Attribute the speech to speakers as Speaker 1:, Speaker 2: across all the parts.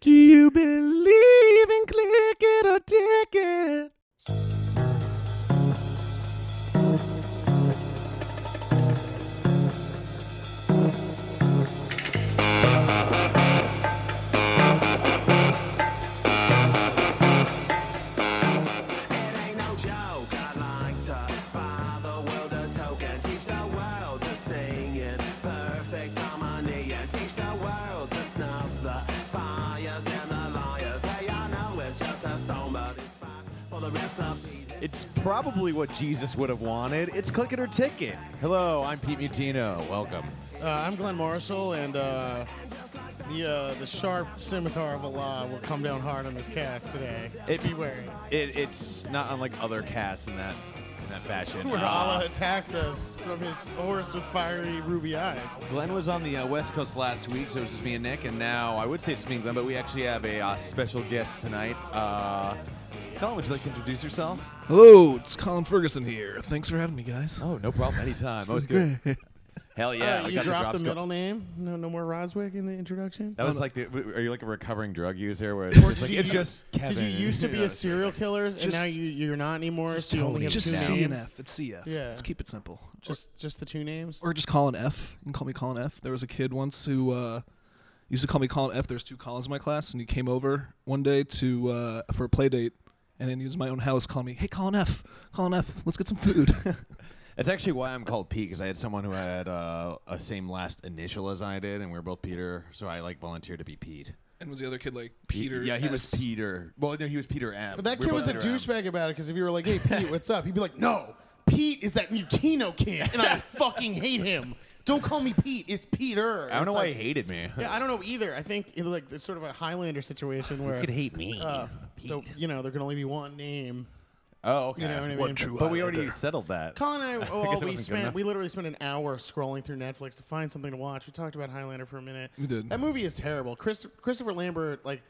Speaker 1: Do you believe in click it or ticket?
Speaker 2: It ain't no joke. I'd like to buy the world a token. Teach the world to sing in perfect harmony. And teach the world to snuff the fires and the liars. Hey, I know it's just a song, but it's fine for the recipe.
Speaker 1: It's
Speaker 2: This
Speaker 1: probably what Jesus would have wanted. It's click it or ticket. Hello, I'm Pete Mutino. Welcome.
Speaker 3: Uh, I'm Glenn Marshall, and uh, the uh, the sharp scimitar of Allah will come down hard on this cast today.
Speaker 1: It-
Speaker 3: Be wary.
Speaker 1: It, it's not unlike other casts in that in that fashion.
Speaker 3: Where
Speaker 1: Uh,
Speaker 3: Allah attacks us from his horse with fiery ruby eyes.
Speaker 1: Glenn was on the uh, West Coast last week, so it was just me and Nick, and now I would say it's me and Glenn, but we actually have a uh, special guest tonight. Uh, Colin, would you like to introduce yourself?
Speaker 4: Hello, it's Colin Ferguson here. Thanks for having me, guys.
Speaker 1: Oh, no problem. Anytime. That was good. Hell yeah.
Speaker 3: Uh,
Speaker 1: we
Speaker 3: you
Speaker 1: got
Speaker 3: dropped the,
Speaker 1: drops go-
Speaker 3: middle name. No, no more Roswick in the introduction.
Speaker 1: That was like the. w- Are you like a recovering drug user? Where it's just like
Speaker 3: you-
Speaker 1: it's just Kevin.
Speaker 3: Did you used to be a serial killer, and now
Speaker 4: Just-
Speaker 3: you you're not anymore?
Speaker 4: Just
Speaker 3: so you only have
Speaker 4: just
Speaker 3: two
Speaker 4: C
Speaker 3: names.
Speaker 4: and F. It's CF.
Speaker 3: Yeah.
Speaker 4: Let's keep it simple.
Speaker 3: Just just the two names.
Speaker 4: Or just Colin F. You can call me Colin F. There was a kid once who uh, used to call me Colin F. There's two Collins in my class, and he came over one day to uh, for a play date, and then he was in my own house calling me, "Hey, Colin F. Colin F. Let's get some food."
Speaker 1: That's actually why I'm called Pete because I had someone who had uh, a same last initial as I did, and we were both Peter. So I like volunteered to be Pete.
Speaker 4: and was the other kid like Peter?
Speaker 1: Yeah, he
Speaker 4: S?
Speaker 1: was Peter. Well, no, he was Peter M.
Speaker 3: But that
Speaker 1: We
Speaker 3: kid
Speaker 1: were
Speaker 3: was a
Speaker 1: both Peter M.
Speaker 3: douchebag about it because if you were like, "Hey Pete, what's up?" he'd be like, "No, Pete is that Mutino kid, and I fucking hate him. Don't call me Pete. It's Peter."
Speaker 1: I don't know
Speaker 3: It's
Speaker 1: why he
Speaker 3: like-
Speaker 1: hated me.
Speaker 3: Yeah, I don't know either. I think it, like it's sort of a Highlander situation where
Speaker 1: hate me.
Speaker 3: uh, the- you know there can only be one name.
Speaker 1: oh, okay.
Speaker 3: You know what I
Speaker 4: What
Speaker 3: mean?
Speaker 4: true
Speaker 1: But we
Speaker 4: Highlander.
Speaker 1: already settled that.
Speaker 3: Colin and I, well,
Speaker 1: guess it wasn't
Speaker 3: we
Speaker 1: good
Speaker 3: spent
Speaker 1: enough.
Speaker 3: we literally spent an hour scrolling through Netflix to find something to watch. We talked about Highlander for a minute.
Speaker 4: We did.
Speaker 3: That movie is terrible. Christ- Christopher Lambert, like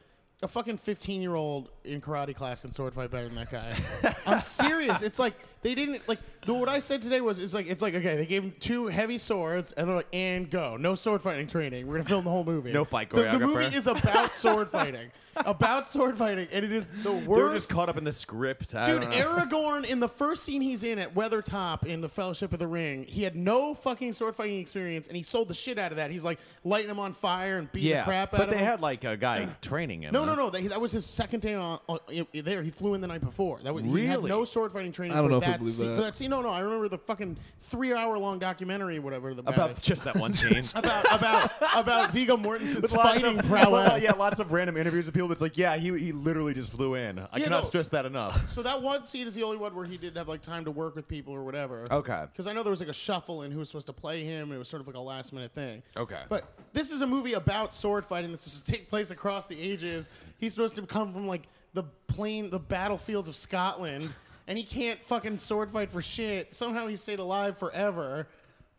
Speaker 3: a fucking fifteen-year-old in karate class, can sword fight better than that guy. I'm serious. It's like they didn't like. The, what I said today was it's like it's like okay, they gave him two heavy swords and they're like and go no sword fighting training. We're gonna film the whole movie.
Speaker 1: No fight
Speaker 3: The, the
Speaker 1: choreographer.
Speaker 3: movie is about sword fighting, about sword fighting, and it is the worst.
Speaker 1: They were just caught up in the script. I
Speaker 3: Dude,
Speaker 1: don't know.
Speaker 3: Aragorn in the first scene he's in at Weathertop in the Fellowship of the Ring, he had no fucking sword fighting experience, and he sold the shit out of that. He's like lighting him on fire and beating
Speaker 1: yeah,
Speaker 3: the crap out
Speaker 1: but
Speaker 3: of
Speaker 1: they
Speaker 3: him.
Speaker 1: had like a guy training him.
Speaker 3: no, no,
Speaker 1: huh?
Speaker 3: no. That, that was his second day on, on- i- i- there. He flew in the night before. That was he had
Speaker 1: Really?
Speaker 3: no sword fighting training.
Speaker 4: I don't
Speaker 3: for
Speaker 4: know if I
Speaker 3: that
Speaker 4: believe
Speaker 3: scene,
Speaker 4: that.
Speaker 3: For that scene, no, no. I remember the fucking three-hour-long documentary, whatever. About
Speaker 1: About
Speaker 3: it.
Speaker 1: just that one scene.
Speaker 3: about about about Viggo Mortensen's
Speaker 1: Lots
Speaker 3: fighting
Speaker 1: of-
Speaker 3: prowess.
Speaker 1: Yeah, lots of random interviews with people. It's like, yeah, he, he literally just flew in. I
Speaker 3: Yeah,
Speaker 1: cannot
Speaker 3: no.
Speaker 1: stress that enough.
Speaker 3: So that one scene is the only one where he did have like time to work with people or whatever.
Speaker 1: Okay.
Speaker 3: Because I know there was like a shuffle and who was supposed to play him, and it was sort of like a last minute thing.
Speaker 1: Okay.
Speaker 3: But this is a movie about sword fighting that's supposed to take place across the ages. He's supposed to come from like the plain, the battlefields of Scotland, and he can't fucking sword fight for shit. Somehow he stayed alive forever.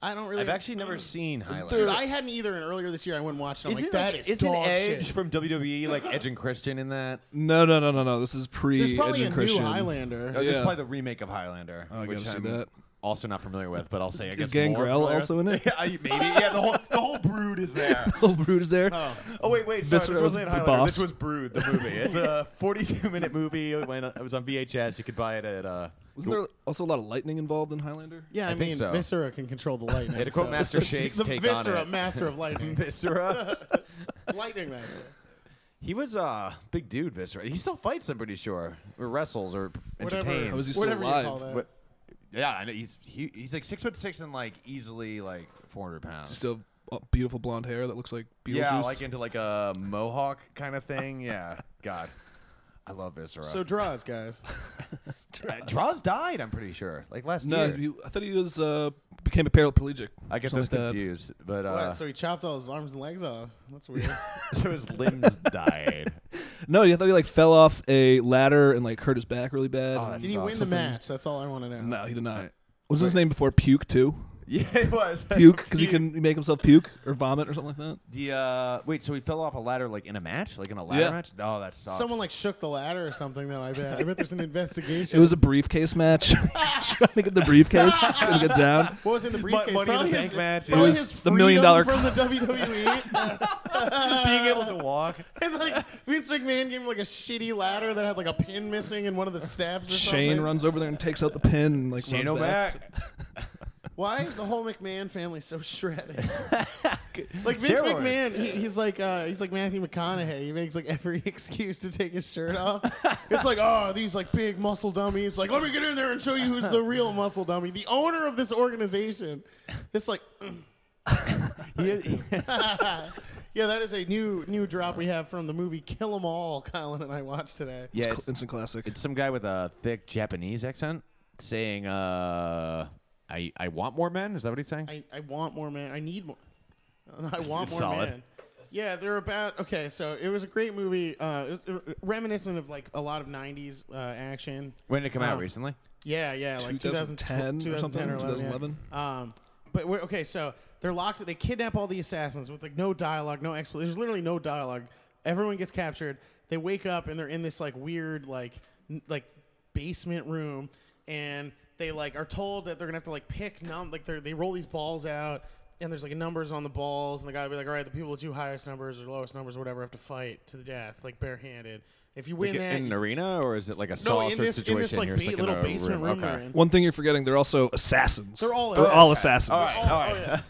Speaker 3: I don't really.
Speaker 1: I've
Speaker 3: Mm.
Speaker 1: actually never seen Highlander.
Speaker 3: Dude, I hadn't either. And earlier this year, I went and watched. It. I'm
Speaker 1: isn't
Speaker 3: like, that
Speaker 1: like,
Speaker 3: is
Speaker 1: isn't
Speaker 3: dog
Speaker 1: Edge
Speaker 3: shit.
Speaker 1: from WWE like Edge and Christian in that?
Speaker 4: No, no, no, no, no. This is pre
Speaker 3: There's probably
Speaker 4: Edge
Speaker 3: a
Speaker 4: and Christian.
Speaker 3: new Highlander.
Speaker 1: Oh, This is
Speaker 4: Yeah. Oh,
Speaker 1: probably the remake of Highlander,
Speaker 4: I
Speaker 1: which
Speaker 4: gotta see
Speaker 1: I'm
Speaker 4: that.
Speaker 1: also not familiar with, but I'll say I guess
Speaker 4: Is Gangrel
Speaker 1: more familiar.
Speaker 4: also in it?
Speaker 1: yeah, I- maybe. Yeah, the whole the whole brood is there.
Speaker 4: Little Brood is there.
Speaker 1: Oh wait, wait. Sorry,
Speaker 4: Viscera
Speaker 1: this
Speaker 4: was
Speaker 1: wasn't
Speaker 4: the
Speaker 1: Highlander. This
Speaker 4: boss.
Speaker 1: was Brood, the movie. It's a 42 minute movie. When it was on VHS, you could buy it at. Uh,
Speaker 4: Wasn't there also a lot of lightning involved in Highlander?
Speaker 3: Yeah, I,
Speaker 1: think
Speaker 3: mean,
Speaker 1: so.
Speaker 3: Viscera can control the lightning.
Speaker 1: Yeah, to quote
Speaker 3: so-
Speaker 1: Master Shakes,
Speaker 3: the
Speaker 1: take on
Speaker 3: Viscera,
Speaker 1: it.
Speaker 3: master of lightning,
Speaker 1: Viscera.
Speaker 3: lightning master.
Speaker 1: He was a uh, big dude, Viscera. He still fights, I'm pretty sure, or wrestles, or
Speaker 3: Whatever,
Speaker 1: entertains.
Speaker 4: How is he still
Speaker 3: whatever you call
Speaker 4: alive?
Speaker 3: that.
Speaker 1: What- yeah, I know he's he, he's like six foot six and like easily like 400 pounds.
Speaker 4: Still uh, beautiful blonde hair that looks like Beetlejuice.
Speaker 1: yeah, like into like a mohawk kind of thing. Yeah, God, I love Viscera.
Speaker 3: So draws, guys.
Speaker 1: Uh, Draws died, I'm pretty sure, like last
Speaker 4: No,
Speaker 1: year.
Speaker 4: he, I thought he was uh, became a paraplegic.
Speaker 1: I get
Speaker 4: something
Speaker 1: those
Speaker 4: like that.
Speaker 1: confused, but
Speaker 3: What,
Speaker 1: uh,
Speaker 3: so he chopped all his arms and legs off. That's weird.
Speaker 1: so his limbs died.
Speaker 4: No, I thought he like fell off a ladder and like hurt his back really bad.
Speaker 1: Oh,
Speaker 4: and-
Speaker 3: Did he
Speaker 1: Saw
Speaker 3: win the
Speaker 1: something-
Speaker 3: match? That's all I want to know.
Speaker 4: no, he did not. What was his name before Puke too?
Speaker 1: Yeah, it was.
Speaker 4: Puke because he can make himself puke or vomit or something like that.
Speaker 1: The uh, wait, so he fell off a ladder like in a match, like in a ladder
Speaker 4: Yeah.
Speaker 1: match. Oh, that sucks.
Speaker 3: Someone like shook the ladder or something, though. I bet. I bet there's an investigation.
Speaker 4: It was a briefcase match. trying to get the briefcase, trying to get down.
Speaker 3: what was in the briefcase?
Speaker 1: Money in the
Speaker 3: Probably
Speaker 1: Bank
Speaker 3: his-
Speaker 1: match,
Speaker 3: probably
Speaker 4: it was
Speaker 3: his
Speaker 4: the million dollar
Speaker 3: freedom from the WWE.
Speaker 1: being able to walk.
Speaker 3: and like Vince McMahon gave him like a shitty ladder that had like a pin missing and one of the stabs. Or
Speaker 4: Shane
Speaker 3: something.
Speaker 4: runs over there and takes out the pin and like
Speaker 1: Shane
Speaker 4: runs back.
Speaker 1: back.
Speaker 3: Why is the whole McMahon family so shredded? like Vince
Speaker 1: Steroids.
Speaker 3: McMahon, he, he's like uh, he's like Matthew McConaughey. He makes like every excuse to take his shirt off. it's like oh these like big muscle dummies. Like let me get in there and show you who's the real muscle dummy, the owner of this organization. It's like mm.
Speaker 1: He-
Speaker 3: yeah, that is a new new drop we have from the movie Kill 'Em All. Colin and I watched today.
Speaker 1: yeah,
Speaker 4: It's
Speaker 1: it's,
Speaker 4: cl- instant classic.
Speaker 1: it's some guy with a thick Japanese accent saying, uh, "I I want more men." Is that what he's saying?
Speaker 3: I, I want more man. I need more. I
Speaker 1: It's-
Speaker 3: want
Speaker 1: it's
Speaker 3: more
Speaker 1: solid.
Speaker 3: man. Yeah, they're about okay. So it was a great movie, uh, it was, uh, reminiscent of like a lot of '90s uh, action.
Speaker 1: when did it come out
Speaker 3: Oh.
Speaker 1: recently?
Speaker 3: Yeah, yeah, like
Speaker 4: 2010
Speaker 3: 2010,
Speaker 4: or
Speaker 3: 2010 or
Speaker 4: something,
Speaker 3: 11.
Speaker 4: 2011.
Speaker 3: yeah. Um, but we're, okay, so they're locked. They kidnap all the assassins with like no dialogue, no explanation. There's literally no dialogue. Everyone gets captured. They wake up and they're in this like weird like n- like basement room, and they like are told that they're gonna have to like pick num like they they roll these balls out. And there's like numbers on the balls, and the guy will be like, "All right, the people with two highest numbers or lowest numbers, or whatever, have to fight to the death, like barehanded. If you win
Speaker 1: Like,
Speaker 3: that,
Speaker 1: in an arena, or is it like a
Speaker 3: no,
Speaker 1: saucer
Speaker 3: in this
Speaker 1: situation?
Speaker 3: in this like
Speaker 1: You're
Speaker 3: ba-
Speaker 1: just, in
Speaker 3: little
Speaker 1: a
Speaker 3: basement room,
Speaker 1: Okay.
Speaker 3: they're in.
Speaker 4: One thing you're forgetting, they're also assassins.
Speaker 3: They're all
Speaker 4: assassins.
Speaker 1: All right,
Speaker 3: Oh,
Speaker 1: all right.
Speaker 3: Oh, yeah.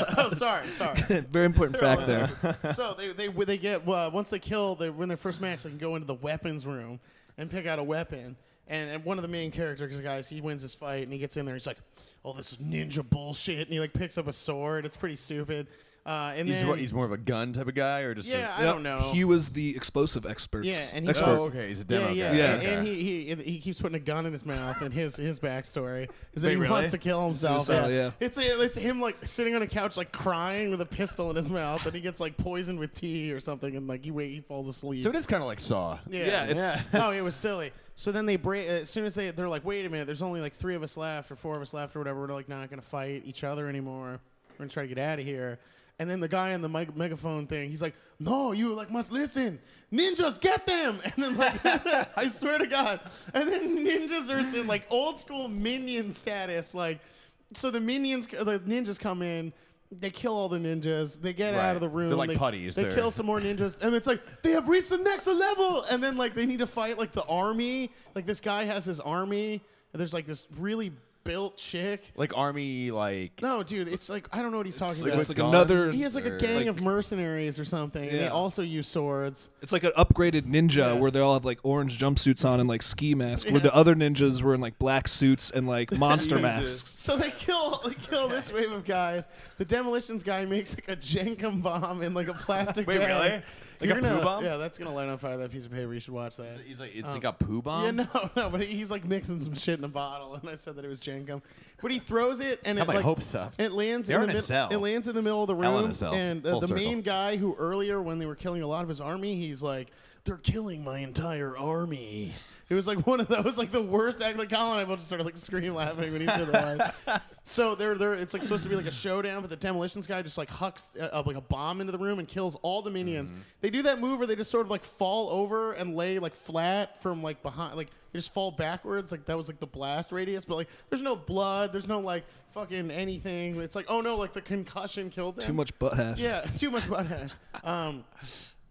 Speaker 3: Oh, yeah. Oh, sorry. Sorry.
Speaker 4: Very important
Speaker 3: They're all
Speaker 4: fact there.
Speaker 3: assassins. So they they they get uh, once they kill they win their first match they can go into the weapons room and pick out a weapon and, and one of the main characters guys he wins his fight and he gets in there he's like oh this is ninja bullshit and he like picks up a sword it's pretty stupid uh, and
Speaker 1: He's,
Speaker 3: then
Speaker 1: what, he's more of a gun type of guy, or just a-
Speaker 3: yeah I
Speaker 4: Yep.
Speaker 3: don't know
Speaker 4: He was the explosive expert.
Speaker 3: yeah, and he
Speaker 4: expert.
Speaker 1: Oh, okay, he's a demo
Speaker 3: yeah,
Speaker 1: guy,
Speaker 3: Yeah,
Speaker 1: okay.
Speaker 3: and, and he, he he keeps putting a gun in his mouth. And his his backstory is that
Speaker 1: Wait,
Speaker 3: he
Speaker 1: really?
Speaker 3: wants to kill himself.
Speaker 4: Suicide, yeah.
Speaker 3: it's it's him like sitting on a couch, like crying with a pistol in his mouth, and he gets like poisoned with tea or something, and like he wait, he falls asleep.
Speaker 1: So it is kind of like Saw.
Speaker 3: yeah,
Speaker 4: Yeah, it's-
Speaker 3: no, it was silly. So then they break. As soon as they they're like, wait a minute, there's only like three of us left or four of us left or whatever. We're like not gonna fight each other anymore. We're gonna try to get out of here. And then the guy on the mic- megaphone thing, he's like, "No, you like must listen. Ninjas, get them!" And then like, I swear to God. And then ninjas are in like old school minion status. Like, so the minions, the ninjas come in. They kill all the ninjas. They get out
Speaker 1: Right.
Speaker 3: of the room.
Speaker 1: They're like
Speaker 3: they,
Speaker 1: putties.
Speaker 3: They
Speaker 1: They're-
Speaker 3: kill some more ninjas, and it's like they have reached the next level. And then like they need to fight like the army. Like this guy has his army. And there's like this really built chick.
Speaker 1: Like army, like
Speaker 3: No, dude, it's like I don't know what he's talking
Speaker 4: Like,
Speaker 3: about.
Speaker 4: it's like
Speaker 1: Gone.
Speaker 4: another.
Speaker 3: he has like a
Speaker 1: or,
Speaker 3: gang
Speaker 4: like-
Speaker 3: of mercenaries or something. And they
Speaker 4: Yeah.
Speaker 3: also use swords.
Speaker 4: It's like an upgraded ninja
Speaker 3: Yeah.
Speaker 4: where they all have like orange jumpsuits on and like ski masks.
Speaker 3: Yeah.
Speaker 4: Where the other ninjas were in like black suits and like monster masks.
Speaker 3: So they kill they kill this wave of guys. The demolitions guy makes like a Jenkum bomb in like a plastic
Speaker 1: Wait,
Speaker 3: bag.
Speaker 1: really? Like
Speaker 3: You're
Speaker 1: a
Speaker 3: gonna-
Speaker 1: poo bomb?
Speaker 3: Yeah, that's gonna light on fire that piece of paper. You should watch that.
Speaker 1: he's like it's like a poo bomb.
Speaker 3: Um, Yeah, no, no, but he's like mixing some shit in a bottle, and I said that it was Jan gum. But he throws it, and it
Speaker 1: my
Speaker 3: like,
Speaker 1: hopes up.
Speaker 3: It lands
Speaker 1: They're
Speaker 3: in
Speaker 1: in
Speaker 3: the
Speaker 1: a
Speaker 3: mid-
Speaker 1: cell.
Speaker 3: It lands in the middle of the
Speaker 1: Hell in a
Speaker 3: room,
Speaker 1: cell.
Speaker 3: and uh,
Speaker 1: Full
Speaker 3: the
Speaker 1: circle.
Speaker 3: main guy who earlier, when they were killing a lot of his army, he's like, "They're killing my entire army." It was like one of those, like the worst act. Like Colin, and I both just started like scream laughing when he said that. line. So they're, they're it's like supposed to be like a showdown, but the demolitions guy just like hucks uh, up like a bomb into the room and kills all the minions.
Speaker 4: Mm-hmm.
Speaker 3: They do that move where they just sort of like fall over and lay like flat from like behind, like they just fall backwards. Like that was like the blast radius, but like there's no blood, there's no like fucking anything. It's like oh no, like the concussion killed them.
Speaker 4: Too much butt hash.
Speaker 3: Yeah, too much butt hash. Um,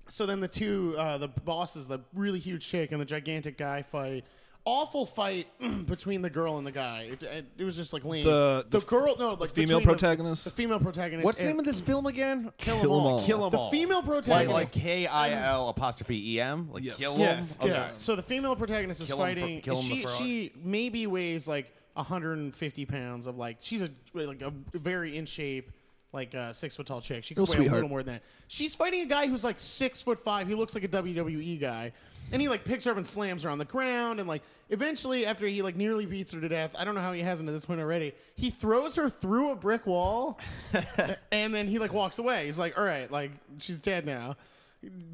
Speaker 3: so then the two, uh, the bosses, the really huge chick and the gigantic guy fight. Awful fight between the girl and the guy. It, it, it was just like lame.
Speaker 4: The- the
Speaker 3: girl, no, like between
Speaker 4: female
Speaker 3: the-
Speaker 4: protagonist?
Speaker 3: The, female protagonist.
Speaker 1: What's the
Speaker 3: and
Speaker 1: name of this film again?
Speaker 3: Kill 'em
Speaker 4: Kill 'em
Speaker 3: all.
Speaker 4: all.
Speaker 1: Kill 'em
Speaker 3: The
Speaker 1: all.
Speaker 3: female protagonist.
Speaker 1: Like K I L apostrophe E M. Like
Speaker 4: Yes.
Speaker 1: kill 'em?
Speaker 3: Yes.
Speaker 1: Okay.
Speaker 3: Yeah. So the female protagonist is
Speaker 1: Kill 'em for-
Speaker 3: fighting.
Speaker 1: kill 'em
Speaker 3: she
Speaker 1: the frog.
Speaker 3: she maybe weighs like 150 pounds of like she's a like a very in shape like uh, six foot tall chick. She could
Speaker 4: Real
Speaker 3: weigh a
Speaker 4: sweetheart.
Speaker 3: little more than that. She's fighting a guy who's like six foot five. He looks like a WWE guy, and he like picks her up and slams her on the ground. And like eventually, after he like nearly beats her to death, I don't know how he hasn't at this point already. He throws her through a brick wall and then he like walks away. He's like, "All right, like she's dead now."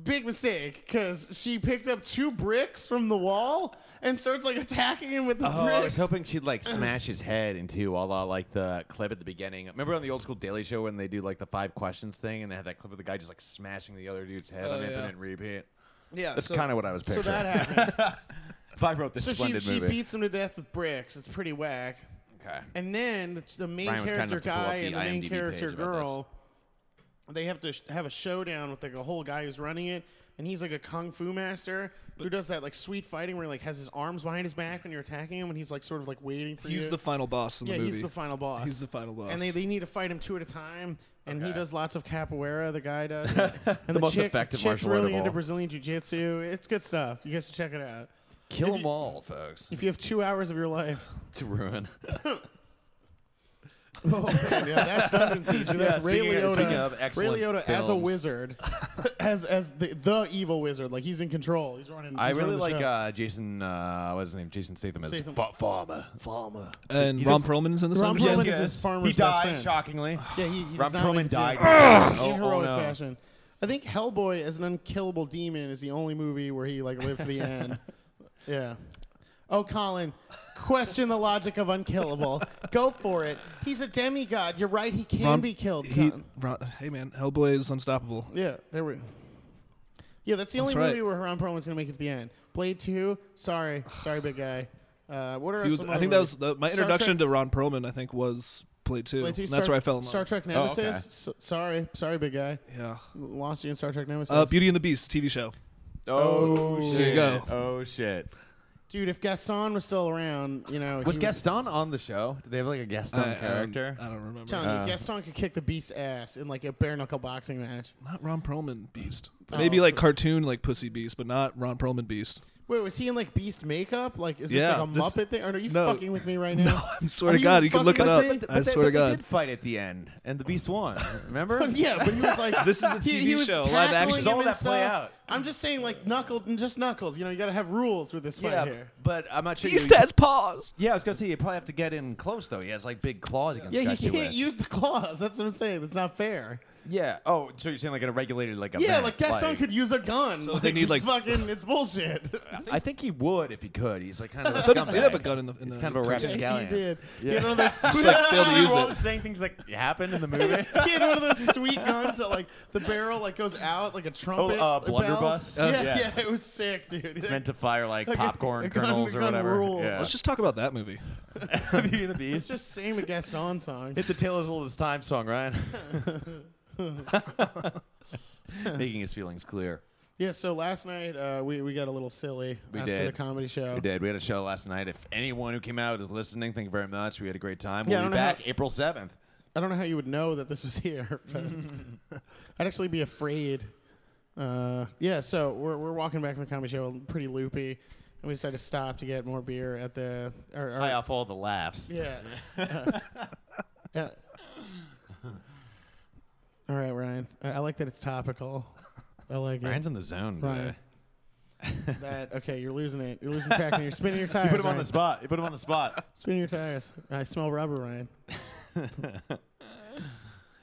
Speaker 3: Big mistake, because she picked up two bricks from the wall and starts like attacking him with the
Speaker 1: Oh, I was
Speaker 3: bricks.
Speaker 1: hoping she'd like smash his head into a la like the clip at the beginning. Remember on the old school Daily Show when they do like the five questions thing and they had that clip of the guy just like smashing the other dude's head
Speaker 4: Oh,
Speaker 1: on
Speaker 4: yeah.
Speaker 1: infinite repeat?
Speaker 4: Yeah,
Speaker 1: That's kind of what I was
Speaker 3: so
Speaker 1: picturing.
Speaker 3: that happened.
Speaker 1: if I wrote this
Speaker 3: so she,
Speaker 1: splendid
Speaker 3: she
Speaker 1: movie.
Speaker 3: beats him to death with bricks. It's pretty whack.
Speaker 1: okay.
Speaker 3: And then the, the main
Speaker 1: Brian was kind
Speaker 3: character
Speaker 1: enough to pull up
Speaker 3: guy
Speaker 1: the
Speaker 3: and the main
Speaker 1: IMDb
Speaker 3: character
Speaker 1: page about
Speaker 3: girl, they have to sh- have a showdown with like a whole guy who's running it, and he's like a kung fu master who does that like sweet fighting where he like has his arms behind his back when you're attacking him, and he's like sort of like waiting for you.
Speaker 4: He's the final boss in the
Speaker 3: yeah,
Speaker 4: movie.
Speaker 3: he's the final boss.
Speaker 4: He's the final boss.
Speaker 3: And they, they need to fight him two at a time. And he
Speaker 1: Okay.
Speaker 3: does lots of capoeira. The guy does. And the,
Speaker 1: most
Speaker 3: chick-
Speaker 1: effective
Speaker 3: chick's
Speaker 1: martial art
Speaker 3: really
Speaker 1: of
Speaker 3: into
Speaker 1: all.
Speaker 3: Brazilian jiu-jitsu. It's good stuff. You guys should check it out.
Speaker 1: Kill them all, folks.
Speaker 3: If you have two hours of your life,
Speaker 1: To ruin.
Speaker 3: Oh, man, yeah, that's Dungeon Siege. and That's
Speaker 1: Yeah,
Speaker 3: Ray
Speaker 1: speaking of-
Speaker 3: Liotta.
Speaker 1: speaking of excellent
Speaker 3: Ray Liotta as a
Speaker 1: films.
Speaker 3: wizard, as as the, the evil wizard. Like he's in control. He's running.
Speaker 1: I
Speaker 3: he's
Speaker 1: really
Speaker 3: running
Speaker 1: like
Speaker 3: the show.
Speaker 1: uh, Jason. Uh, what is his name? Jason Statham as
Speaker 3: Statham.
Speaker 1: Fa- farmer. Farmer.
Speaker 4: and
Speaker 1: He's
Speaker 4: Ron
Speaker 1: just-
Speaker 4: Perlman's in this
Speaker 3: Ron
Speaker 4: one.
Speaker 3: Perlman
Speaker 1: Yes,
Speaker 3: is
Speaker 1: yes.
Speaker 3: his farmer's
Speaker 1: He
Speaker 3: best
Speaker 1: died
Speaker 3: friend.
Speaker 1: shockingly. Oh,
Speaker 3: Yeah, he, he
Speaker 1: Ron
Speaker 3: does not
Speaker 1: Perlman
Speaker 3: make it to
Speaker 1: died.
Speaker 3: the-
Speaker 1: Oh, oh,
Speaker 3: in heroic
Speaker 1: no.
Speaker 3: fashion. I think Hellboy as an unkillable demon is the only movie where he like lived to the end. Yeah. Oh, Colin, question the logic of unkillable. Go for it. He's a demigod. You're right. He can
Speaker 4: Ron-
Speaker 3: be killed.
Speaker 4: He,
Speaker 3: son.
Speaker 4: Ron, hey man, Hellboy is unstoppable.
Speaker 3: Yeah, there we. Yeah, that's the
Speaker 4: That's
Speaker 3: only
Speaker 4: right.
Speaker 3: movie where Ron Perlman's gonna make it to the end. Blade Two, sorry, sorry, big guy. Uh, what are
Speaker 4: He was,
Speaker 3: some
Speaker 4: I
Speaker 3: other
Speaker 4: think that was
Speaker 3: movies?
Speaker 4: the, my
Speaker 3: Star
Speaker 4: introduction
Speaker 3: Trek-
Speaker 4: to Ron Perlman. I think was Play Two.
Speaker 3: Blade Two,
Speaker 4: And
Speaker 3: Star,
Speaker 4: that's where I fell in love. Oh,
Speaker 3: Star Trek
Speaker 1: okay.
Speaker 3: Nemesis. S- sorry, sorry, big guy.
Speaker 4: yeah,
Speaker 3: Lost you in Star Trek Nemesis.
Speaker 4: uh, Beauty and the Beast TV show.
Speaker 1: Oh,
Speaker 3: Oh,
Speaker 1: shit.
Speaker 4: there you go.
Speaker 1: Oh shit.
Speaker 3: Dude, if Gaston was still around, you know,
Speaker 1: Was
Speaker 3: he-
Speaker 1: Gaston on the show? Did they have like a Gaston
Speaker 4: I- I don't-
Speaker 1: character?
Speaker 4: Um, I don't, remember.
Speaker 3: I'm telling
Speaker 1: Uh.
Speaker 3: you, Gaston could kick the beast's ass in like a bare knuckle boxing match.
Speaker 4: Not Ron Perlman Beast.
Speaker 3: Oh.
Speaker 4: Maybe like cartoon like Pussy Beast, but not Ron Perlman Beast.
Speaker 3: Wait, was he in like beast makeup? Like, is
Speaker 4: Yeah,
Speaker 3: this like a
Speaker 4: this-
Speaker 3: Muppet thing? Or are you
Speaker 4: No.
Speaker 3: fucking with me right now?
Speaker 4: No, I swear
Speaker 3: Are
Speaker 4: to
Speaker 3: you
Speaker 4: God, you can
Speaker 3: fucking
Speaker 4: look it
Speaker 3: with
Speaker 4: up.
Speaker 3: me?
Speaker 1: But
Speaker 4: I
Speaker 1: they-
Speaker 4: swear
Speaker 1: but They
Speaker 4: to God.
Speaker 1: did fight at the end, and the Beast won. Remember?
Speaker 3: Oh, yeah, but he was like,
Speaker 4: This is a
Speaker 3: he-
Speaker 4: TV
Speaker 3: he was
Speaker 4: show, live
Speaker 3: tackling
Speaker 4: action.
Speaker 3: him
Speaker 1: Saw
Speaker 3: and
Speaker 1: that play
Speaker 3: stuff.
Speaker 1: out.
Speaker 3: I'm just saying, like knuckled and just knuckles. You know, you got to have rules with this fight
Speaker 1: Yeah,
Speaker 3: here.
Speaker 1: but I'm not sure.
Speaker 4: Beast
Speaker 1: you-
Speaker 4: has paws.
Speaker 1: yeah, I was gonna say you probably have to get in close though. He has like big claws against.
Speaker 3: Yeah, you can't use the claws. That's what I'm saying. That's not fair.
Speaker 1: Yeah. Oh, so you're saying like in a regulated like
Speaker 3: Yeah,
Speaker 1: event,
Speaker 3: like Gaston could use a gun.
Speaker 4: they need, like-
Speaker 3: fucking. It's bullshit.
Speaker 1: I think he would if he could. He's like kind of. a
Speaker 4: thought he did
Speaker 1: scumbag.
Speaker 4: have a gun in the- in
Speaker 1: He's
Speaker 4: the
Speaker 1: kind of a
Speaker 4: cartoon.
Speaker 3: he
Speaker 1: rapscallion.
Speaker 3: did. He had one of those. Sweet,
Speaker 4: like, failed to use
Speaker 1: We're all
Speaker 4: it.
Speaker 1: just saying things like happened in the movie.
Speaker 3: he had one of those sweet guns that like the barrel like goes out like a trumpet.
Speaker 1: uh,
Speaker 3: bell.
Speaker 1: blunderbuss? Uh,
Speaker 3: yeah,
Speaker 1: yes.
Speaker 3: yeah, it was sick, dude. It's
Speaker 1: meant to fire like,
Speaker 3: Like a-
Speaker 1: popcorn
Speaker 3: a gun-
Speaker 1: kernels or
Speaker 3: gun
Speaker 1: whatever.
Speaker 3: rules.
Speaker 1: Yeah.
Speaker 4: Let's just talk about that movie.
Speaker 1: Beauty and the
Speaker 3: It's
Speaker 1: Beast.
Speaker 3: just same a Gaston song.
Speaker 1: Hit the tail as old as time song, Ryan. Making his feelings clear.
Speaker 3: Yeah, so last night uh, we, we got a little silly
Speaker 1: We
Speaker 3: after
Speaker 1: did.
Speaker 3: the comedy show.
Speaker 1: We did. We had a show last night. If anyone who came out is listening, thank you very much. We had a great time.
Speaker 3: Yeah, I
Speaker 1: we'll
Speaker 3: don't
Speaker 1: be
Speaker 3: know how-
Speaker 1: back April 7th.
Speaker 3: I don't know how you would know that this was here. But I'd actually be afraid. Uh, yeah, so we're, we're walking back from the comedy show, pretty loopy, and we decided to stop to get more beer at the. Or, or,
Speaker 1: High off all the laughs.
Speaker 3: Yeah. yeah. All right, Ryan. I, I like that it's topical. I like it.
Speaker 1: Ryan's in the zone
Speaker 3: Ryan.
Speaker 1: today.
Speaker 3: that okay? You're losing it. You're losing track. and You're spinning your tires.
Speaker 1: You put him on
Speaker 3: Ryan.
Speaker 1: the spot. You put him on the spot.
Speaker 3: Spin your tires. I smell rubber, Ryan.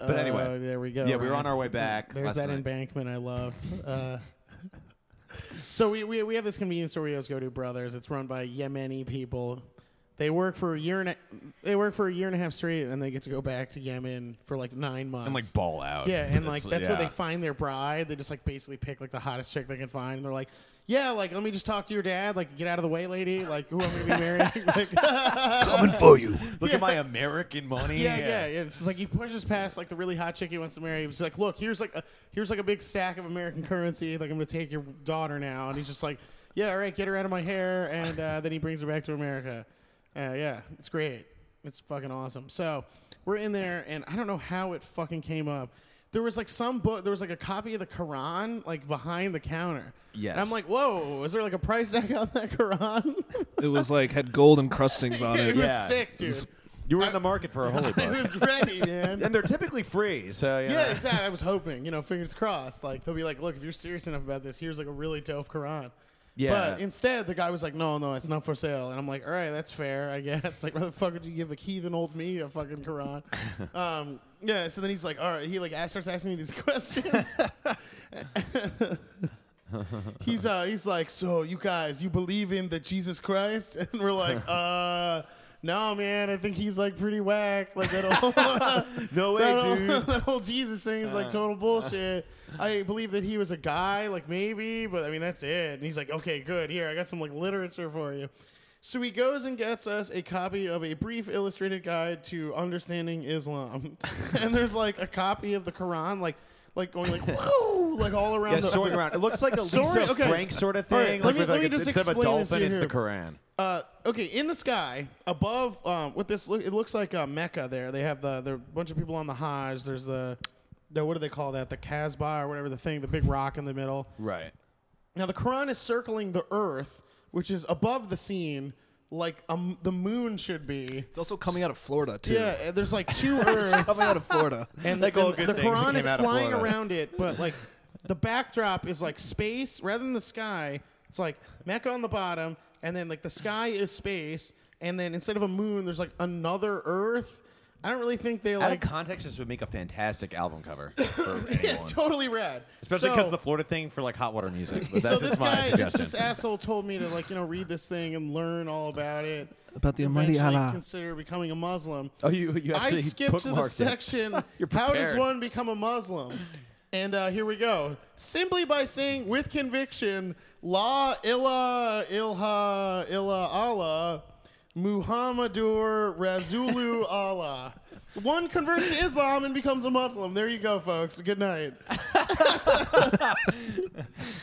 Speaker 1: But anyway.
Speaker 3: Oh, there we go.
Speaker 1: yeah, we were on
Speaker 3: Ryan.
Speaker 1: our way back.
Speaker 3: There's
Speaker 1: last
Speaker 3: that
Speaker 1: night.
Speaker 3: embankment I love. Uh, so we, we we have this convenience store we always go to, brothers. It's run by Yemeni people. They work for a year and a, they work for a year and a half straight, and they get to go back to Yemen for like nine months.
Speaker 1: And like ball out.
Speaker 3: Yeah, and like that's where
Speaker 1: yeah.
Speaker 3: they find their bride. They just like basically pick like the hottest chick they can find, and they're like, "Yeah, like let me just talk to your dad. Like get out of the way, lady. Like who I'm gonna be marrying." like,
Speaker 4: Coming for you.
Speaker 1: Look at my American money.
Speaker 3: yeah, yeah, yeah. It's just like he pushes past like the really hot chick he wants to marry. He's like, "Look, here's like a here's like a big stack of American currency. Like I'm gonna take your daughter now," and he's just like, "Yeah, all right, get her out of my hair," and uh, then he brings her back to America. Uh, yeah, it's great. It's fucking awesome. So we're in there, and I don't know how it fucking came up. There was like some book. There was like a copy of the Quran like behind the counter.
Speaker 1: Yes.
Speaker 3: And I'm like, whoa, is there like a price tag on that Quran?
Speaker 4: It was like had gold encrustings on
Speaker 3: it
Speaker 4: it.
Speaker 3: was
Speaker 1: Yeah.
Speaker 3: sick, dude.
Speaker 1: You were in the market for a holy
Speaker 3: I
Speaker 1: book.
Speaker 3: was ready, man.
Speaker 1: and they're typically free, so you
Speaker 3: Yeah,
Speaker 1: know.
Speaker 3: exactly. I was hoping, you know, fingers crossed. Like they'll be like, look, if you're serious enough about this, here's like a really dope Quran.
Speaker 1: Yeah.
Speaker 3: But instead, the guy was like, "No, no, it's not for sale." And I'm like, "All right, that's fair, I guess." Like, why the fuck would you give a heathen old me a fucking Quran? um, yeah. So then he's like, "All right." He like starts asking me these questions. he's uh he's like, so you guys, you believe in the Jesus Christ? And we're like, uh no man, I think he's like pretty whack. Like that whole
Speaker 1: No way,
Speaker 3: that whole,
Speaker 1: dude. Uh,
Speaker 3: that whole Jesus thing is like total bullshit. I believe that he was a guy, like maybe, but I mean that's it. And he's like, okay, good. Here, I got some like literature for you. So he goes and gets us a copy of a brief illustrated guide to understanding Islam, and there's like a copy of the Quran, like like going like whoa, like all around.
Speaker 1: Yeah,
Speaker 3: the,
Speaker 1: soaring around. It looks like a Lisa
Speaker 3: Soaring- okay.
Speaker 1: Frank sort of thing.
Speaker 3: All right, let
Speaker 1: like
Speaker 3: me-
Speaker 1: with
Speaker 3: let
Speaker 1: like
Speaker 3: me
Speaker 1: a,
Speaker 3: just
Speaker 1: instead of a
Speaker 3: explain this
Speaker 1: dolphin,
Speaker 3: to you
Speaker 1: it's the
Speaker 3: here.
Speaker 1: Quran.
Speaker 3: Uh, okay, in the sky above, um, what this look, it looks like uh, Mecca. There, they have the there are a bunch of people on the Hajj. There's the, the what do they call that? The Kasbah or whatever the thing, the big rock in the middle.
Speaker 1: Right.
Speaker 3: Now the Quran is circling the Earth, which is above the scene, like um, the moon should be.
Speaker 4: It's also coming out of Florida too.
Speaker 3: Yeah, and there's like two Earths.
Speaker 4: coming out of Florida.
Speaker 3: and
Speaker 1: Like
Speaker 3: and
Speaker 1: all good
Speaker 3: the
Speaker 1: things that
Speaker 3: Quran
Speaker 1: came
Speaker 3: is
Speaker 1: out of
Speaker 3: flying
Speaker 1: Florida.
Speaker 3: around it, but like the backdrop is like space rather than the sky. It's like Mecca on the bottom, and then like the sky is space, and then instead of a moon, there's like another Earth. I don't really think they
Speaker 1: Out of
Speaker 3: like
Speaker 1: context, this would make a fantastic album cover for
Speaker 3: yeah,
Speaker 1: anyone.
Speaker 3: totally rad.
Speaker 1: Especially
Speaker 3: So-
Speaker 1: because the Florida thing for like hot water music. But that's
Speaker 3: so this
Speaker 1: just my
Speaker 3: guy, this,
Speaker 1: suggestion.
Speaker 3: this asshole, told me to like you know read this thing and learn all about it.
Speaker 4: About the Almighty
Speaker 3: eventually
Speaker 4: Allah.
Speaker 3: consider becoming a Muslim.
Speaker 1: oh, you you actually
Speaker 3: I skipped to the
Speaker 1: bookmarked it.
Speaker 3: section.
Speaker 1: You're
Speaker 3: how does
Speaker 1: prepared.
Speaker 3: one become a Muslim? And uh, here we go. Simply by saying with conviction, La ilaha ilha illa Allah, Muhammadur Rasulu Allah. One converts to Islam and becomes a Muslim. There you go, folks. Good night.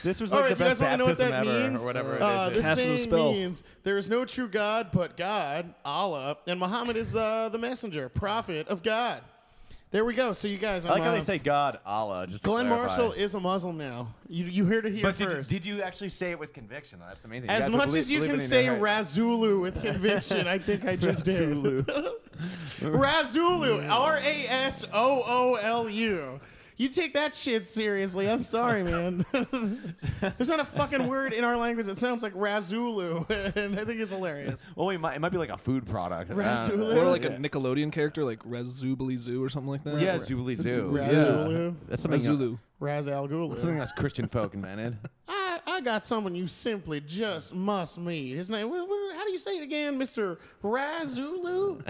Speaker 1: This was
Speaker 3: All
Speaker 1: like
Speaker 3: right,
Speaker 1: the
Speaker 3: do you guys
Speaker 1: best
Speaker 3: want to know what
Speaker 1: baptism
Speaker 3: that
Speaker 1: ever,
Speaker 3: means?
Speaker 1: or whatever it
Speaker 3: Uh,
Speaker 1: is.
Speaker 3: this
Speaker 4: Casting the
Speaker 3: saying
Speaker 4: spell.
Speaker 3: means there is no true God but God, Allah, and Muhammad is uh, the messenger, prophet of God. There we go. So you guys,
Speaker 1: I like how
Speaker 3: I'm,
Speaker 1: they
Speaker 3: uh,
Speaker 1: say God, Allah. Just to
Speaker 3: Glenn
Speaker 1: clarify.
Speaker 3: Marshall is a Muslim now. You you heard it here
Speaker 1: But did,
Speaker 3: first.
Speaker 1: did you actually say it with conviction? That's the main thing. You
Speaker 3: as
Speaker 1: have to
Speaker 3: much
Speaker 1: believe-
Speaker 3: as you
Speaker 1: believe
Speaker 3: can
Speaker 1: it in your
Speaker 3: say
Speaker 1: heart.
Speaker 3: Razulu with conviction, I think I just did. Razulu, R A S O O L U. You take that shit seriously. I'm sorry, man. There's not a fucking word in our language that sounds like Razulu, and I think it's hilarious.
Speaker 1: Well, we might, it might be like a food product. Uh,
Speaker 3: Razulu?
Speaker 4: Or like a Nickelodeon character, like Rezubly Zoo or something like that.
Speaker 1: Yeah, Zubly Zoo.
Speaker 3: Razulu,
Speaker 1: That's something,
Speaker 4: Rezulu.
Speaker 3: Raz Al
Speaker 1: something
Speaker 3: Ghul.
Speaker 1: that's Christian folk invented.
Speaker 3: I, I got someone you simply just must meet. His name, wh- wh- how do you say it again, Mister Razulu?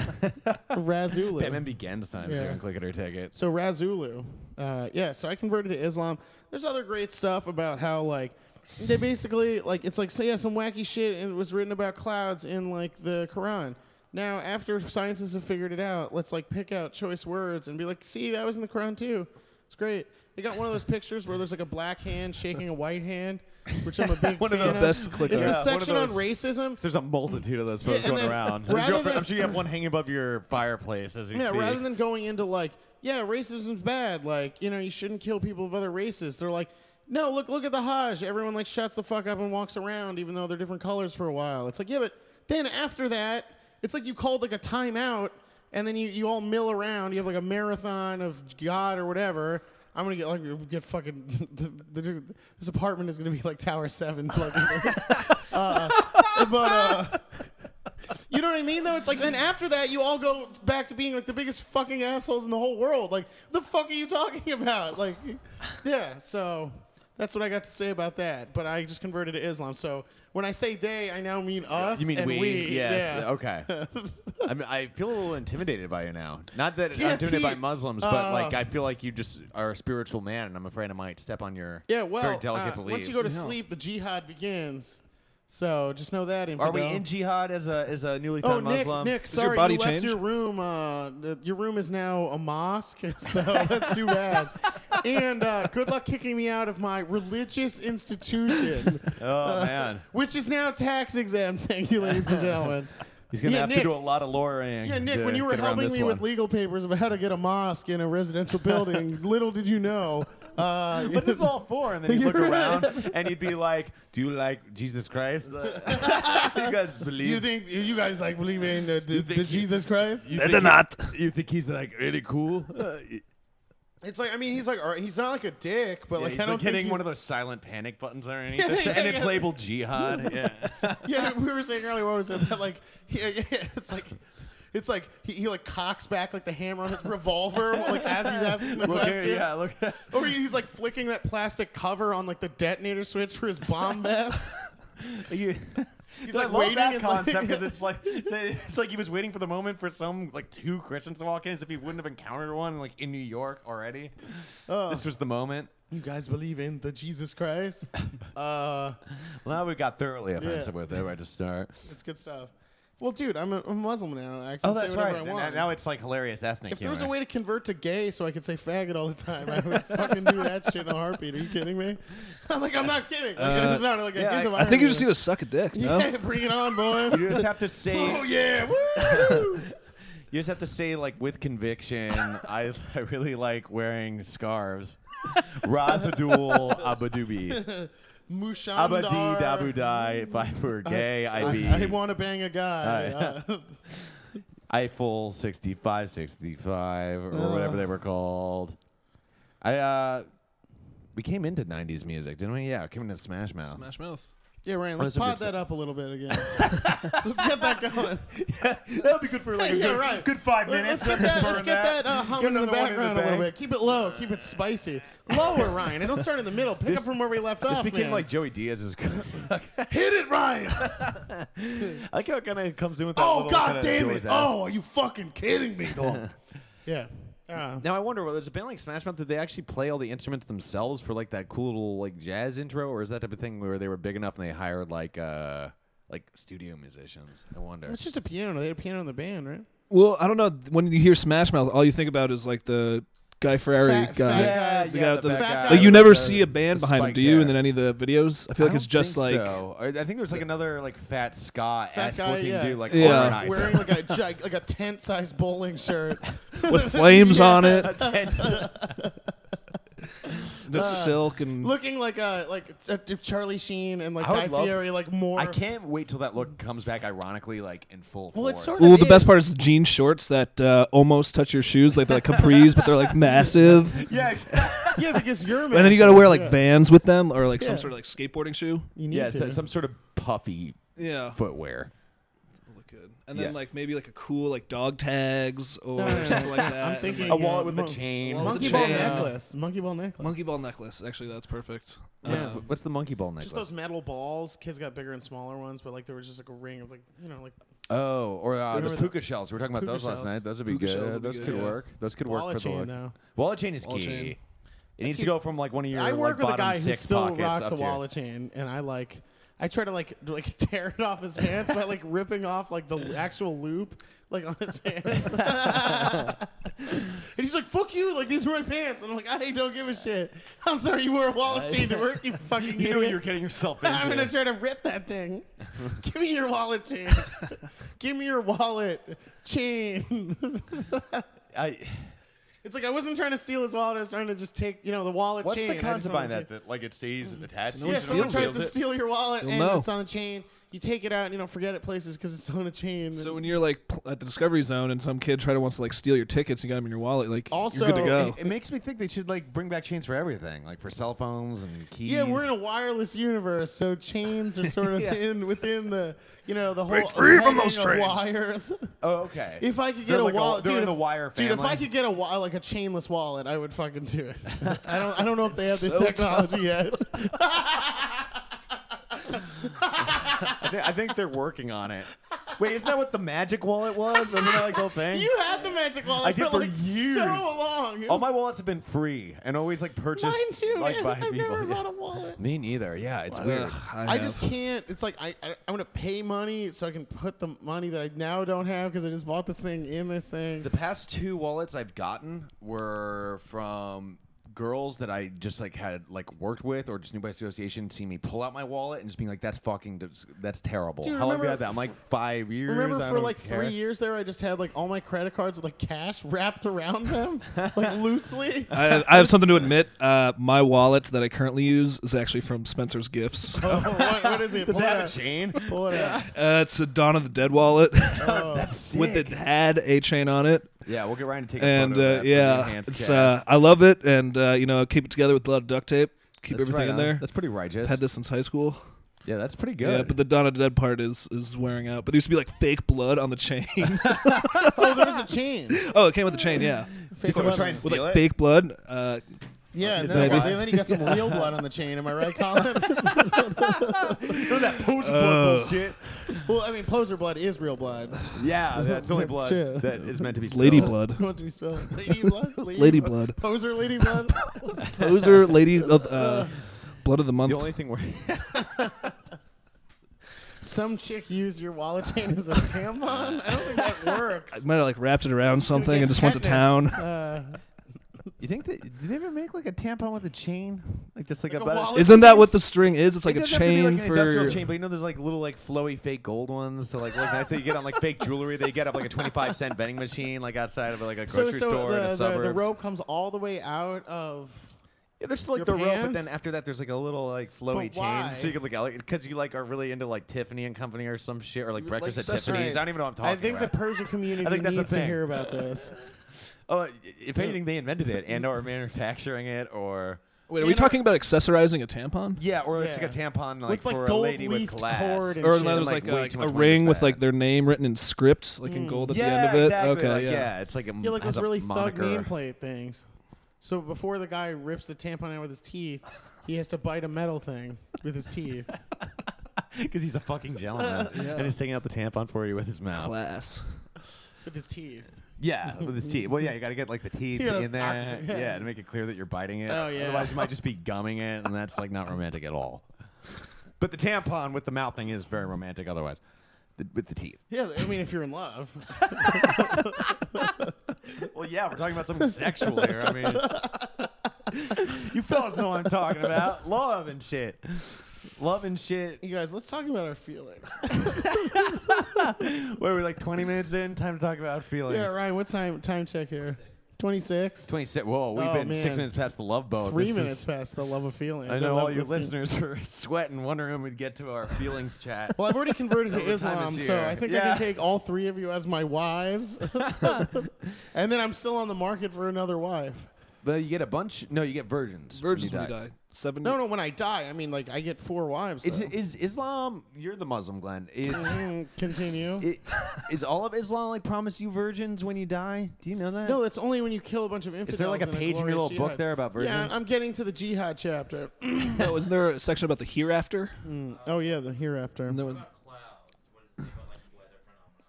Speaker 3: Razulu.
Speaker 1: Batman Begins time
Speaker 3: Yeah.
Speaker 1: soon. Click it or take it.
Speaker 3: So Razulu, uh, yeah. So I converted to Islam. There's other great stuff about how like they basically like it's like so yeah some wacky shit and it was written about clouds in like the Quran. Now after scientists have figured it out, let's like pick out choice words and be like, see that was in the Quran too. It's great. They got one of those pictures where there's like a black hand shaking a white hand, which I'm a big
Speaker 1: One of
Speaker 3: fan
Speaker 1: the
Speaker 4: best
Speaker 3: It's
Speaker 4: clickers. Yeah,
Speaker 1: one
Speaker 3: a
Speaker 1: of
Speaker 3: section on
Speaker 1: those-
Speaker 3: racism.
Speaker 1: There's a multitude of those photos
Speaker 3: and
Speaker 1: going
Speaker 3: then
Speaker 1: around. I'm
Speaker 3: rather
Speaker 1: sure,
Speaker 3: than-
Speaker 1: I'm sure you have one hanging above your fireplace as we
Speaker 3: Yeah,
Speaker 1: speak.
Speaker 3: rather than going into like, yeah, racism's bad. Like, you know, you shouldn't kill people of other races. They're like, no, look, look at the Hajj. Everyone like shuts the fuck up and walks around, even though they're different colors for a while. It's like, yeah, but then after that, it's like you called like a timeout, and then you, you all mill around. You have like a marathon of God or whatever. I'm gonna get like get fucking the, the, this apartment is gonna be like Tower Seven. fucking- but uh, you know what I mean though. It's like then after that, you all go back to being like the biggest fucking assholes in the whole world. Like the fuck are you talking about? Like, yeah. So that's what I got to say about that. But I just converted to Islam. So when I say they, I now mean us.
Speaker 1: you mean
Speaker 3: and we?
Speaker 1: Yes.
Speaker 3: Yeah.
Speaker 1: Okay. I mean, I feel a little intimidated by you now. Not that
Speaker 3: Yeah,
Speaker 1: I'm intimidated by
Speaker 3: Pete,
Speaker 1: Muslims,
Speaker 3: uh,
Speaker 1: but like I feel like you just are a spiritual man, and I'm afraid I might step on your
Speaker 3: Yeah. Well,
Speaker 1: very delicate
Speaker 3: uh,
Speaker 1: beliefs.
Speaker 3: once you go to sleep, the jihad begins. So just know that.
Speaker 1: are we
Speaker 3: infidel.
Speaker 1: in jihad as a as a newly
Speaker 3: Oh,
Speaker 1: found
Speaker 3: Nick,
Speaker 1: Muslim?
Speaker 3: Nick,
Speaker 4: your
Speaker 3: sorry,
Speaker 4: body
Speaker 3: you
Speaker 4: change?
Speaker 3: left your room. Uh, th- your room is now a mosque, so that's too bad. And uh, good luck kicking me out of my religious institution, Uh,
Speaker 1: Oh man,
Speaker 3: which is now tax exempt. Thank you, ladies and gentlemen.
Speaker 1: he's gonna
Speaker 3: Yeah,
Speaker 1: have
Speaker 3: Nick.
Speaker 1: to do a lot of lawyering.
Speaker 3: Yeah, Nick,
Speaker 1: to
Speaker 3: when you were
Speaker 1: get around
Speaker 3: helping
Speaker 1: this
Speaker 3: me with
Speaker 1: one.
Speaker 3: legal papers about how to get a mosque in a residential building, little did you know. Uh,
Speaker 1: What is all for? And then you
Speaker 3: You're
Speaker 1: look around and you'd be like, "Do you like Jesus Christ? Do you guys believe?
Speaker 3: you think you guys like believe in the, the,
Speaker 1: think
Speaker 3: the
Speaker 1: he-
Speaker 3: Jesus Christ?
Speaker 1: you think he-
Speaker 4: not.
Speaker 1: You think Uh, he's like really cool?
Speaker 3: It's like I mean he's like all right, he's not like a dick, but like
Speaker 1: he's
Speaker 3: I don't
Speaker 1: like hitting
Speaker 3: think
Speaker 1: one of those silent panic buttons or anything, and it's
Speaker 3: yeah.
Speaker 1: labeled jihad. Yeah.
Speaker 3: he's- yeah we were saying earlier what was it that like he, it's like it's like he, he like cocks back like the hammer on his revolver like as he's asking the
Speaker 1: Look
Speaker 3: question
Speaker 1: here, yeah, look.
Speaker 3: or he's like flicking that plastic cover on like the detonator switch for his bomb vest.
Speaker 1: You,
Speaker 3: He's
Speaker 1: I
Speaker 3: like
Speaker 1: love
Speaker 3: waiting.
Speaker 1: that
Speaker 3: it's like-
Speaker 1: concept because it's like it's like he was waiting for the moment for some like two Christians to walk in, as if he wouldn't have encountered one like in New York already.
Speaker 3: Oh.
Speaker 1: This was the moment.
Speaker 3: You guys believe in the Jesus Christ? uh,
Speaker 1: Well, now we got thoroughly offensive with it. Right to start.
Speaker 3: it's good stuff. Well, dude, I'm a, I'm Muslim now. I can
Speaker 1: Oh,
Speaker 3: say
Speaker 1: that's
Speaker 3: whatever
Speaker 1: right.
Speaker 3: I
Speaker 1: Now,
Speaker 3: want.
Speaker 1: it's like hilarious ethnic.
Speaker 3: if there was a way to convert to gay so I could say faggot all the time, I would fucking do that shit in a heartbeat. Are you kidding me? I'm like, I'm not kidding. Like, it's not like a
Speaker 1: yeah,
Speaker 3: hint
Speaker 1: I-
Speaker 3: of
Speaker 4: I think you
Speaker 3: irony
Speaker 4: just need
Speaker 3: there.
Speaker 4: to suck a dick.
Speaker 3: Yeah,
Speaker 4: No,
Speaker 3: bring it on, boys.
Speaker 1: you just have to say.
Speaker 3: oh yeah, woo!
Speaker 1: You just have to say like with conviction. I, I really like wearing scarves. Razadul Abadubi.
Speaker 3: Mushamdar.
Speaker 1: Abadi Dabudai. If I were gay, I, would be
Speaker 3: I, I want to bang a guy.
Speaker 1: Alright.
Speaker 3: Uh,
Speaker 1: Eiffel 65, 65, or whatever
Speaker 3: Uh.
Speaker 1: they were called. I uh, we came into 90s music, didn't we? Yeah, came into Smash Mouth.
Speaker 4: Smash mouth.
Speaker 3: yeah, Ryan,
Speaker 1: Oh, that's
Speaker 3: let's
Speaker 1: a big
Speaker 3: pop
Speaker 1: step.
Speaker 3: that up a little bit again. let's get that going.
Speaker 1: That would be good for like
Speaker 3: Yeah, right.
Speaker 1: five
Speaker 3: Let- Let's get that, let's get that uh, humming in the
Speaker 1: another one in the
Speaker 3: background a little
Speaker 1: bag.
Speaker 3: bit. Keep it low. Keep it spicy. Lower, Ryan. I don't start in the middle. Pick
Speaker 1: This-
Speaker 3: up from where we left
Speaker 1: This
Speaker 3: off.
Speaker 1: became
Speaker 3: man.
Speaker 1: like Joey Diaz's.
Speaker 3: hit it, Ryan.
Speaker 1: I like how it kind of comes in with that. little kinda Joey's ass.
Speaker 3: Oh, are you fucking kidding me, dog? yeah. Uh,
Speaker 1: Now I wonder whether it's a band like Smash Mouth. Did they actually play all the instruments themselves for like that cool little like jazz intro, or is that type of thing where they were big enough and they hired like uh like studio musicians? I wonder.
Speaker 3: it's just a piano. They had a piano in the band, right?
Speaker 4: Well, I don't know. When you hear Smash Mouth, all you think about is like the Guy Ferrari
Speaker 3: Fat-
Speaker 4: guy.
Speaker 3: fat guy.
Speaker 4: Uh, the guy with the-
Speaker 1: fat
Speaker 3: fat guy
Speaker 4: Like you
Speaker 3: with
Speaker 4: never
Speaker 1: the-
Speaker 4: see a
Speaker 1: the
Speaker 4: band behind him,
Speaker 1: spiked
Speaker 4: do you?
Speaker 1: hair.
Speaker 4: And then any of the videos, I feel like it's
Speaker 1: don't
Speaker 4: just
Speaker 1: think
Speaker 4: like
Speaker 1: so. I I think there was like another like fat Scott
Speaker 3: Fat
Speaker 1: ass
Speaker 3: guy,
Speaker 1: looking
Speaker 3: yeah.
Speaker 1: dude like
Speaker 4: Yeah.
Speaker 1: Armin Eisen.
Speaker 3: Wearing like a gig- like a tent-sized bowling shirt.
Speaker 4: with flames
Speaker 3: Yeah.
Speaker 4: on it,
Speaker 1: That's-
Speaker 4: and it's silk, and
Speaker 3: Looking like a like a- if Charlie Sheen and like
Speaker 1: I would
Speaker 3: Guy
Speaker 1: love-
Speaker 3: Fieri like more.
Speaker 1: I can't wait till that look comes back ironically like in full
Speaker 3: Well,
Speaker 1: force.
Speaker 3: it's sort of
Speaker 4: Ooh, the
Speaker 3: is.
Speaker 4: best part is the jean shorts that uh, almost touch your shoes, like they're like capris, but they're like massive.
Speaker 1: yeah, exactly.
Speaker 3: Yeah, because you're.
Speaker 4: And then you got to wear like
Speaker 3: yeah.
Speaker 4: Vans with them, or like
Speaker 3: Yeah.
Speaker 4: some sort of like skateboarding shoe.
Speaker 3: You need
Speaker 1: yeah,
Speaker 3: to.
Speaker 1: it's, uh, some sort of puffy
Speaker 4: Yeah,
Speaker 1: footwear.
Speaker 4: look good. And then
Speaker 1: Yeah.
Speaker 4: like maybe like a cool like dog tags or
Speaker 3: No, no, no.
Speaker 4: something like that.
Speaker 3: I'm
Speaker 4: And,
Speaker 3: thinking
Speaker 4: like,
Speaker 1: A
Speaker 3: Yeah,
Speaker 1: wallet with a
Speaker 3: mon-
Speaker 1: chain. Uh,
Speaker 4: wallet with
Speaker 3: monkey
Speaker 4: the
Speaker 3: ball
Speaker 4: chain.
Speaker 3: necklace. Monkey ball necklace.
Speaker 4: monkey ball necklace. Actually, that's perfect.
Speaker 1: Yeah.
Speaker 4: Um,
Speaker 1: What's the monkey ball necklace?
Speaker 3: Just those metal balls. Kids got bigger and smaller ones, but like there was just like a ring of like you know like
Speaker 1: Oh, or uh,
Speaker 3: Remember
Speaker 1: the
Speaker 3: the-
Speaker 1: puka shells. We were talking about
Speaker 3: puka
Speaker 1: those last
Speaker 3: shells.
Speaker 1: night. Those would be
Speaker 4: Puka shells
Speaker 1: good.
Speaker 4: would be
Speaker 1: Those
Speaker 4: good,
Speaker 1: could
Speaker 4: yeah.
Speaker 1: work. Those could work
Speaker 3: Wallet
Speaker 1: for the
Speaker 3: chain,
Speaker 1: look.
Speaker 3: though.
Speaker 1: Wallet chain is
Speaker 4: Wallet
Speaker 1: key.
Speaker 4: chain.
Speaker 1: It needs to go from like one of your
Speaker 3: I
Speaker 1: like,
Speaker 3: work with a
Speaker 1: bottom
Speaker 3: guy who
Speaker 1: six
Speaker 3: still
Speaker 1: pockets
Speaker 3: rocks
Speaker 1: up to
Speaker 3: a
Speaker 1: your-
Speaker 3: wallet chain, and I like. I try to like d- like tear it off his pants by like ripping off like the actual loop like on his pants, and he's like, "Fuck you!" Like these are my pants, and I'm like, "I don't give a shit." I'm sorry, you wore a wallet chain to work, you fucking.
Speaker 1: You
Speaker 3: idiot.
Speaker 1: know what you're getting yourself into.
Speaker 3: I'm gonna try to rip that thing. Give me your wallet chain. Give me your wallet chain.
Speaker 1: I,
Speaker 3: It's like I wasn't trying to steal his wallet. I was trying to just take, you know, the wallet
Speaker 1: what's
Speaker 3: chain.
Speaker 1: the
Speaker 3: I just
Speaker 1: concept
Speaker 3: wanted
Speaker 1: behind
Speaker 3: to-
Speaker 1: that? That like it stays attached.
Speaker 4: one
Speaker 3: Yeah,
Speaker 4: Who
Speaker 3: someone
Speaker 4: steals
Speaker 3: tries to steal your wallet
Speaker 4: You'll
Speaker 3: and
Speaker 4: know.
Speaker 3: it's on a chain. You take it out and you don't forget it places because it's on a chain.
Speaker 4: So when you're like pl- at the Discovery Zone and some kid try to wants to like steal your tickets, you got them in your wallet, like
Speaker 3: Also-
Speaker 4: you're good to go.
Speaker 1: It, it makes me think they should like bring back chains for everything, like for cell phones and keys.
Speaker 3: yeah, we're in a wireless universe, so chains are sort of in within the, you know, the whole
Speaker 1: Break free from
Speaker 3: heading
Speaker 1: those
Speaker 3: of
Speaker 1: chains.
Speaker 3: wires.
Speaker 1: Oh, okay.
Speaker 3: If I could get
Speaker 1: They're
Speaker 3: a
Speaker 1: like all-
Speaker 3: wallet,
Speaker 1: they're
Speaker 3: dude,
Speaker 1: in the
Speaker 3: if-
Speaker 1: wire
Speaker 3: Dude, if I
Speaker 1: family.
Speaker 3: could get a wa- like a chainless wallet, I would fucking do it. I don't, I don't know if they have the
Speaker 4: So tough.
Speaker 3: technology yet.
Speaker 1: I, thi- I think they're working on it. Wait, isn't that what the magic wallet was? Wasn't that like the whole thing?
Speaker 3: You had the magic wallet
Speaker 1: I did
Speaker 3: for
Speaker 1: for
Speaker 3: like
Speaker 1: years.
Speaker 3: so long. It
Speaker 1: All
Speaker 3: was-
Speaker 1: my wallets have been free and always like purchased
Speaker 3: mine too.
Speaker 1: like
Speaker 3: man.
Speaker 1: by
Speaker 3: I've
Speaker 1: people.
Speaker 3: never
Speaker 1: Yeah.
Speaker 3: bought a wallet.
Speaker 1: Me neither. Yeah, it's weird.
Speaker 4: Ugh,
Speaker 3: I just
Speaker 4: have.
Speaker 3: can't. It's like I, I I'm gonna pay money so I can put the money that I now don't have because I just bought this thing in this thing.
Speaker 1: The past two wallets I've gotten were from girls that I just like had like worked with or just knew by association, seeing me pull out my wallet and just being like, "That's fucking, dis- that's terrible."
Speaker 3: Dude,
Speaker 1: How long have you
Speaker 3: remember-
Speaker 1: had that? I'm like five years.
Speaker 3: Remember,
Speaker 1: I
Speaker 3: for
Speaker 1: don't
Speaker 3: like
Speaker 1: care.
Speaker 3: three years there, I just had like all my credit cards with like cash wrapped around them, like loosely.
Speaker 4: I, I have something to admit. Uh, my wallet that I currently use is actually from Spencer's Gifts. Uh,
Speaker 3: Oh, what, what is it?
Speaker 1: Does
Speaker 3: Pull it
Speaker 1: that have
Speaker 3: out.
Speaker 1: a chain?
Speaker 3: Pull it out.
Speaker 4: it's a Dawn of the Dead wallet
Speaker 3: Oh.
Speaker 1: That's sick.
Speaker 4: with it had a chain on it.
Speaker 1: Yeah, we'll get Ryan to take a
Speaker 4: and
Speaker 1: photo of
Speaker 4: uh,
Speaker 1: that for the
Speaker 4: yeah,
Speaker 1: enhanced
Speaker 4: it's
Speaker 1: cast.
Speaker 4: uh, I love it, and uh, you know, keep it together with a lot of duct tape. Keep
Speaker 1: That's
Speaker 4: everything
Speaker 1: right
Speaker 4: in
Speaker 1: on.
Speaker 4: there.
Speaker 1: That's pretty righteous.
Speaker 4: Had this since high school.
Speaker 1: yeah, that's pretty
Speaker 4: Yeah,
Speaker 1: good.
Speaker 4: but the Donna Dead part is is wearing out. But there used to be like fake blood on the chain.
Speaker 3: Oh, there's a chain.
Speaker 4: oh, it came with the chain. Yeah,
Speaker 3: Fake
Speaker 1: Someone
Speaker 3: blood.
Speaker 1: try and
Speaker 4: with
Speaker 1: Steal
Speaker 4: like
Speaker 1: it?
Speaker 4: fake blood. Uh,
Speaker 3: yeah, and
Speaker 1: Is
Speaker 3: then,
Speaker 4: that
Speaker 3: and
Speaker 1: why?
Speaker 3: then he got some real blood on the chain. Am I right, Colin?
Speaker 1: Remember that post
Speaker 4: Oh.
Speaker 1: blood bullshit.
Speaker 3: well, I mean, poser blood is real blood.
Speaker 1: Yeah, that's only
Speaker 3: That's
Speaker 1: blood
Speaker 3: true.
Speaker 1: that is meant to be
Speaker 4: it's lady
Speaker 1: spilled.
Speaker 4: blood.
Speaker 3: What do we spell? it? Lady blood.
Speaker 4: Lady blood.
Speaker 3: Poser, lady blood.
Speaker 4: Poser, lady of uh, blood of the month.
Speaker 1: The only thing we're
Speaker 3: Some chick used your wallet chain as a tampon. I don't think that
Speaker 4: I
Speaker 3: works.
Speaker 4: might have like wrapped it around something
Speaker 3: Get
Speaker 4: and just went to town.
Speaker 3: tetanus. Uh,
Speaker 1: You think that did they ever make like a tampon with a chain? Like just like,
Speaker 3: Like a
Speaker 1: about
Speaker 3: wallet?
Speaker 4: Isn't that what the string is? It's like
Speaker 1: it
Speaker 4: a
Speaker 1: doesn't
Speaker 4: chain
Speaker 1: have to be like an
Speaker 4: for
Speaker 1: industrial chain, but you know there's like little like flowy fake gold ones to like look nice that you get on like fake jewelry that you get off like a 25 cent vending machine like outside of like a
Speaker 3: so,
Speaker 1: grocery
Speaker 3: so
Speaker 1: store in
Speaker 3: the,
Speaker 1: a
Speaker 3: the,
Speaker 1: suburb.
Speaker 3: the rope comes all the way out of.
Speaker 1: Yeah, there's still like
Speaker 3: Your
Speaker 1: the rope, but
Speaker 3: pants?
Speaker 1: then after that, there's like a little like flowy
Speaker 3: But why?
Speaker 1: chain, so you can like because you like are really into like Tiffany and Company or some shit, or like breakfast at
Speaker 3: That's
Speaker 1: Tiffany's.
Speaker 3: right.
Speaker 1: I don't even know what I'm talking
Speaker 3: I think
Speaker 1: about.
Speaker 3: the Persian community
Speaker 1: I think that's a
Speaker 3: needs to
Speaker 1: thing.
Speaker 3: hear about this.
Speaker 1: oh, if anything, they invented it and or manufacturing it, or
Speaker 4: Wait, are we talking about accessorizing a tampon?
Speaker 1: yeah, or it's
Speaker 3: Yeah.
Speaker 1: like a tampon like
Speaker 3: With, like,
Speaker 1: for a
Speaker 3: gold
Speaker 1: lady with
Speaker 3: leafed
Speaker 1: class,
Speaker 3: cord and
Speaker 4: Or
Speaker 3: shit.
Speaker 4: no, there's
Speaker 1: I'm
Speaker 4: like,
Speaker 1: like, way
Speaker 4: a,
Speaker 1: too
Speaker 4: a
Speaker 1: much money
Speaker 4: ring
Speaker 1: to
Speaker 4: with
Speaker 1: spend.
Speaker 4: like their name written in script, like in gold at
Speaker 1: yeah,
Speaker 4: the end of it.
Speaker 1: exactly.
Speaker 4: Okay,
Speaker 1: like,
Speaker 4: yeah.
Speaker 1: yeah. it's like a
Speaker 3: Yeah, like
Speaker 1: has a
Speaker 3: those really thug
Speaker 1: moniker.
Speaker 3: nameplate things. So before the guy rips the tampon out with his teeth, he has to bite a metal thing with his teeth.
Speaker 1: because he's a fucking gentleman and he's taking out the tampon for you with his mouth.
Speaker 4: Class.
Speaker 3: With his teeth.
Speaker 1: Yeah, with his teeth. Well, yeah, you got to get like the teeth
Speaker 3: Yeah,
Speaker 1: in there.
Speaker 3: awkward,
Speaker 1: Yeah.
Speaker 3: yeah.
Speaker 1: to make it clear that you're biting it.
Speaker 3: Oh, yeah.
Speaker 1: Otherwise, you might just be gumming it, and that's like not romantic at all. But the tampon with the mouth thing is very romantic. Otherwise, the, with the teeth.
Speaker 3: Yeah, I mean, if you're in love,
Speaker 1: Well, yeah, we're talking about something sexual here. I mean, you fellas know what I'm talking about. Love and shit. Love and shit.
Speaker 3: you guys, let's talk about our feelings.
Speaker 1: Where we like 20 minutes in, time to talk about feelings.
Speaker 3: yeah, Ryan, what time time check here? Twenty six.
Speaker 1: 26. Whoa, we've
Speaker 3: Oh,
Speaker 1: been six
Speaker 3: man.
Speaker 1: minutes past the love boat.
Speaker 3: Three
Speaker 1: Oh, This is-
Speaker 3: minutes past the love of feeling.
Speaker 1: I
Speaker 3: the
Speaker 1: know
Speaker 3: love
Speaker 1: all
Speaker 3: of
Speaker 1: you
Speaker 3: the feeling.
Speaker 1: listeners are sweating, wondering when we'd get to our feelings chat.
Speaker 3: Well, I've already converted to
Speaker 1: Over time
Speaker 3: Islam,
Speaker 1: this
Speaker 3: so
Speaker 1: year.
Speaker 3: I think I
Speaker 1: Yeah.
Speaker 3: can take all three of you as my wives. and then I'm still on the market for another wife.
Speaker 1: But you get a bunch. No, you get virgins. when
Speaker 4: Virgins when you die. Seven.
Speaker 3: No, no, when I die, I mean, like, I get four wives.
Speaker 1: Is,
Speaker 3: though.
Speaker 1: is Islam? You're the Muslim, Glenn. Is
Speaker 3: Mm, Continue.
Speaker 1: it, is all of Islam like promise you virgins when you die? Do you know that?
Speaker 3: no, that's only when you kill a bunch of infidels.
Speaker 1: there, like, a
Speaker 3: in
Speaker 1: page in your
Speaker 3: glorious
Speaker 1: little book
Speaker 3: jihad.
Speaker 1: there about virgins?
Speaker 3: Yeah, I'm getting to the jihad chapter.
Speaker 4: no, isn't there a section about the hereafter?
Speaker 1: Mm.
Speaker 3: oh, yeah, the hereafter.
Speaker 4: And then when-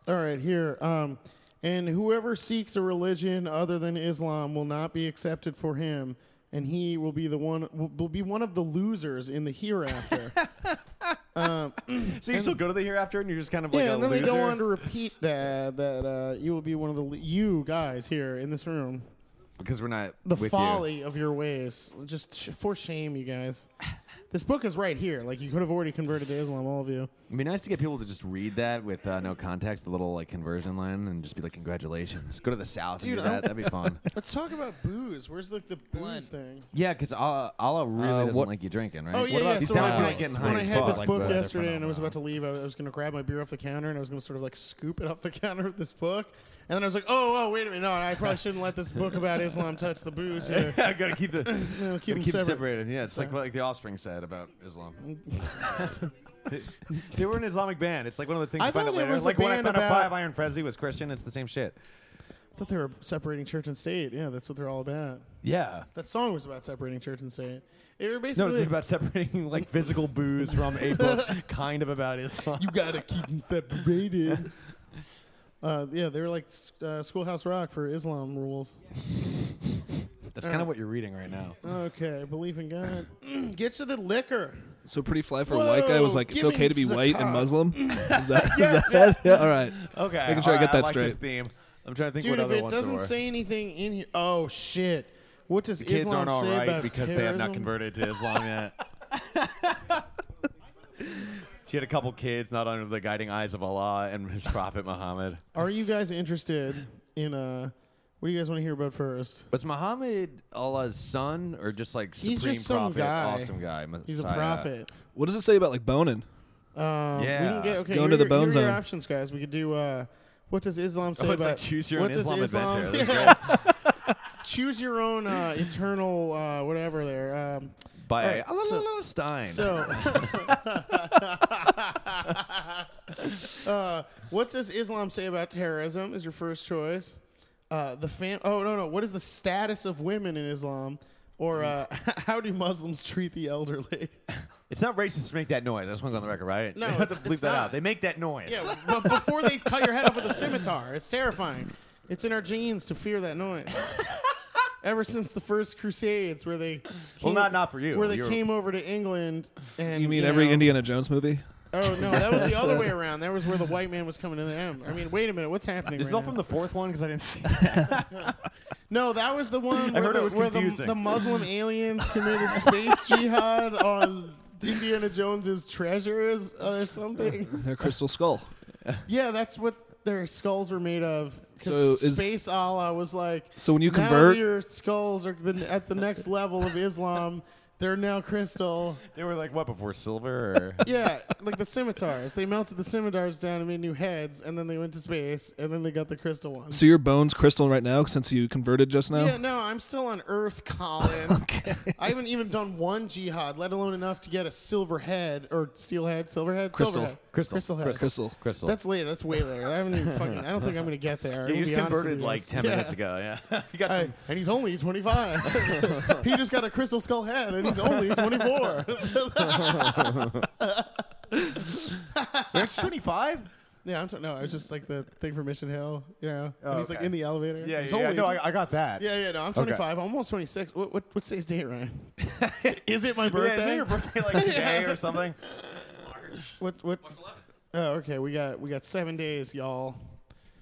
Speaker 3: All right, here. Um, and whoever seeks a religion other than Islam will not be accepted for him, and he will be the one will will be one of the losers in the hereafter.
Speaker 1: So you still go to the hereafter, and you're just kind of like
Speaker 3: yeah,
Speaker 1: a
Speaker 3: and then
Speaker 1: loser.
Speaker 3: they go on to repeat that that uh, you will be one of the lo- you guys here in this room.
Speaker 1: because we're not
Speaker 3: The
Speaker 1: with
Speaker 3: folly of your ways, just sh- for shame, you guys. This book is right here. Like you could have already converted to Islam, all of you.
Speaker 1: You. It'd be nice to get people to just read that with uh, no context, the little like conversion line, and just be like, "Congratulations." Go to the south and
Speaker 3: Dude,
Speaker 1: do
Speaker 3: I-
Speaker 1: that. That'd be fun.
Speaker 3: Let's talk about booze. Where's the, the
Speaker 5: Blood.
Speaker 3: booze thing?
Speaker 1: yeah, because Allah, Allah really
Speaker 4: Uh,
Speaker 1: doesn't
Speaker 4: what-
Speaker 1: like you drinking, right?
Speaker 3: Oh yeah,
Speaker 1: what about
Speaker 3: yeah.
Speaker 1: these
Speaker 3: So when,
Speaker 1: times
Speaker 3: I,
Speaker 1: when
Speaker 3: when
Speaker 1: you're getting
Speaker 3: I
Speaker 1: high as
Speaker 3: had this
Speaker 1: fuck?
Speaker 3: book
Speaker 5: brother
Speaker 3: yesterday and I was
Speaker 5: phenomenon.
Speaker 3: about to leave, I, I was going to grab my beer off the counter and I was going to sort of like scoop it off the counter with this book, and then I was like, oh, oh, wait a minute, no, I probably shouldn't let this book about Islam touch the booze here.
Speaker 1: I gotta keep the
Speaker 3: No,
Speaker 1: keep,
Speaker 3: keep them
Speaker 1: keep 'em
Speaker 3: separate.
Speaker 1: separated. Yeah, it's like what, like the Offspring said about Islam. they were an Islamic band. It's like one of those things
Speaker 3: I
Speaker 1: you find out
Speaker 3: thought it
Speaker 1: later.
Speaker 3: was a
Speaker 1: Like when I
Speaker 3: band
Speaker 1: found out
Speaker 3: about-
Speaker 1: Five Iron Frenzy was Christian, it's the same shit.
Speaker 3: I thought they were separating church and state. Yeah, that's what they're all about.
Speaker 1: Yeah.
Speaker 3: That song was about separating church and state. They were
Speaker 1: No,
Speaker 3: basically
Speaker 1: it's about separating like physical booze from a book kind of about Islam.
Speaker 3: you gotta keep them separated. Uh, yeah, they were like s- uh, Schoolhouse Rock for Islam rules.
Speaker 1: That's kind of what you're reading right now.
Speaker 3: Okay, believe in God. Get to the liquor.
Speaker 4: so pretty fly for a white guy was
Speaker 3: Whoa,
Speaker 4: like, it's
Speaker 3: give me
Speaker 4: okay to be white and
Speaker 3: Zakat.
Speaker 4: Muslim. Is that, is that it? Yeah, all right.
Speaker 3: Oh.
Speaker 1: Okay.
Speaker 4: Making sure I
Speaker 1: all right,
Speaker 4: get that
Speaker 1: like this
Speaker 4: straight.
Speaker 1: theme. I'm trying to think
Speaker 3: Dude,
Speaker 1: what
Speaker 3: if
Speaker 1: other
Speaker 3: it
Speaker 1: ones there
Speaker 3: doesn't
Speaker 1: were.
Speaker 3: say anything in here, oh shit! What does
Speaker 1: the kids
Speaker 3: Islam
Speaker 1: aren't all
Speaker 3: say
Speaker 1: right
Speaker 3: about
Speaker 1: because
Speaker 3: terrorism?
Speaker 1: they have not converted to Islam yet. she had a couple kids not under the guiding eyes of Allah and His Prophet Muhammad.
Speaker 3: Are you guys interested in uh? What do you guys want to hear about first?
Speaker 1: Was Muhammad Allah's son or just like supreme
Speaker 3: He's just some
Speaker 1: prophet?
Speaker 3: guy.
Speaker 1: Awesome guy.
Speaker 3: He's a
Speaker 1: Messiah?
Speaker 3: prophet.
Speaker 4: What does it say about like boning?
Speaker 3: Um, we
Speaker 1: Yeah.
Speaker 3: didn't get okay.
Speaker 4: Go
Speaker 3: here
Speaker 4: into the
Speaker 3: are your-
Speaker 4: bone
Speaker 3: here are your
Speaker 4: zone.
Speaker 3: options, guys. We could do uh, What does Islam say
Speaker 5: Oh, it's
Speaker 3: about
Speaker 5: like choose your
Speaker 3: what
Speaker 5: own
Speaker 3: does
Speaker 5: Islam adventure. That's
Speaker 3: Yeah.
Speaker 5: great.
Speaker 3: choose your own uh, internal uh, whatever there. Um,
Speaker 1: By
Speaker 3: All right, so-
Speaker 1: Alana Stein.
Speaker 3: so, uh, what does Islam say about terrorism? Is your first choice? Uh, the fam. Oh no no. What is the status of women in Islam? Or uh, how do Muslims treat the elderly?
Speaker 1: it's not racist to make that noise. I just want to go on the record, right?
Speaker 3: No,
Speaker 1: You have to
Speaker 3: it's-
Speaker 1: bleep
Speaker 3: it's
Speaker 1: that
Speaker 3: not.
Speaker 1: out. They make that noise.
Speaker 3: Yeah, but before they cut your head off with a scimitar, it's terrifying. It's in our genes to fear that noise. Ever since the first Crusades, where they came,
Speaker 1: Well, not- not for you.
Speaker 3: where they
Speaker 1: You're-
Speaker 3: came over to England and
Speaker 4: You mean
Speaker 3: know-
Speaker 4: every Indiana Jones movie?
Speaker 3: Oh no, that was the other way around. That was where the white man was coming to them. I mean, wait a minute, what's happening?
Speaker 1: This is
Speaker 3: right
Speaker 1: all from
Speaker 3: now?
Speaker 1: the fourth one because I didn't see.
Speaker 3: No, that was the one
Speaker 1: I
Speaker 3: where,
Speaker 1: heard
Speaker 3: the,
Speaker 1: it was
Speaker 3: where the,
Speaker 1: confusing.
Speaker 3: the Muslim aliens committed space jihad on Indiana Jones's treasures uh, or something.
Speaker 4: Their crystal skull.
Speaker 3: Yeah, that's what their skulls were made of. 'Cause
Speaker 4: So is-
Speaker 3: space Allah was like.
Speaker 4: So when you
Speaker 3: "Now
Speaker 4: convert-
Speaker 3: your skulls are the, at the next level of Islam. They're now crystal.
Speaker 1: They were like what before silver? Or?
Speaker 3: Yeah, like the scimitars. They melted the scimitars down and made new heads, and then they went to space, and then they got the crystal ones.
Speaker 4: So your bones crystal right now since you converted just now.
Speaker 3: Yeah, no, I'm still on Earth, Colin. okay. I haven't even done one jihad, let alone enough to get a silver head or steel head, silver head,
Speaker 4: Crystal.
Speaker 3: silver head.
Speaker 1: Crystal.
Speaker 3: crystal head.
Speaker 4: Crystal.
Speaker 1: Crystal.
Speaker 3: That's later. That's way later. I haven't even fucking. I don't think I'm gonna get there.
Speaker 5: You
Speaker 3: I'll
Speaker 5: just
Speaker 3: be honest with
Speaker 5: converted
Speaker 3: you
Speaker 5: like
Speaker 3: guys.
Speaker 5: ten
Speaker 3: Yeah.
Speaker 5: minutes ago. Yeah, you got
Speaker 3: I-
Speaker 5: some.
Speaker 3: and he's only 25. he just got a crystal skull head, and he's only 24.
Speaker 1: You're actually 25?
Speaker 3: yeah, I'm t- no, I was just like the thing for Mission Hill, you know.
Speaker 1: Oh,
Speaker 3: and he's like
Speaker 1: okay.
Speaker 3: in the elevator.
Speaker 1: Yeah,
Speaker 3: he's
Speaker 1: yeah, yeah.
Speaker 3: only-
Speaker 1: No, I, I got that.
Speaker 3: yeah, yeah, no, I'm 25, I'm almost 26. What, what, what's today's date, Ryan? is it my
Speaker 1: Yeah,
Speaker 3: birthday?
Speaker 1: is it your birthday like today or something?
Speaker 3: What? What? Oh, okay. We got we got seven days, y'all.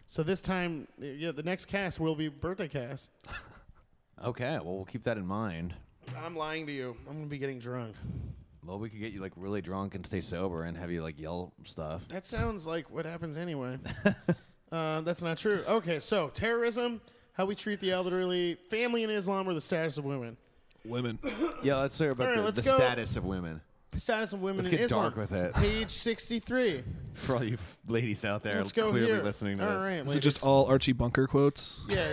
Speaker 3: So this time, yeah, the next cast will be birthday cast.
Speaker 1: Okay, well we'll keep that in mind.
Speaker 3: I'm lying to you. I'm gonna be getting drunk.
Speaker 1: Well, we could get you like really drunk and stay sober and have you like yell stuff.
Speaker 3: That sounds like what happens anyway. uh, that's not true. Okay, so terrorism, how we treat the elderly, family in Islam, or the status of women.
Speaker 4: Women.
Speaker 1: Yeah, let's hear about
Speaker 3: All right,
Speaker 1: the,
Speaker 3: let's
Speaker 1: the
Speaker 3: go.
Speaker 1: status of women.
Speaker 3: Status of women
Speaker 1: Let's
Speaker 3: in
Speaker 1: get
Speaker 3: Islam.
Speaker 1: dark with it.
Speaker 3: Page 63.
Speaker 1: For all you f- ladies out there
Speaker 3: Let's go
Speaker 1: clearly
Speaker 3: here.
Speaker 1: listening to
Speaker 3: All
Speaker 1: this.
Speaker 3: right,
Speaker 4: Is it
Speaker 3: ladies.
Speaker 4: just all Archie Bunker quotes?
Speaker 3: yeah.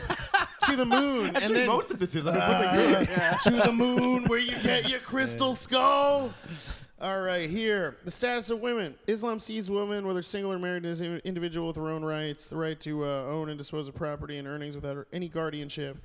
Speaker 3: to the moon, and then Uh,
Speaker 1: of this is. I mean,
Speaker 3: to the moon where you get your crystal skull. All right, here. The status of women. Islam sees women, whether single or married, as an individual with her own rights, the right to uh, own and dispose of property and earnings without any guardianship.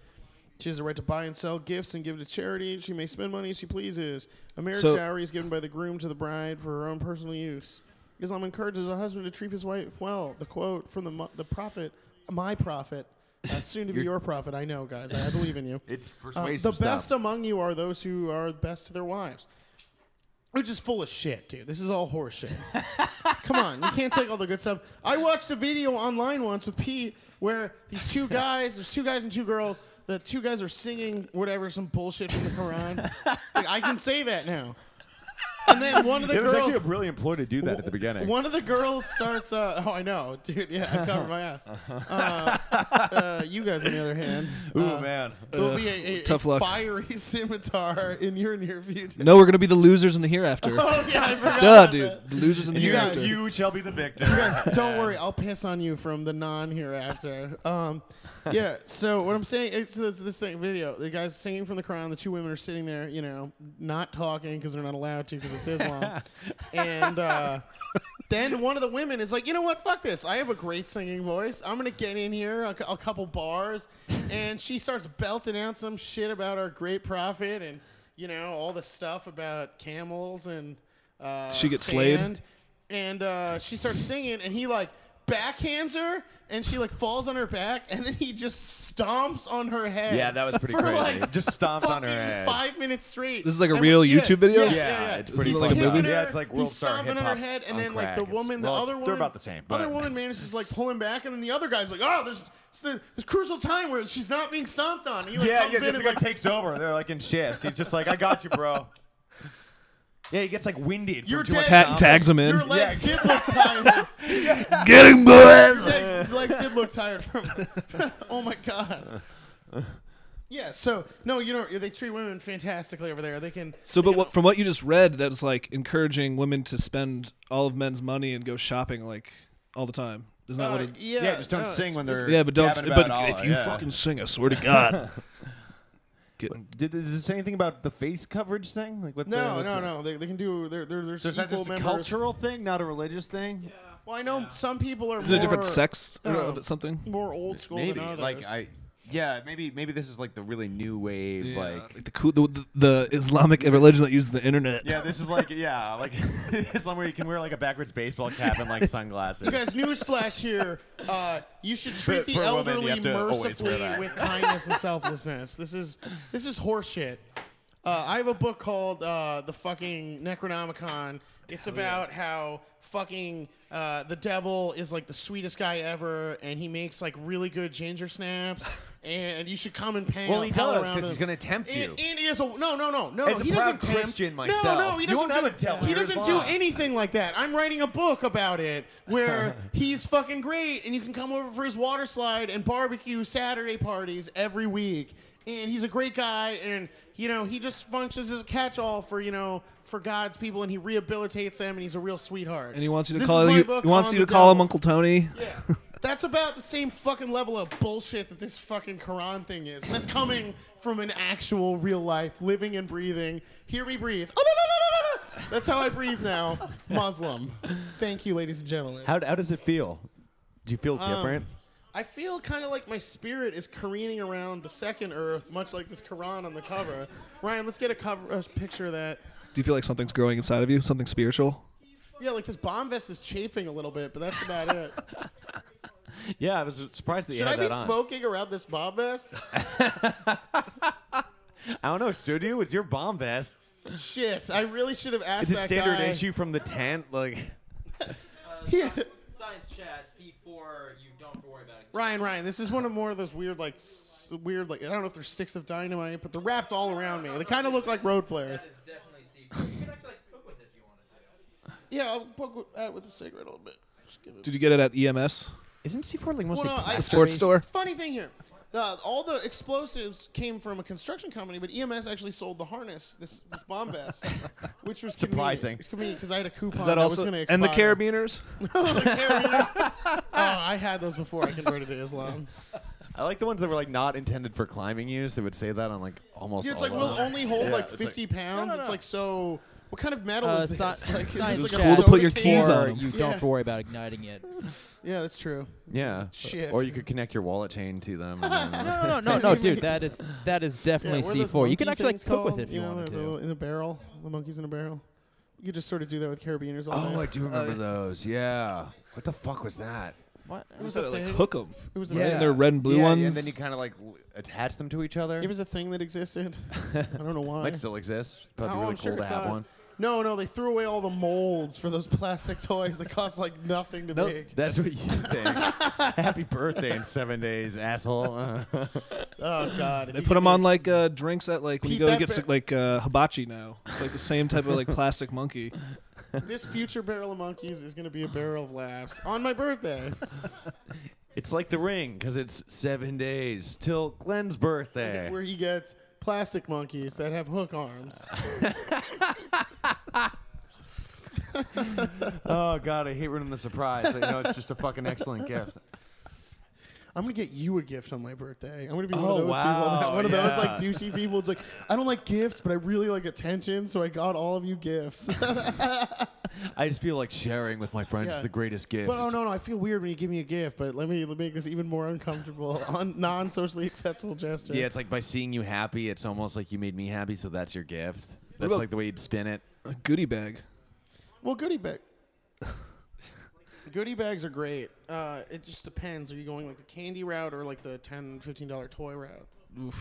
Speaker 3: She has the right to buy and sell gifts and give to charity. She may spend money as she pleases. A marriage
Speaker 4: So-
Speaker 3: dowry is given by the groom to the bride for her own personal use. Islam encourages a husband to treat his wife well. The quote from the, mo- the prophet, my prophet, uh, soon to be your prophet. I know, guys. I, I believe in you.
Speaker 1: it's
Speaker 3: Uh,
Speaker 1: persuasive
Speaker 3: the
Speaker 1: stuff.
Speaker 3: best among you are those who are best to their wives. Which is full of shit, dude. This is all horseshit. Come on, you can't take all the good stuff. I watched a video online once with Pete where these two guys, there's two guys and two girls. The two guys are singing whatever, some bullshit from the Quran. Like, I can say that now. And then one of the
Speaker 1: It was
Speaker 3: girls,
Speaker 1: actually a brilliant ploy to do that at the beginning.
Speaker 3: one of the girls starts. Uh, oh, I know, dude. Yeah, I covered my ass. Uh, uh, you guys, on the other hand,
Speaker 1: Ooh
Speaker 3: uh,
Speaker 1: man,
Speaker 3: There'll be a, a,
Speaker 4: tough
Speaker 3: a
Speaker 4: luck.
Speaker 3: fiery scimitar in your near future.
Speaker 4: No, we're gonna be the losers in the hereafter.
Speaker 3: Oh yeah, I forgot.
Speaker 4: Duh,
Speaker 3: about
Speaker 4: dude.
Speaker 3: that.
Speaker 4: The losers in the
Speaker 1: you,
Speaker 4: hereafter.
Speaker 1: you shall be the victor.
Speaker 3: Don't worry, I'll piss on you from the non hereafter. Um, yeah. So what I'm saying is this, this thing video. The guy's singing from the Quran. The two women are sitting there, you know, not talking because they're not allowed to because it's Islam. and uh, then one of the women is like, you know what? Fuck this. I have a great singing voice. I'm gonna get in here a, cou- a couple bars, and she starts belting out some shit about our great prophet and you know all the stuff about camels and. Uh,
Speaker 4: She gets
Speaker 3: sand.
Speaker 4: slayed?
Speaker 3: and uh, she starts singing, and he like backhands her, and she like falls on her back, and then he just stomps on her head.
Speaker 1: Yeah, that was pretty
Speaker 3: for,
Speaker 1: crazy.
Speaker 3: Like,
Speaker 1: Just stomps on her
Speaker 3: fucking
Speaker 1: head.
Speaker 3: Five minutes straight.
Speaker 4: This is like a
Speaker 3: And
Speaker 4: real
Speaker 3: yeah,
Speaker 4: YouTube video?
Speaker 3: Yeah, yeah,
Speaker 1: Yeah,
Speaker 3: yeah.
Speaker 1: it's
Speaker 3: He's
Speaker 1: pretty
Speaker 4: like a
Speaker 3: kicking
Speaker 4: movie.
Speaker 3: her,
Speaker 1: Yeah, it's like world
Speaker 3: he's
Speaker 1: star
Speaker 3: stomping on her
Speaker 1: hip-hop
Speaker 3: head, and
Speaker 1: on
Speaker 3: then like
Speaker 1: crack.
Speaker 3: the
Speaker 1: It's-
Speaker 3: woman, the
Speaker 1: well, it's-
Speaker 3: other
Speaker 1: they're
Speaker 3: woman,
Speaker 1: about the same, but-
Speaker 3: Other woman manages to like pull him back, and then the other guy's like, "Oh, there's it's the, this crucial time where she's not being stomped on." And he like
Speaker 1: yeah,
Speaker 3: comes
Speaker 1: yeah.
Speaker 3: in
Speaker 1: The
Speaker 3: and
Speaker 1: guy
Speaker 3: like
Speaker 1: takes over. They're like in shifts. He's just like, I got you, bro. Yeah, he gets like winded.
Speaker 3: You're
Speaker 1: from too much
Speaker 3: dead.
Speaker 4: Ta-
Speaker 1: comedy.
Speaker 4: tags him in.
Speaker 3: your legs did look tired.
Speaker 4: Get him, boys.
Speaker 3: Your legs, your legs did look tired from. oh my god. Yeah. So no, you know they treat women fantastically over there. They can.
Speaker 4: So,
Speaker 3: they
Speaker 4: but
Speaker 3: can-
Speaker 4: what, from what you just read, that was like encouraging women to spend all of men's money and go shopping like all the time. Isn't that what?
Speaker 3: Uh,
Speaker 4: It,
Speaker 3: yeah,
Speaker 1: just don't
Speaker 3: no,
Speaker 1: sing
Speaker 3: it's
Speaker 1: when
Speaker 3: supposed-
Speaker 1: they're
Speaker 4: yeah, but don't.
Speaker 1: gabbing
Speaker 4: But
Speaker 1: about
Speaker 4: if
Speaker 1: Allah,
Speaker 4: you
Speaker 1: yeah.
Speaker 4: fucking sing, I swear to God. Get-
Speaker 1: Did, did it say anything about the face coverage thing? Like what?
Speaker 3: No,
Speaker 1: the,
Speaker 3: no, no. They, they can do. They're they're they're
Speaker 1: So is that
Speaker 3: equal
Speaker 1: just a
Speaker 3: members.
Speaker 1: cultural thing, not a religious thing?
Speaker 3: Well, I know some people are
Speaker 4: Is it a different
Speaker 3: more-
Speaker 4: sex or
Speaker 3: uh,
Speaker 4: uh, something?
Speaker 3: more old school
Speaker 1: Maybe.
Speaker 3: than others.
Speaker 1: Like I. Yeah, maybe maybe this is like the really new wave.
Speaker 4: Yeah,
Speaker 1: Like
Speaker 4: the, cool- the the Islamic religion that uses the internet.
Speaker 1: Yeah, this is like yeah, like somewhere you can wear like a backwards baseball cap and like sunglasses.
Speaker 3: you guys, newsflash here: uh, you should treat
Speaker 1: For-
Speaker 3: the
Speaker 1: for a woman, you
Speaker 3: elderly
Speaker 1: have to always wear
Speaker 3: mercifully
Speaker 1: that.
Speaker 3: with kindness and selflessness. This is this is horseshit. Uh, I have a book called uh, "The Fucking Necronomicon." It's about how fucking uh, the devil is like the sweetest guy ever, and he makes like really good ginger snaps. And you should come and pay.
Speaker 1: Well, he does,
Speaker 3: because
Speaker 1: 'cause he's gonna tempt you.
Speaker 3: And, and he is a no, no, no, no.
Speaker 1: As a
Speaker 3: he
Speaker 1: proud
Speaker 3: doesn't tempt.
Speaker 1: Christian
Speaker 3: no, no,
Speaker 1: myself,
Speaker 3: he
Speaker 1: you
Speaker 3: doesn't
Speaker 1: won't
Speaker 3: do
Speaker 1: have a
Speaker 3: it.
Speaker 1: devil.
Speaker 3: He
Speaker 1: You're
Speaker 3: doesn't do
Speaker 1: Islam.
Speaker 3: any anything like that. I'm writing a book about it where he's fucking great and you can come over for his water slide and barbecue Saturday parties every week. And he's a great guy and you know, he just functions as a catch-all for, you know, for God's people and he rehabilitates them and he's a real sweetheart.
Speaker 4: And he wants you to
Speaker 3: This
Speaker 4: call
Speaker 3: is my
Speaker 4: you.
Speaker 3: book
Speaker 4: He wants
Speaker 3: on
Speaker 4: you
Speaker 3: the
Speaker 4: to call him
Speaker 3: devil.
Speaker 4: Uncle Tony.
Speaker 3: Yeah. That's about the same fucking level of bullshit that this fucking Quran thing is. And that's coming from an actual real life, living and breathing. Hear me breathe. That's how I breathe now. Muslim. Thank you, ladies and gentlemen.
Speaker 1: How, how does it feel? Do you feel
Speaker 3: Um,
Speaker 1: different?
Speaker 3: I feel kind of like my spirit is careening around the second earth, much like this Quran on the cover. Ryan, let's get a cover a picture of that.
Speaker 4: Do you feel like something's growing inside of you? Something spiritual?
Speaker 3: Yeah, like this bomb vest is chafing a little bit, but that's about it.
Speaker 1: Yeah, I was surprised that
Speaker 3: Should
Speaker 1: you
Speaker 3: I
Speaker 1: had
Speaker 3: be
Speaker 1: that on.
Speaker 3: smoking around this bomb vest?
Speaker 1: I don't know. So do you? It's your bomb vest.
Speaker 3: Shit, I really should have asked
Speaker 1: Is it
Speaker 3: that
Speaker 1: standard
Speaker 3: guy.
Speaker 1: issue from the tent? Like,
Speaker 3: Yeah.
Speaker 5: Science chat C4, you don't have to worry about it.
Speaker 3: Ryan, Ryan, this is one of more of those weird, like, s- weird, like, I don't know if they're sticks of dynamite, but they're wrapped all around me. They kind of look like road flares.
Speaker 5: It's definitely C4. You can actually like, cook with it if you wanted to.
Speaker 3: Yeah, I'll poke wi- at it with a cigarette a little bit. Just give it.
Speaker 4: Did you get it at E EMS,
Speaker 1: isn't C4 like
Speaker 3: Well,
Speaker 1: mostly
Speaker 3: no, I-
Speaker 4: the
Speaker 3: I-
Speaker 4: sports store?
Speaker 3: Funny thing here. Uh, all the explosives came from a construction company, but EMS actually sold the harness, this, this bomb vest, which was
Speaker 1: Surprising.
Speaker 3: Convenient. It's convenient because I had a coupon
Speaker 4: Is that
Speaker 3: was
Speaker 4: also
Speaker 3: going to expire.
Speaker 4: and the carabiners?
Speaker 3: Carabiners. oh, I had those before I converted to Islam.
Speaker 1: I like the ones that were like not intended for climbing use. They would say that on like almost.
Speaker 3: Yeah, it's
Speaker 1: all
Speaker 3: like
Speaker 1: of
Speaker 3: we'll
Speaker 1: them.
Speaker 3: only hold
Speaker 1: Yeah,
Speaker 3: like
Speaker 1: it's
Speaker 3: 50 pounds.
Speaker 1: No, no,
Speaker 3: It's
Speaker 1: no.
Speaker 3: like so. What kind of metal
Speaker 5: Uh,
Speaker 3: is this?
Speaker 5: si-
Speaker 3: like, is
Speaker 5: science
Speaker 3: this like
Speaker 5: is
Speaker 3: a
Speaker 4: cool to
Speaker 3: soda
Speaker 4: put your
Speaker 3: can?
Speaker 4: keys on.
Speaker 5: Or
Speaker 4: them.
Speaker 5: you
Speaker 3: Yeah.
Speaker 5: don't have to worry about igniting it.
Speaker 3: Yeah, that's true.
Speaker 1: Yeah.
Speaker 3: Shit.
Speaker 1: Or you could connect your wallet chain to them. and then-
Speaker 5: No, no, no, no, dude. That is that is definitely
Speaker 3: Yeah, what are those
Speaker 5: C4. You can
Speaker 3: monkey
Speaker 5: actually like,
Speaker 3: things
Speaker 5: cook with
Speaker 3: called?
Speaker 5: it if you,
Speaker 3: know,
Speaker 5: wanted
Speaker 3: the- the-
Speaker 5: to.
Speaker 3: in a barrel, the monkeys in a barrel. You could just sort of do that with carabiners. All
Speaker 1: oh,
Speaker 3: day.
Speaker 1: I do remember those. Yeah. What the fuck was that?
Speaker 5: What?
Speaker 3: it was
Speaker 4: That
Speaker 3: a
Speaker 4: are, like
Speaker 3: thing.
Speaker 4: hook 'em.
Speaker 3: it was a
Speaker 1: Yeah.
Speaker 3: thing.
Speaker 4: And they're red and blue
Speaker 1: yeah,
Speaker 4: ones.
Speaker 1: yeah, and then you kind of like l- attach them to each other.
Speaker 3: It was a thing that existed. I don't know why.
Speaker 1: Might still exist. That'd
Speaker 3: Oh,
Speaker 1: be really
Speaker 3: I'm
Speaker 1: cool
Speaker 3: sure
Speaker 1: to
Speaker 3: it
Speaker 1: have
Speaker 3: does.
Speaker 1: one.
Speaker 3: No, no, they threw away all the molds for those plastic toys that cost like nothing to make.
Speaker 1: That's what you think. Happy birthday in seven days, asshole.
Speaker 3: Oh God! if
Speaker 4: They
Speaker 3: you
Speaker 4: put
Speaker 3: could
Speaker 4: them
Speaker 3: make-
Speaker 4: on like uh, drinks at like when
Speaker 3: Pete,
Speaker 4: you go
Speaker 3: that
Speaker 4: to get
Speaker 3: ba-
Speaker 4: s- like uh, hibachi now. It's like the same type of like plastic monkey.
Speaker 3: This future barrel of monkeys is going to be a barrel of laughs on my birthday.
Speaker 1: it's like the ring because it's seven days till Glenn's birthday.
Speaker 3: where he gets plastic monkeys that have hook arms.
Speaker 1: Oh god, I hate ruining the surprise. But no, it's just a fucking excellent gift.
Speaker 3: I'm gonna get you a gift on my birthday. I'm gonna be one
Speaker 1: Oh,
Speaker 3: of those people,
Speaker 1: wow,
Speaker 3: that, one of
Speaker 1: yeah.
Speaker 3: those like douchey people. It's like I don't like gifts, but I really like attention, so I got all of you gifts. but
Speaker 1: I just feel like sharing with my friends
Speaker 3: Yeah.
Speaker 1: is the greatest gift.
Speaker 3: oh no, no, I feel weird when you give me a gift. But let me make this even more uncomfortable, on non-socially acceptable gesture.
Speaker 1: Yeah, it's like by seeing you happy, it's almost like you made me happy, so that's your gift. That's
Speaker 4: about-
Speaker 1: like the way you'd spin it.
Speaker 4: A goodie bag.
Speaker 3: Well, goodie bag. goodie bags are great. Uh, it just depends. Are you going like the candy route or like the 10 15 dollar toy route?
Speaker 4: Oof.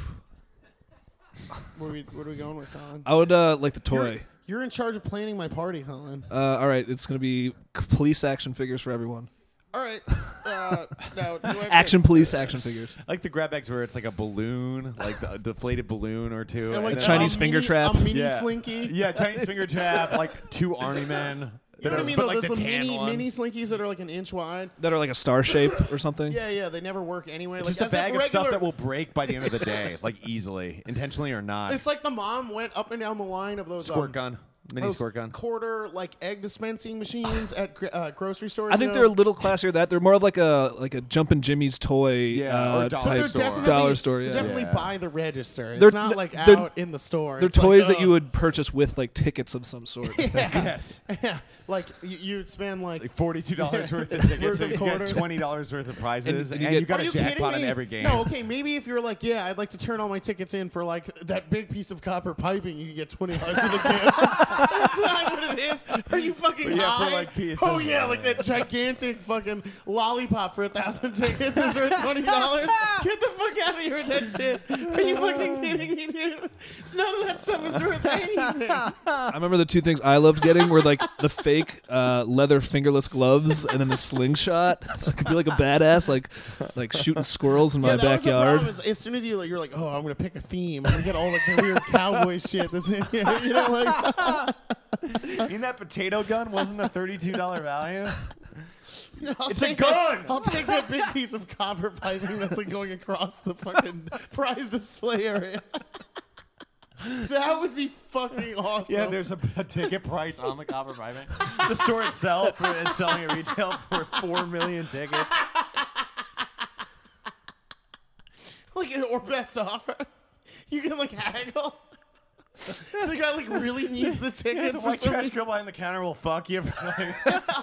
Speaker 3: Where are we, what are we going with, Colin?
Speaker 4: I would uh, like the
Speaker 3: You're,
Speaker 4: toy.
Speaker 3: you're in charge of planning my party, Colin.
Speaker 4: Uh, all right, it's gonna be c- police action figures for everyone.
Speaker 3: All right. Uh, now, do I have to-
Speaker 4: Action police action figures.
Speaker 1: I like the grab bags where it's like a balloon, like the- a deflated balloon or two.
Speaker 3: And,
Speaker 1: and
Speaker 3: like,
Speaker 1: then-
Speaker 4: A Chinese
Speaker 3: mini-
Speaker 4: finger trap.
Speaker 3: A mini
Speaker 1: yeah.
Speaker 3: slinky.
Speaker 1: Yeah, Chinese finger trap, like two army men.
Speaker 3: You know what I mean?
Speaker 1: But
Speaker 3: though,
Speaker 1: like
Speaker 3: those
Speaker 1: the
Speaker 3: little
Speaker 1: tan
Speaker 3: mini,
Speaker 1: ones. Mm-hmm.
Speaker 3: mini slinkies that are like an inch wide.
Speaker 4: That are like a star shape or something.
Speaker 3: Yeah, yeah, they never work anyway.
Speaker 1: It's
Speaker 3: like
Speaker 1: just a
Speaker 3: that's
Speaker 1: bag of
Speaker 3: regular,
Speaker 1: stuff that will break by the end of the day, like easily, intentionally or not.
Speaker 3: It's like the mom went up and down the line of those.
Speaker 1: squirt
Speaker 3: um,
Speaker 1: gun. Mini
Speaker 3: those
Speaker 1: squirt gun.
Speaker 3: quarter like egg dispensing machines at gr- uh, grocery stores.
Speaker 4: I think
Speaker 3: you
Speaker 4: they're a
Speaker 3: know?
Speaker 4: little classier than that. They're more of like a like a Jumpin' Jimmy's toy
Speaker 1: Yeah,
Speaker 4: uh,
Speaker 1: or dollar
Speaker 4: type
Speaker 3: They're
Speaker 1: store.
Speaker 3: definitely,
Speaker 4: dollar store.
Speaker 3: they're
Speaker 4: Yeah.
Speaker 3: definitely
Speaker 1: Yeah.
Speaker 3: by the register. It's
Speaker 4: They're-
Speaker 3: not like
Speaker 4: they're-
Speaker 3: out in the store.
Speaker 4: They're
Speaker 3: It's like,
Speaker 4: toys that
Speaker 3: uh,
Speaker 4: you would purchase with like tickets of some sort. I think.
Speaker 1: Yes.
Speaker 3: Yeah, like you, you'd spend like,
Speaker 1: Like forty-two dollars worth of tickets,
Speaker 3: Worth of
Speaker 1: and you get
Speaker 3: quarters.
Speaker 1: twenty dollars worth of prizes,
Speaker 4: and
Speaker 1: and,
Speaker 4: you
Speaker 1: you,
Speaker 4: get-
Speaker 1: got
Speaker 3: Are
Speaker 1: a
Speaker 3: you kidding
Speaker 1: jackpot
Speaker 3: me?
Speaker 1: on every game.
Speaker 3: No, okay, maybe if you're like, yeah, I'd like to turn all my tickets in for like that big piece of copper piping, you can get twenty dollars for the gift. That's not what it is. Are you fucking
Speaker 1: yeah, for,
Speaker 3: high?
Speaker 1: like, PSN.
Speaker 3: oh yeah, like that gigantic fucking lollipop for a thousand tickets is worth twenty dollars. Get the fuck out of here with that shit. Are you fucking kidding me, dude? None of that stuff is worth anything.
Speaker 4: I remember the two things I loved getting were like the fake uh, leather fingerless gloves and then the slingshot, so I could be like a badass, like like shooting squirrels in my
Speaker 3: yeah, that Was
Speaker 4: backyard.
Speaker 3: the problem, is as soon as you like, you're like, oh, I'm gonna pick a theme. I'm gonna get all like the weird cowboy shit that's in here. You know, like
Speaker 1: In that potato gun wasn't a thirty-two dollar value.
Speaker 3: I'll
Speaker 1: It's a
Speaker 3: take
Speaker 1: gun!
Speaker 3: that- I'll take that big piece of copper piping that's like going across the fucking prize display area. that would be fucking awesome.
Speaker 1: Yeah, there's a, a ticket price on the copper private. The store itself for- is selling at retail for four million tickets.
Speaker 3: like or best offer. You can like haggle. the guy like really needs the tickets
Speaker 1: It's
Speaker 3: for
Speaker 1: like
Speaker 3: some
Speaker 1: trash
Speaker 3: reason.
Speaker 1: girl behind the counter will fuck you for like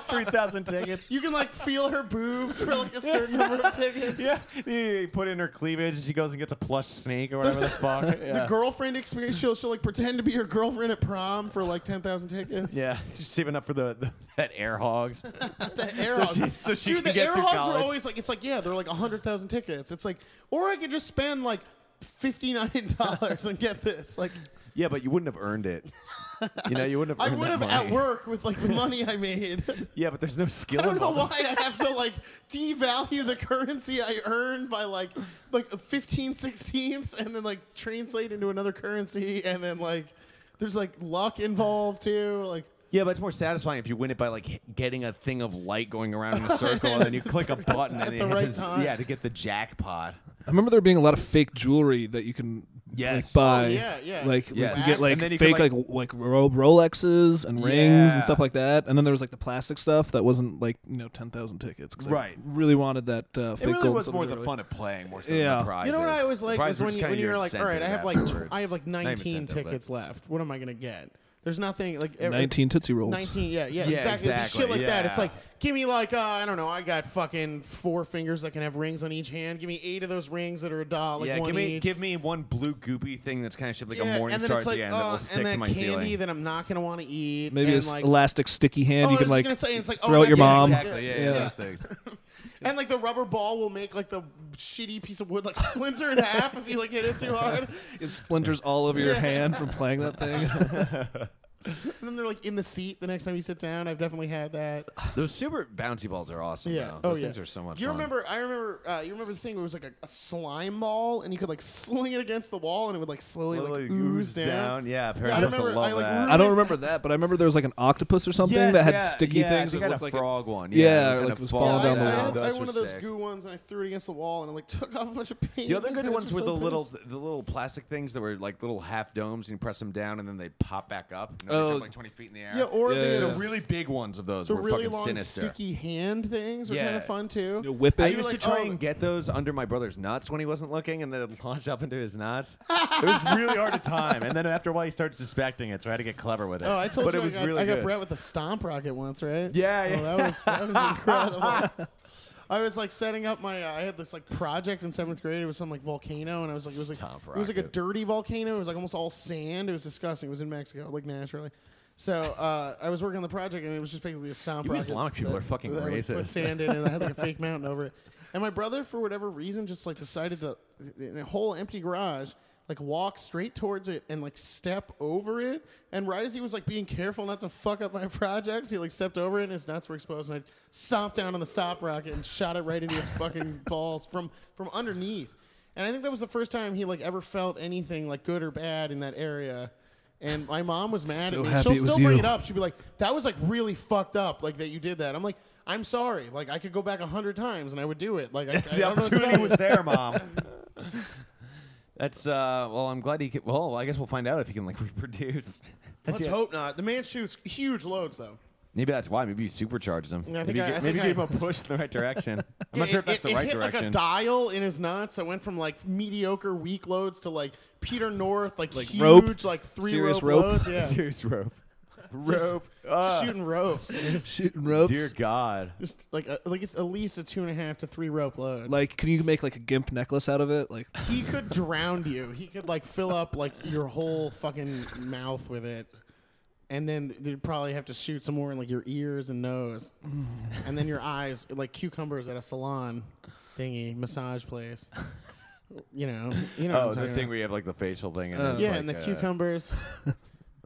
Speaker 1: three thousand tickets.
Speaker 3: You can like feel her boobs for like a certain number of tickets.
Speaker 1: Yeah, you you put in her cleavage and she goes and gets a plush snake or whatever the fuck.
Speaker 3: The
Speaker 1: Yeah.
Speaker 3: girlfriend experience. She'll, she'll like pretend to be your girlfriend at prom for like ten thousand tickets.
Speaker 1: Yeah, she's saving up for the, the that air hogs.
Speaker 3: The air
Speaker 1: So
Speaker 3: hogs.
Speaker 1: she- so she can
Speaker 3: Dude, the
Speaker 1: get
Speaker 3: air
Speaker 1: through
Speaker 3: hogs are
Speaker 1: college.
Speaker 3: always like it's like yeah, they're like hundred thousand tickets. It's like, or I could just spend like fifty nine dollars and get this. Like
Speaker 1: Yeah, but you wouldn't have earned it. You know, you wouldn't have.
Speaker 3: I
Speaker 1: earned
Speaker 3: would
Speaker 1: that
Speaker 3: have at
Speaker 1: money.
Speaker 3: work with like the money I made.
Speaker 1: Yeah, but there's no
Speaker 3: I
Speaker 1: skill
Speaker 3: don't know
Speaker 1: involved.
Speaker 3: why I have to like devalue the currency I earn by like like 15 sixteenths and then like translate into another currency and then like there's like luck involved too. Like
Speaker 1: Yeah, but it's more satisfying if you win it by like h- getting a thing of light going around in a circle, and then you click a button
Speaker 3: At
Speaker 1: and it
Speaker 3: the
Speaker 1: hits
Speaker 3: right
Speaker 1: his-
Speaker 3: time.
Speaker 1: yeah to get the jackpot.
Speaker 4: I remember there being a lot of fake jewelry that you can
Speaker 1: Yes.
Speaker 4: like, buy.
Speaker 3: Oh, yeah, yeah.
Speaker 4: Like
Speaker 1: Yes.
Speaker 4: you get like
Speaker 1: And then you
Speaker 4: fake
Speaker 1: could, like-
Speaker 4: like w- like, Ro- Rolexes and rings
Speaker 1: Yeah.
Speaker 4: and stuff like that. And then there was like the plastic stuff that wasn't like you know ten thousand tickets. 'cause I
Speaker 1: Right.
Speaker 4: really wanted that uh, fake
Speaker 1: It really
Speaker 4: gold
Speaker 1: was
Speaker 4: silver
Speaker 1: more the
Speaker 4: jewelry.
Speaker 1: fun of playing more so
Speaker 4: Yeah.
Speaker 1: than the prizes.
Speaker 3: You know what I always
Speaker 1: The
Speaker 3: like
Speaker 1: prizes
Speaker 3: is
Speaker 1: were
Speaker 3: when
Speaker 1: just
Speaker 3: you
Speaker 1: kinda
Speaker 3: when
Speaker 1: your
Speaker 3: you're like, all right, I
Speaker 1: incentive
Speaker 3: have like tw-
Speaker 1: afterwards.
Speaker 3: I have like
Speaker 1: Not even
Speaker 3: 19
Speaker 1: incentive, but-
Speaker 3: tickets left. What am I gonna get? There's nothing like every-
Speaker 4: Nineteen Tootsie Rolls.
Speaker 3: 19, yeah,
Speaker 1: Yeah,
Speaker 3: yeah, exactly. It'd be
Speaker 1: exactly,
Speaker 3: Shit like that. It's
Speaker 1: yeah.
Speaker 3: like, give me like, uh, I don't know, I got fucking four fingers that can have rings on each hand. Give me eight of those rings that are a dollar, like
Speaker 1: yeah,
Speaker 3: one
Speaker 1: give me
Speaker 3: each.
Speaker 1: give me one blue goopy thing that's kind of shaped like
Speaker 3: yeah,
Speaker 1: a morning
Speaker 3: and then
Speaker 1: star
Speaker 3: it's
Speaker 1: at
Speaker 3: like,
Speaker 1: the end
Speaker 3: uh,
Speaker 1: that will stick
Speaker 3: and that
Speaker 1: to my
Speaker 3: candy
Speaker 1: ceiling.
Speaker 3: that I'm not gonna want to eat.
Speaker 4: Maybe
Speaker 3: and
Speaker 4: it's
Speaker 3: like,
Speaker 4: elastic sticky hand.
Speaker 3: Oh,
Speaker 4: you
Speaker 3: I
Speaker 4: can
Speaker 3: was
Speaker 4: like
Speaker 3: just gonna say, it's like,
Speaker 4: throw
Speaker 3: oh,
Speaker 4: at your
Speaker 3: yeah,
Speaker 4: mom.
Speaker 1: Exactly. Yeah,
Speaker 4: Yeah.
Speaker 1: those things.
Speaker 3: And like the rubber ball will make like the shitty piece of wood like splinter in half if you like hit it too hard.
Speaker 4: It splinters all over your hand from playing that thing.
Speaker 3: And then they're like in the seat the next time you sit down. I've definitely had that.
Speaker 1: Those super bouncy balls are awesome.
Speaker 3: Yeah.
Speaker 1: though.
Speaker 3: Oh
Speaker 1: Those
Speaker 3: yeah.
Speaker 1: things are so much
Speaker 3: You
Speaker 1: fun.
Speaker 3: remember? I remember. Uh, you remember the thing where it was like a, a slime ball, and you could like sling it against the wall, and it would like slowly like,
Speaker 1: Literally
Speaker 3: ooze down.
Speaker 1: Yeah,
Speaker 3: I
Speaker 1: parents must have
Speaker 3: remember- I,
Speaker 1: loved
Speaker 3: like,
Speaker 1: that.
Speaker 4: I don't remember that, but I remember there was like an octopus or something
Speaker 1: Yes,
Speaker 4: that had
Speaker 1: yeah,
Speaker 4: sticky
Speaker 1: yeah, I
Speaker 4: things.
Speaker 1: think
Speaker 4: that
Speaker 1: I had
Speaker 4: looked
Speaker 1: a
Speaker 4: like
Speaker 1: frog one.
Speaker 4: Yeah,
Speaker 1: kind
Speaker 4: like
Speaker 1: of
Speaker 4: it was
Speaker 3: Yeah,
Speaker 4: falling
Speaker 1: falling
Speaker 3: I,
Speaker 4: down
Speaker 3: I
Speaker 4: the wall.
Speaker 3: had, I
Speaker 1: Those
Speaker 3: had
Speaker 1: were
Speaker 3: one of those
Speaker 1: sick.
Speaker 3: goo ones, and I threw it against the wall, and it like took off a bunch of paint.
Speaker 1: The other good
Speaker 3: Parents
Speaker 1: ones were
Speaker 3: so
Speaker 1: the little
Speaker 3: pissed.
Speaker 1: the little plastic things that were like little half domes, and you press them down, and then they pop back up. You know, they
Speaker 4: Oh.
Speaker 1: jump like twenty feet in the air.
Speaker 3: Yeah, or
Speaker 4: Yeah,
Speaker 3: the,
Speaker 4: yeah,
Speaker 1: the
Speaker 4: yeah.
Speaker 3: s-
Speaker 1: really big ones of those
Speaker 3: the
Speaker 1: were
Speaker 3: really
Speaker 1: fucking
Speaker 3: long
Speaker 1: sinister.
Speaker 3: sticky hand things were kind
Speaker 1: Yeah.
Speaker 3: of fun too.
Speaker 4: You whip
Speaker 1: I
Speaker 4: it.
Speaker 1: used
Speaker 3: like,
Speaker 1: to try
Speaker 3: oh,
Speaker 1: and get those under my brother's nuts when he wasn't looking, and then it'd launch up into his nuts. it was really hard to time, and then after a while he starts suspecting it, so I had to get clever with it.
Speaker 3: Oh, I told
Speaker 1: but
Speaker 3: you
Speaker 1: it was
Speaker 3: I got,
Speaker 1: really
Speaker 3: I got
Speaker 1: good.
Speaker 3: Brett with a stomp rocket once, right?
Speaker 1: Yeah,
Speaker 3: Oh,
Speaker 1: yeah.
Speaker 3: that was that was incredible. I was like setting up my. Uh, I had this like project in seventh grade. It was some like volcano, and I was like, it was like
Speaker 1: Stomp
Speaker 3: it was like a
Speaker 1: rocket.
Speaker 3: dirty volcano. It was like almost all sand. It was disgusting. It was in Mexico, like naturally. So uh, I was working on the project, and it was just basically a stomp
Speaker 1: You
Speaker 3: rocket.
Speaker 1: Islamic people
Speaker 3: that-
Speaker 1: are fucking
Speaker 3: that I, like, put
Speaker 1: racist.
Speaker 3: sand in, and I had like a fake mountain over it. And my brother, for whatever reason, just like decided to in a whole empty garage, like walk straight towards it and like step over it. And right as he was like being careful not to fuck up my project, he like stepped over it and his nuts were exposed. And I stomped down on the stop rocket and shot it right into his fucking balls from from underneath. And I think that was the first time he like ever felt anything like good or bad in that area. And my mom was mad
Speaker 4: So
Speaker 3: at me.
Speaker 4: happy
Speaker 3: She'll
Speaker 4: it was
Speaker 3: still bring it
Speaker 4: you.
Speaker 3: up up. She'd be like, "That was like really fucked up, like that you did that." I'm like, "I'm sorry. Like I could go back a hundred times and I would do it. Like I, I
Speaker 1: the
Speaker 3: don't know what to
Speaker 1: opportunity
Speaker 3: tell you."
Speaker 1: was there, mom. That's uh. Well, I'm glad he. Can, well, I guess we'll find out if he can like reproduce. That's
Speaker 3: Let's
Speaker 1: it.
Speaker 3: hope not. The man shoots huge loads though.
Speaker 1: Maybe that's why. Maybe you supercharged him.
Speaker 3: I think
Speaker 1: maybe
Speaker 3: I-
Speaker 1: you,
Speaker 3: I
Speaker 1: get- maybe
Speaker 3: think
Speaker 1: you gave
Speaker 3: I-
Speaker 1: him a push in the right direction. I'm not
Speaker 3: It-
Speaker 1: sure if that's
Speaker 3: it-
Speaker 1: the
Speaker 3: it
Speaker 1: right
Speaker 3: hit
Speaker 1: direction.
Speaker 3: Like a dial in his nuts that went from like mediocre weak loads to like Peter North, like, huge,
Speaker 4: rope.
Speaker 3: like three
Speaker 4: Serious
Speaker 3: rope,
Speaker 4: rope.
Speaker 3: loads. Yeah.
Speaker 1: Serious rope. Rope.
Speaker 3: Just shooting ropes. dude.
Speaker 4: Shooting ropes.
Speaker 1: Dear God. Oh,
Speaker 3: Just like a, like it's at least a two and a half to three rope load.
Speaker 4: Like, can you make like a gimp necklace out of it? Like,
Speaker 3: he could drown you. He could like fill up like your whole fucking mouth with it. And then you'd probably have to shoot some more in like your ears and nose. and then your eyes like cucumbers at a salon thingy, massage place. You know, you know. what
Speaker 1: Oh,
Speaker 3: I'm
Speaker 1: the
Speaker 3: talking
Speaker 1: thing
Speaker 3: about.
Speaker 1: where you have like the facial thing. And it's
Speaker 3: Yeah,
Speaker 1: like,
Speaker 3: and the
Speaker 1: uh,
Speaker 3: cucumbers.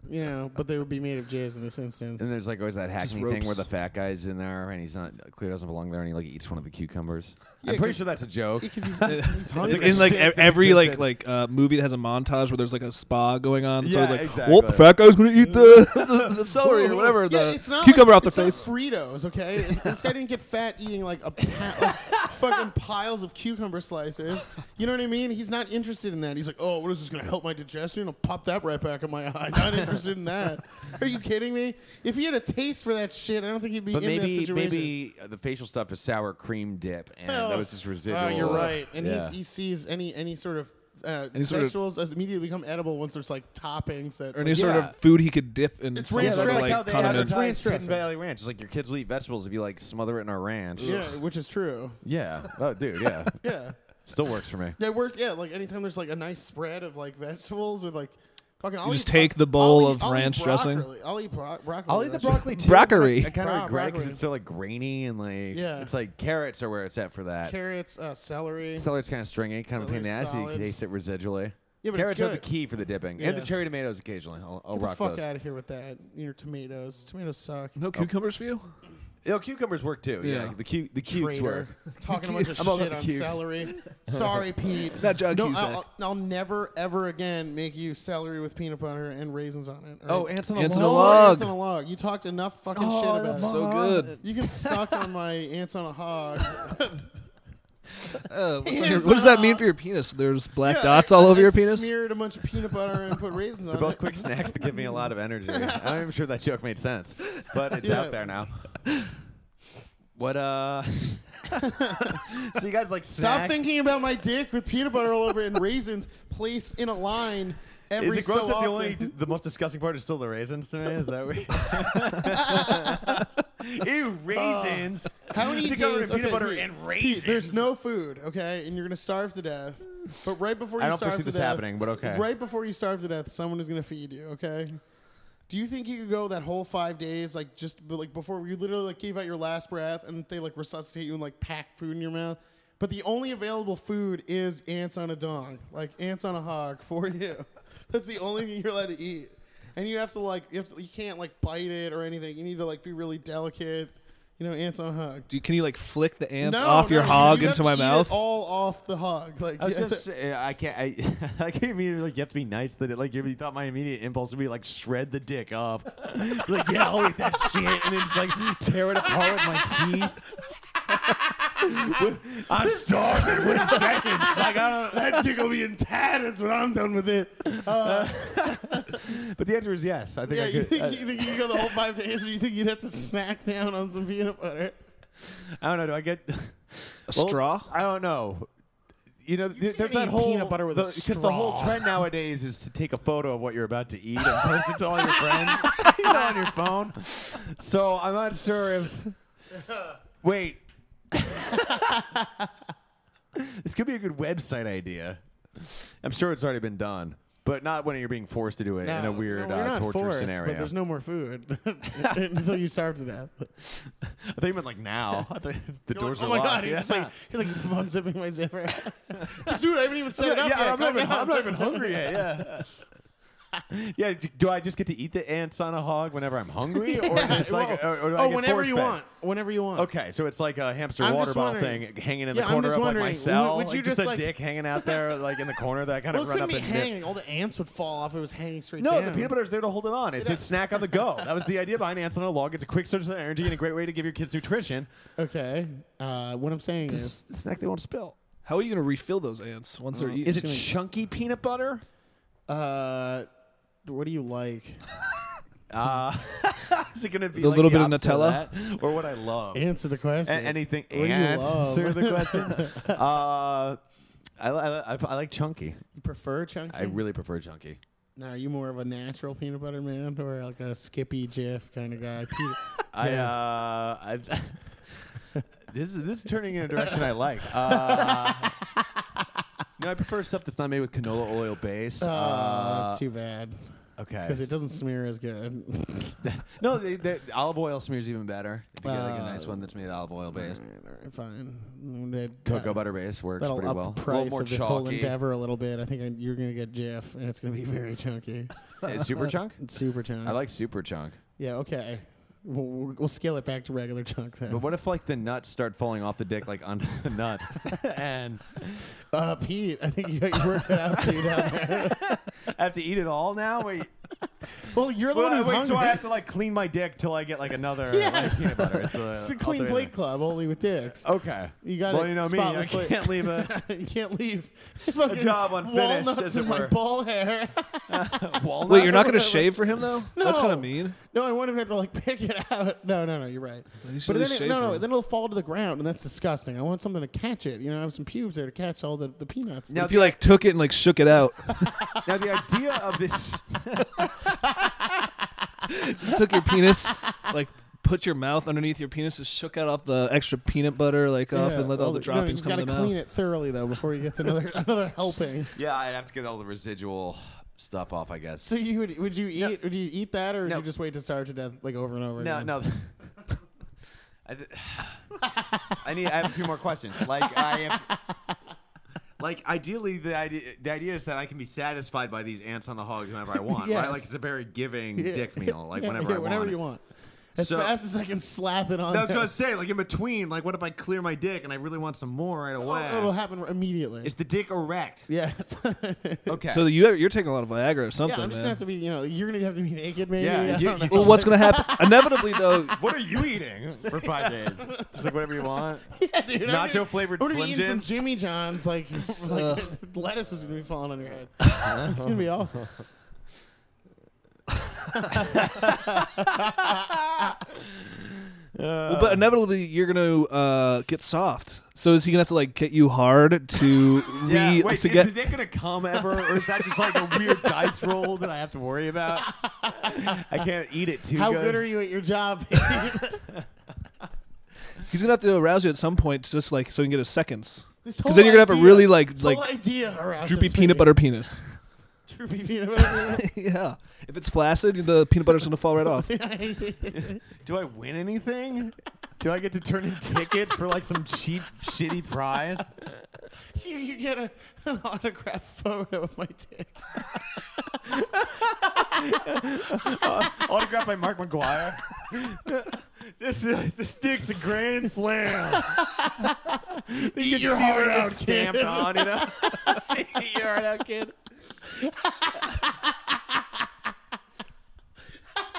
Speaker 3: you know, but they would be made of jizz in this instance.
Speaker 1: And there's like always that hackney thing
Speaker 4: ropes.
Speaker 1: where the fat guy's in there and he's not clearly doesn't belong there and he like eats one of the cucumbers.
Speaker 3: Yeah,
Speaker 1: I'm pretty
Speaker 3: 'cause-
Speaker 1: sure that's a joke.
Speaker 3: Because he's, he's hungry.
Speaker 1: like a
Speaker 4: in like e-
Speaker 1: stick that
Speaker 4: every like
Speaker 1: existed.
Speaker 4: like uh, movie that has a montage where there's like a spa going on. so it's
Speaker 1: Yeah,
Speaker 4: like,
Speaker 1: exactly.
Speaker 4: "Whoop, the fat guy's gonna eat the the, the celery or whatever.
Speaker 3: Yeah,
Speaker 4: the
Speaker 3: it's not
Speaker 4: cucumber
Speaker 3: like,
Speaker 4: off the
Speaker 3: it's not
Speaker 4: face.
Speaker 3: Fritos, okay? this guy didn't get fat eating like a pa- like, fucking piles of cucumber slices. You know what I mean? He's not interested in that. He's like, oh, what is this gonna help my digestion? I'll pop that right back in my eye. Not interested in that. Are you kidding me? If he had a taste for that shit, I don't think he'd be
Speaker 1: But
Speaker 3: in that
Speaker 1: maybe
Speaker 3: situation.
Speaker 1: maybe uh, the facial stuff is sour cream dip and
Speaker 3: Oh.
Speaker 1: that was just residual.
Speaker 3: Oh, you're
Speaker 1: uh,
Speaker 3: right. And
Speaker 1: yeah.
Speaker 3: he's, he sees any any sort of uh,
Speaker 4: Any sort of-
Speaker 3: vegetables as immediately become edible once there's like toppings that.
Speaker 4: Or
Speaker 3: like,
Speaker 4: any sort
Speaker 1: Yeah.
Speaker 4: of food he could dip in.
Speaker 3: It's
Speaker 4: some
Speaker 3: ranch
Speaker 4: sort of,
Speaker 3: dressing.
Speaker 4: like,
Speaker 3: That's how they
Speaker 4: condiment.
Speaker 3: advertise ranch
Speaker 1: Hidden
Speaker 3: dressing.
Speaker 1: Valley Ranch. It's like your kids will eat vegetables if you like smother it in our ranch.
Speaker 3: yeah, which is true.
Speaker 1: Yeah. Oh, dude. Yeah.
Speaker 3: Yeah.
Speaker 1: Still works for me.
Speaker 3: That works, yeah. Like anytime there's like a nice spread of like vegetables with like fucking. I'll
Speaker 4: just
Speaker 3: eat-
Speaker 4: take
Speaker 3: I'll-
Speaker 4: the bowl
Speaker 3: I'll
Speaker 4: of
Speaker 3: eat- I'll eat
Speaker 4: ranch dressing.
Speaker 3: broccoli. I'll eat bro- broccoli.
Speaker 1: I'll
Speaker 3: with
Speaker 1: eat the
Speaker 3: that shit.
Speaker 1: broccoli too.
Speaker 4: Broccoli.
Speaker 1: I kind
Speaker 3: Bro-
Speaker 1: of regret it because
Speaker 3: broccoli.
Speaker 1: it's so like grainy and like
Speaker 3: Yeah.
Speaker 1: it's like carrots are where it's at for that.
Speaker 3: Carrots, uh, celery.
Speaker 1: Celery's kind of stringy, kind of
Speaker 3: Celery's
Speaker 1: nasty. You
Speaker 3: solid.
Speaker 1: can taste it residually.
Speaker 3: Yeah, but it's
Speaker 1: carrots are the
Speaker 3: good.
Speaker 1: key for the dipping and the
Speaker 3: Yeah.
Speaker 1: cherry tomatoes occasionally. I'll, I'll
Speaker 3: Get the
Speaker 1: rock
Speaker 3: fuck
Speaker 1: those.
Speaker 3: out of here with that. Your tomatoes. Tomatoes suck.
Speaker 4: No cucumbers for you?
Speaker 1: You know, cucumbers work too. Yeah,
Speaker 4: Yeah.
Speaker 1: the cute the cutes
Speaker 3: Traitor.
Speaker 1: work.
Speaker 3: Talking a bunch of
Speaker 1: I'm all about
Speaker 3: shit
Speaker 1: the cukes.
Speaker 3: on celery. Sorry, Pete.
Speaker 4: Not John
Speaker 3: no,
Speaker 4: Cusack.
Speaker 3: I'll, I'll- I'll never ever again make you celery with peanut butter and raisins on it.
Speaker 1: Oh,
Speaker 3: alright?
Speaker 1: ants on a
Speaker 4: Ants on a
Speaker 1: log.
Speaker 3: Oh,
Speaker 4: log.
Speaker 3: ants on a log. You talked enough fucking
Speaker 1: Oh,
Speaker 3: shit about
Speaker 1: that's
Speaker 3: it.
Speaker 4: So good.
Speaker 3: You can suck on my ants on a hog.
Speaker 4: Uh, what's on
Speaker 3: Yeah,
Speaker 4: your-
Speaker 3: it's
Speaker 4: what does
Speaker 3: not-
Speaker 4: that mean for your penis? There's black
Speaker 3: Yeah,
Speaker 4: dots
Speaker 3: I-
Speaker 4: all
Speaker 3: I-
Speaker 4: over
Speaker 3: I
Speaker 4: your penis.
Speaker 3: Smeared a bunch of peanut butter and put raisins on
Speaker 1: They're both
Speaker 3: it.
Speaker 1: quick snacks that give me a lot of energy. I'm sure that joke made sense, but it's
Speaker 3: Yeah.
Speaker 1: out there now. What uh? so you guys like
Speaker 3: Stop
Speaker 1: snack?
Speaker 3: thinking about my dick with peanut butter all over it and raisins placed in a line every
Speaker 1: Is it gross
Speaker 3: so
Speaker 1: that the
Speaker 3: often.
Speaker 1: only the most disgusting part is still the raisins to me? Is that weird? Ew, raisins.
Speaker 3: Oh. How many
Speaker 1: They cover it in
Speaker 3: days?
Speaker 1: peanut
Speaker 3: okay,
Speaker 1: butter
Speaker 3: wait.
Speaker 1: and
Speaker 3: Pete,
Speaker 1: raisins.
Speaker 3: There's no food, okay, and you're gonna starve to death. But right before you
Speaker 1: I don't
Speaker 3: starve
Speaker 1: foresee
Speaker 3: to
Speaker 1: this
Speaker 3: death,
Speaker 1: happening, but okay.
Speaker 3: Right before you starve to death, someone is gonna feed you, okay? Do you think you could go that whole five days, like just but, like before you literally like gave out your last breath, and they like resuscitate you and like pack food in your mouth? But the only available food is ants on a dong, like ants on a hog for you. That's the only thing you're allowed to eat, and you have to like you, have to, you can't like bite it or anything. You need to like be really delicate, you know, ants on a hog
Speaker 4: Do you, can you like flick the ants
Speaker 3: no,
Speaker 4: off your
Speaker 3: no,
Speaker 4: hog
Speaker 3: you have to
Speaker 4: into my
Speaker 3: eat it
Speaker 4: mouth?
Speaker 3: all off the hog. Like
Speaker 1: I was
Speaker 3: yeah,
Speaker 1: gonna say I can't. I, I can't even like you have to be nice. That it, like you thought my immediate impulse would be like shred the dick up, like yeah, I'll eat that shit, and then just like tear it apart with my teeth. I'm starving. Wait seconds. Like I don't, that dick will be in tatters when I'm done with it. Uh, but the answer is yes. I think
Speaker 3: yeah,
Speaker 1: I
Speaker 3: you
Speaker 1: could.
Speaker 3: think,
Speaker 1: I,
Speaker 3: you think you could go the whole five days, or you think you'd have to snack down on some peanut butter?
Speaker 1: I don't know. Do I get
Speaker 4: A
Speaker 1: Well,
Speaker 4: straw?
Speaker 1: I don't know. You know, th- there's
Speaker 3: can't
Speaker 1: that
Speaker 3: eat
Speaker 1: whole
Speaker 3: peanut butter with a
Speaker 1: because the whole
Speaker 3: straw.
Speaker 1: trend nowadays is to take a photo of what you're about to eat and post it to all your friends you know, on your phone. So I'm not sure if. Wait, this could be a good website idea. I'm sure it's already been done, but not when you're being forced to do it in
Speaker 3: No,
Speaker 1: a weird
Speaker 3: no, we're
Speaker 1: uh,
Speaker 3: not
Speaker 1: torture
Speaker 3: forced,
Speaker 1: scenario.
Speaker 3: But there's no more food until you starve to death.
Speaker 1: I think you meant like now. I think the
Speaker 3: You're
Speaker 1: doors
Speaker 3: like,
Speaker 1: are
Speaker 3: oh my
Speaker 1: locked.
Speaker 3: god! You're just like you're like fun zipping my zipper. Dude, I haven't even set it up yet.
Speaker 1: I'm not,
Speaker 3: Calm
Speaker 1: even,
Speaker 3: down.
Speaker 1: I'm not even hungry yet. Yeah. yeah. d- Do I just get to eat the ants on a hog whenever I'm hungry, or it's like,
Speaker 3: Whoa.
Speaker 1: or, or do I
Speaker 3: oh,
Speaker 1: get
Speaker 3: whenever you
Speaker 1: force-fed?
Speaker 3: want, whenever you want.
Speaker 1: Okay, so it's like a hamster
Speaker 3: I'm
Speaker 1: water
Speaker 3: just
Speaker 1: bottle
Speaker 3: wondering-
Speaker 1: thing hanging in the
Speaker 3: Yeah, I'm
Speaker 1: corner
Speaker 3: just
Speaker 1: of like my
Speaker 3: wondering,
Speaker 1: cell.
Speaker 3: would- would
Speaker 1: like,
Speaker 3: you
Speaker 1: just,
Speaker 3: just,
Speaker 1: a
Speaker 3: like-
Speaker 1: dick hanging out there, like in the corner that I kind
Speaker 3: Well,
Speaker 1: of
Speaker 3: it
Speaker 1: run up
Speaker 3: couldn't be
Speaker 1: and nip.
Speaker 3: hanging. All the ants would fall off. if It was hanging straight
Speaker 1: No,
Speaker 3: down.
Speaker 1: the peanut butter's there to hold it on. It's a snack on the go. That was the idea behind ants on a log. It's a quick source of energy and a great way to give your kids nutrition.
Speaker 3: Okay. Uh, what I'm saying is,
Speaker 1: It's a snack they won't spill.
Speaker 4: How are you gonna refill those ants once they're eaten?
Speaker 1: Is it chunky peanut butter?
Speaker 3: Uh, what do you like?
Speaker 1: Uh, is it going to be
Speaker 4: The
Speaker 1: like
Speaker 4: little bit of
Speaker 1: opposite
Speaker 4: Nutella?
Speaker 1: that? or what I love?
Speaker 3: Answer the question.
Speaker 1: A- anything
Speaker 3: What do you
Speaker 1: answer
Speaker 3: love?
Speaker 1: the question. uh, I, li- I, li- I like chunky.
Speaker 3: You prefer chunky?
Speaker 1: I really prefer chunky.
Speaker 3: now, are you more of a natural peanut butter man or like a Skippy Jif kind of guy? Peanut-
Speaker 1: I,
Speaker 3: Yeah.
Speaker 1: uh, I this is this is turning in a direction I like. Uh, no, I prefer stuff that's not made with canola oil base.
Speaker 3: Oh,
Speaker 1: uh,
Speaker 3: that's too bad
Speaker 1: okay.
Speaker 3: because it doesn't smear as good.
Speaker 1: no, they, they, olive oil smears even better. If you get like a
Speaker 3: Uh,
Speaker 1: nice one that's made olive oil based,
Speaker 3: Fine. Mm, that-
Speaker 1: cocoa
Speaker 3: that-
Speaker 1: butter base works
Speaker 3: That'll
Speaker 1: pretty
Speaker 3: up
Speaker 1: well.
Speaker 3: the
Speaker 1: a little
Speaker 3: price
Speaker 1: more
Speaker 3: of this whole
Speaker 1: chalky.
Speaker 3: endeavor a little bit. I think I, you're gonna get Jif, and it's gonna be very chunky.
Speaker 1: It's super chunk.
Speaker 3: It's super chunk.
Speaker 1: I like super chunk.
Speaker 3: Yeah. Okay. We'll, we'll- we'll scale it back to regular chunk then.
Speaker 1: But what if like the nuts start falling off the dick like onto the nuts? and
Speaker 3: Uh, Pete, I think you got your work cut out for you down there.
Speaker 1: I have to eat it all now? Wait.
Speaker 3: Well, you're the
Speaker 1: Well,
Speaker 3: one who's
Speaker 1: wait,
Speaker 3: hungry.
Speaker 1: so I have to like clean my dick till I get like another like,
Speaker 3: Yes.
Speaker 1: peanut butter. It's, the,
Speaker 3: it's the clean plate club only with dicks.
Speaker 1: Okay.
Speaker 3: You got
Speaker 1: well,
Speaker 3: it
Speaker 1: you know me. I
Speaker 3: spotless plate.
Speaker 1: can't leave a
Speaker 3: you can't leave fucking
Speaker 1: job unfinished,
Speaker 3: walnuts
Speaker 1: as
Speaker 3: in
Speaker 1: it
Speaker 3: my
Speaker 1: were.
Speaker 3: ball hair.
Speaker 1: walnut.
Speaker 4: Wait, you're not
Speaker 3: no,
Speaker 4: gonna
Speaker 3: no,
Speaker 4: shave for him though? That's kind
Speaker 3: No.
Speaker 4: of mean.
Speaker 3: no, I wouldn't have had to like pick it out. No, no, no, you're right.
Speaker 4: You should
Speaker 3: But
Speaker 4: at
Speaker 3: then
Speaker 4: least
Speaker 3: it,
Speaker 4: shave
Speaker 3: no,
Speaker 4: for
Speaker 3: no,
Speaker 4: him.
Speaker 3: then it'll fall to the ground, and that's disgusting. I want something to catch it. You know, I have some pubes there to catch all the, the peanuts.
Speaker 1: Now
Speaker 4: if you like took it and like shook it out,
Speaker 1: Now the idea of this.
Speaker 4: just took your penis, like put your mouth underneath your penis, just shook out off the extra peanut butter like off, and let all the droppings
Speaker 3: no,
Speaker 4: come
Speaker 3: You
Speaker 4: to the
Speaker 3: gotta clean
Speaker 4: mouth.
Speaker 3: it thoroughly though before he gets another another helping.
Speaker 1: yeah, I'd have to get all the residual stuff off, I guess.
Speaker 3: So you would would you eat
Speaker 1: No.
Speaker 3: would you eat that or would
Speaker 1: No.
Speaker 3: you just wait to starve to death like over and over
Speaker 1: No,
Speaker 3: again?
Speaker 1: no. I, th- I need. I have a few more questions. Like I am. Like ideally, the idea the idea is that I can be satisfied by these ants on the hog whenever I want. Right?
Speaker 3: Yes.
Speaker 1: Like it's a very giving
Speaker 3: Yeah.
Speaker 1: dick meal. Like
Speaker 3: Yeah,
Speaker 1: whenever
Speaker 3: yeah,
Speaker 1: I
Speaker 3: whenever
Speaker 1: want.
Speaker 3: you
Speaker 1: it.
Speaker 3: want. As
Speaker 1: So-
Speaker 3: fast as I can slap it on.
Speaker 1: I was
Speaker 3: there.
Speaker 1: gonna say, like in between, like what if I clear my dick and I really want some more right away?
Speaker 3: Oh, it'll happen immediately.
Speaker 1: Is the dick erect?
Speaker 3: yes.
Speaker 1: Okay.
Speaker 4: So you you're taking a lot of Viagra or something,
Speaker 3: yeah, I'm just gonna
Speaker 4: man.
Speaker 3: have to be. You know, you're gonna have to be naked, maybe.
Speaker 1: Yeah,
Speaker 3: I
Speaker 1: you-
Speaker 3: don't know.
Speaker 1: you-
Speaker 4: well, what's gonna happen? Inevitably though,
Speaker 1: what are you eating for five days? Just like whatever you want.
Speaker 3: yeah, dude, I'm
Speaker 1: Nacho
Speaker 3: gonna-
Speaker 1: flavored
Speaker 3: I'm gonna be
Speaker 1: Slim
Speaker 3: eating some
Speaker 1: Jims?
Speaker 3: Jimmy John's. Like, like lettuce is gonna be falling on your head. it's gonna be awesome.
Speaker 4: well, but inevitably you're gonna uh, get soft. So is he gonna have to like get you hard to re
Speaker 1: Yeah, wait,
Speaker 4: to
Speaker 1: is
Speaker 4: get?
Speaker 1: the dick gonna come ever, or is that just like a weird dice roll that I have to worry about? I can't eat it too
Speaker 3: How
Speaker 1: good.
Speaker 3: good are you at your job?
Speaker 4: He's gonna have to arouse you at some point, just like so he can get his seconds.
Speaker 3: This
Speaker 4: Because then
Speaker 3: whole
Speaker 4: you're gonna have a
Speaker 3: idea-
Speaker 4: really like
Speaker 3: this
Speaker 4: like
Speaker 3: whole idea around
Speaker 4: droopy
Speaker 3: this
Speaker 4: peanut
Speaker 3: movie.
Speaker 4: butter penis.
Speaker 3: Droopy peanut butter.
Speaker 4: yeah. If it's flaccid, the peanut butter's gonna fall right off.
Speaker 1: Do I win anything? Do I get to turn in tickets for like some cheap, shitty prize?
Speaker 3: you, you get a, an autograph photo of my dick.
Speaker 1: Autographed by Mark McGuire. this this dick's a grand slam. you can
Speaker 3: your
Speaker 1: see what
Speaker 3: heart
Speaker 1: it's
Speaker 3: out, kid.
Speaker 1: stamped on, you know. Eat your heart out, kid.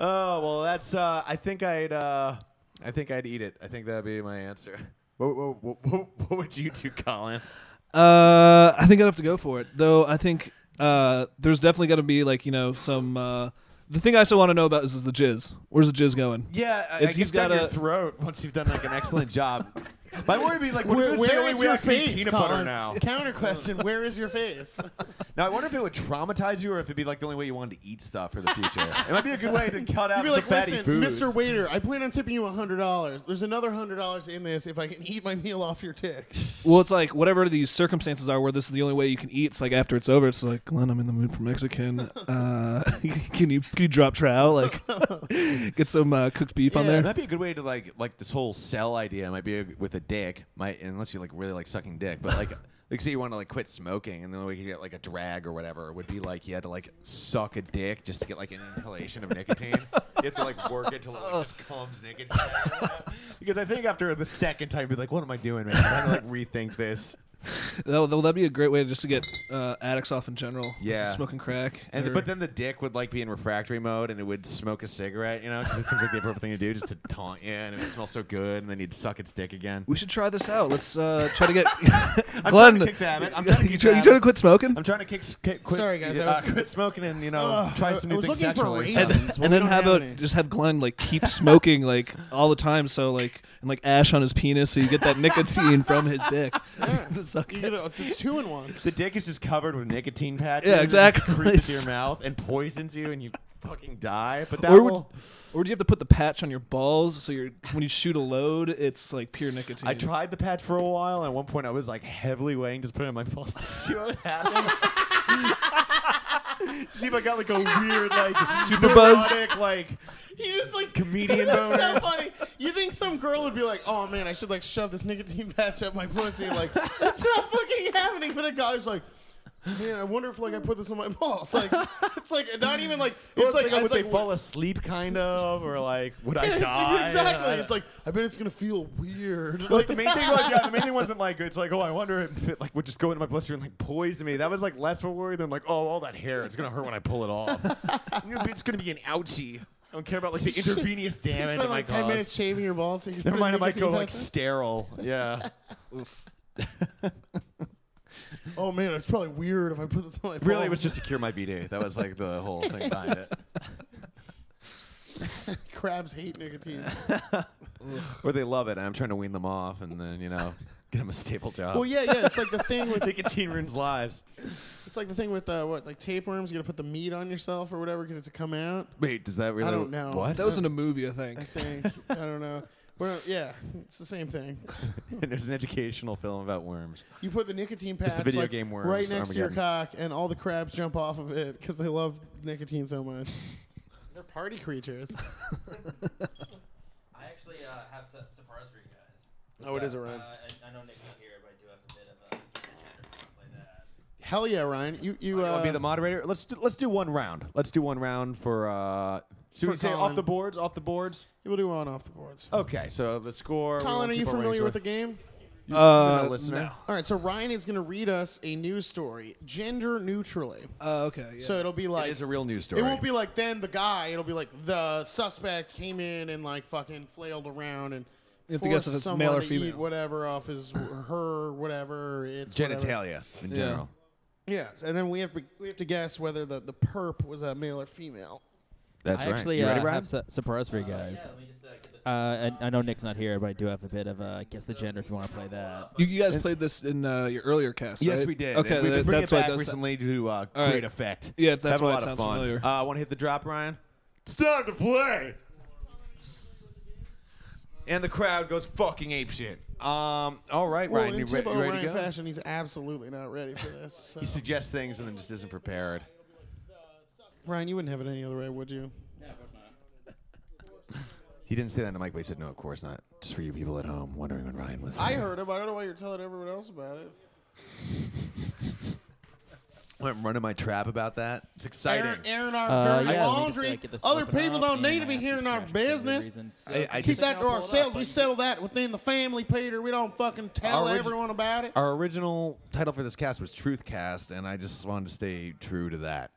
Speaker 1: Oh well, that's. Uh, I think I'd. Uh, I think I'd eat it. I think that'd be my answer. What, what, what, what, what would you do, Colin?
Speaker 4: Uh, I think I'd have to go for it. Though I think uh, there's definitely gonna be like you know some. Uh, the thing I still want to know about is, is the jizz. Where's the jizz going?
Speaker 1: Yeah, I,
Speaker 4: It's-
Speaker 1: I guess
Speaker 4: you've got
Speaker 1: down your
Speaker 4: a-
Speaker 1: throat once you've done like an excellent job. My worry would be like, what
Speaker 3: Where-
Speaker 1: if it's the
Speaker 3: where
Speaker 1: only
Speaker 3: is
Speaker 1: way I
Speaker 3: your
Speaker 1: can eat
Speaker 3: face,
Speaker 1: peanut butter
Speaker 3: Colin?
Speaker 1: now?
Speaker 3: Counter question: Where is your face?
Speaker 1: Now I wonder if it would traumatize you, or if it'd be like the only way you wanted to eat stuff for the future. it might be a good way to cut out
Speaker 3: You'd be
Speaker 1: the
Speaker 3: like,
Speaker 1: fatty
Speaker 3: listen,
Speaker 1: foods.
Speaker 3: Mr. Waiter, I plan on tipping you hundred dollars. There's another hundred dollars in this if I can eat my meal off your dick.
Speaker 4: Well, it's like whatever these circumstances are where this is the only way you can eat. It's like after it's over, it's like Glenn, I'm in the mood for Mexican. Uh, can you can you drop trow like get some uh, cooked beef on
Speaker 3: Yeah.
Speaker 1: It
Speaker 4: there?
Speaker 1: might be a good way to like like this whole cell idea. Might be a, with a dick. Might unless you like really like sucking dick, but like. Like say you want to like quit smoking, and the only way you could get like a drag or whatever would be like you had to like suck a dick just to get like an inhalation of nicotine. you have to like work it till it like, just comes nicotine. because I think after the second time, you'd be like, "What am I doing, man? I'm trying to like rethink this."
Speaker 4: Though though that'd be a great way just to get uh, addicts off in general.
Speaker 1: Yeah.
Speaker 4: smoking crack.
Speaker 1: And
Speaker 4: or-
Speaker 1: but then the dick would like be in refractory mode, and it would smoke a cigarette, you know, because it seems like the appropriate thing to do, just to taunt you, and it would smell so good, and then you'd suck its dick again.
Speaker 4: we should try this out. Let's uh, try to get
Speaker 1: I'm
Speaker 4: Glenn.
Speaker 1: trying to kick the habit. I'm trying to
Speaker 4: you,
Speaker 1: kick
Speaker 4: try,
Speaker 1: the
Speaker 4: you trying to
Speaker 1: habit.
Speaker 4: quit smoking?
Speaker 1: I'm trying to kick, s- kick quit,
Speaker 3: Sorry, guys, I
Speaker 1: uh,
Speaker 3: was-
Speaker 1: quit smoking and you know
Speaker 3: Ugh,
Speaker 1: try some
Speaker 3: I
Speaker 1: new
Speaker 3: was
Speaker 1: things
Speaker 3: looking for
Speaker 1: sexually.
Speaker 3: reasons.
Speaker 1: something.
Speaker 3: Well,
Speaker 4: and
Speaker 3: we
Speaker 4: then
Speaker 3: don't
Speaker 4: have,
Speaker 3: have
Speaker 4: a
Speaker 3: any.
Speaker 4: just have Glenn like keep smoking like all the time, so like and like ash on his penis, so you get that nicotine from his dick. The suck
Speaker 3: You
Speaker 4: it.
Speaker 3: get a, it's two in one.
Speaker 1: The dick is just covered with nicotine patches.
Speaker 4: Yeah,
Speaker 1: and it just
Speaker 4: exactly.
Speaker 1: Creeps into your mouth and poisons you, and you fucking die. But that
Speaker 4: or would,
Speaker 1: will.
Speaker 4: or do you have to put the patch on your balls so you're when you shoot a load, it's like pure nicotine?
Speaker 1: I tried the patch for a while, and at one point I was like heavily weighing, just putting it on my phone to see what happened. see if I got like a weird, like super
Speaker 4: buzz.
Speaker 1: like
Speaker 3: You just like
Speaker 1: comedian
Speaker 3: That's so
Speaker 1: boner.
Speaker 3: funny. You think some girl would be like, "Oh man, I should like shove this nicotine patch up my pussy"? Like that's not fucking happening. But a guy's like, "Man, I wonder if like I put this on my balls." Like it's like not even like
Speaker 1: Well,
Speaker 3: it's like it's
Speaker 1: would
Speaker 3: like
Speaker 1: they fall asleep, kind of, or like would I
Speaker 3: Yeah, it's-
Speaker 1: die?
Speaker 3: exactly.
Speaker 1: I-
Speaker 3: It's like I bet it's gonna feel weird.
Speaker 1: But the main thing was, yeah, the main thing wasn't like it's like, oh, I wonder if it like would just go into my blister and like poison me. That was like less of a worry than like, oh, all that hair, it's gonna hurt when I pull it off. it's gonna be an ouchie. I don't care about like the intravenous
Speaker 3: you
Speaker 1: damage
Speaker 3: spend
Speaker 1: it
Speaker 3: like
Speaker 1: might
Speaker 3: ten
Speaker 1: cause.
Speaker 3: minutes shaving your balls. So you
Speaker 1: Never
Speaker 3: put a
Speaker 1: mind, it might go
Speaker 3: nicotine
Speaker 1: like
Speaker 3: patch in?
Speaker 1: sterile. Yeah.
Speaker 3: Oh man, it's probably weird if I put this on my.
Speaker 1: Really,
Speaker 3: balls.
Speaker 1: it was just to cure my BD. That was like the whole thing behind it.
Speaker 3: crabs hate nicotine.
Speaker 1: Or they love it, and I'm trying to wean them off, and then you know, get them a stable job.
Speaker 3: well, yeah, yeah. It's like the thing with
Speaker 1: Nicotine ruins lives.
Speaker 3: it's like the thing with uh, what like tapeworms. You gotta put the meat on yourself or whatever, get it to come out.
Speaker 1: Wait, does that really?
Speaker 3: don't know.
Speaker 1: What?
Speaker 4: That was in a movie, I think.
Speaker 3: I think. I don't know. We're, yeah, it's the same thing.
Speaker 1: and there's an educational film about worms.
Speaker 3: You put the nicotine patch
Speaker 1: It's the video
Speaker 3: like,
Speaker 1: game Worms,
Speaker 3: right next to your
Speaker 1: Armageddon.
Speaker 3: cock, and all the crabs jump off of it because they love nicotine so much. They're party creatures.
Speaker 5: I actually uh, have su- surprise for you guys.
Speaker 3: Oh, it is a rhyme.
Speaker 5: Uh, I, I know Nick was here, but I do have a bit of a chatter if you wanna play that.
Speaker 3: Hell yeah, Ryan! You you
Speaker 1: I'll
Speaker 3: uh,
Speaker 1: be the moderator. Let's do, let's do one round. Let's do one round for. Uh, should
Speaker 3: For
Speaker 1: we say
Speaker 3: Colin.
Speaker 1: off the boards? Off the boards.
Speaker 3: we'll do on off the boards.
Speaker 1: Okay, so the score.
Speaker 3: Colin, are you familiar with the
Speaker 1: the?
Speaker 3: game?
Speaker 4: Uh,
Speaker 1: no listener.
Speaker 4: no.
Speaker 3: All right, so Ryan is going to read us a news story, gender neutrally.
Speaker 4: Uh, okay. Yeah.
Speaker 3: So it'll be like
Speaker 1: It is a real news story.
Speaker 3: It won't be like then the guy. It'll be like the suspect came in and like fucking flailed around and
Speaker 4: You have to guess
Speaker 3: forced
Speaker 4: if it's
Speaker 3: someone
Speaker 4: male or
Speaker 3: to
Speaker 4: female.
Speaker 3: Eat whatever off his her whatever it's whatever.
Speaker 1: genitalia in general.
Speaker 3: Yeah, and then we have we have to guess whether the the perp was a male or female.
Speaker 1: That's
Speaker 6: I
Speaker 1: right.
Speaker 6: actually
Speaker 1: you ready,
Speaker 6: uh,
Speaker 1: Ryan?
Speaker 6: have su- surprise for you
Speaker 5: Yeah,
Speaker 6: guys.
Speaker 5: let me just uh, get this.
Speaker 6: Uh, I, I know Nick's not here, but I do have a bit of a guess the gender if you want to play that.
Speaker 4: You, you guys played this in uh, your earlier cast.
Speaker 1: Yes,
Speaker 4: right?
Speaker 1: we did.
Speaker 4: Okay,
Speaker 1: we
Speaker 4: that-
Speaker 1: been bringing
Speaker 4: that's
Speaker 1: it
Speaker 4: why
Speaker 1: back
Speaker 4: that's
Speaker 1: recently to uh,
Speaker 4: All
Speaker 1: great
Speaker 4: right.
Speaker 1: effect.
Speaker 4: Yeah, if that's
Speaker 1: Having
Speaker 4: why
Speaker 1: a
Speaker 4: it
Speaker 1: lot of
Speaker 4: sounds
Speaker 1: fun.
Speaker 4: familiar.
Speaker 1: Uh, want to hit the drop, Ryan? It's time to play. And the crowd goes fucking ape shit. Um, all right,
Speaker 3: Well,
Speaker 1: Ryan,
Speaker 3: in
Speaker 1: you, re-
Speaker 3: typical
Speaker 1: you ready
Speaker 3: Ryan
Speaker 1: to go?
Speaker 3: fashion, he's absolutely not ready for this. So.
Speaker 1: He suggests things and then just isn't prepared.
Speaker 3: Ryan, you wouldn't have it any other way, would you?
Speaker 1: He didn't say that to Mike, but he said, "No, of course not." Just for you people at home wondering when Ryan was.
Speaker 3: I heard him. I don't know why you're telling everyone else about it.
Speaker 1: I'm running my trap about that. It's exciting.
Speaker 3: Aaron, Aaron, our
Speaker 6: Uh,
Speaker 3: dirty
Speaker 6: yeah, let me just, uh,
Speaker 3: laundry.
Speaker 6: get this
Speaker 3: Other
Speaker 6: open up,
Speaker 3: people don't
Speaker 6: and
Speaker 3: need
Speaker 6: I
Speaker 3: to be
Speaker 6: have
Speaker 3: hearing our
Speaker 6: trash for good
Speaker 3: business.
Speaker 6: reasons.
Speaker 1: I- I
Speaker 3: Keep
Speaker 1: just-
Speaker 3: that to ourselves. We settle that within the family, Peter. We don't fucking tell
Speaker 1: Our orig-
Speaker 3: everyone about it.
Speaker 1: Our original title for this cast was Truth Cast, and I just wanted to stay true to that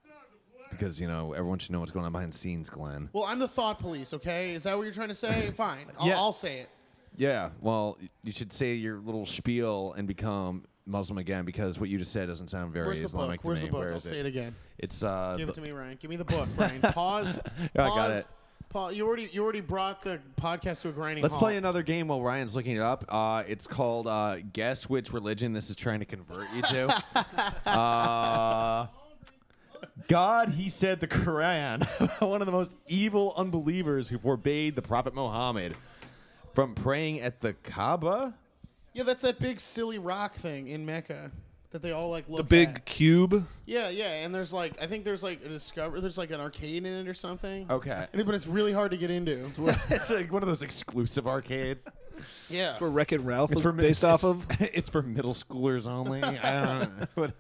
Speaker 1: because you know everyone should know what's going on behind the scenes, Glenn.
Speaker 3: Well, I'm the thought police, okay? Is that what you're trying to say? Fine. I'll,
Speaker 1: Yeah.
Speaker 3: I'll say it.
Speaker 1: Yeah, well, y- you should say your little spiel and become Muslim again because what you just said doesn't sound very
Speaker 3: Where's the book?
Speaker 1: Islamic to
Speaker 3: Where's
Speaker 1: me.
Speaker 3: the book?
Speaker 1: Where
Speaker 3: I'll
Speaker 1: is
Speaker 3: say it
Speaker 1: it?
Speaker 3: again.
Speaker 1: It's uh,
Speaker 3: Give it
Speaker 1: the-
Speaker 3: to me, Ryan. Give me the book, Ryan. Pause.
Speaker 1: Yeah, I got
Speaker 3: Pause.
Speaker 1: it.
Speaker 3: Paul, you already you already brought the podcast to a grinding
Speaker 1: Let's
Speaker 3: halt.
Speaker 1: play another game while Ryan's looking it up. Uh, it's called uh, Guess Which Religion This Is Trying to Convert You to. uh, God, he said the Quran, one of the most evil unbelievers who forbade the Prophet Muhammad from praying at the Kaaba.
Speaker 3: Yeah, that's that big silly rock thing in Mecca that they all like look
Speaker 4: a big
Speaker 3: at.
Speaker 4: cube.
Speaker 3: Yeah, yeah, and there's like I think there's like a discover there's like an arcade in it or something.
Speaker 1: Okay.
Speaker 3: And it- but it's really hard to get into.
Speaker 1: Oh. it's like one of those exclusive arcades.
Speaker 3: yeah.
Speaker 4: Where Wreck It Ralph was
Speaker 1: for mid-
Speaker 4: based off of.
Speaker 1: it's for middle schoolers only. I don't know. What,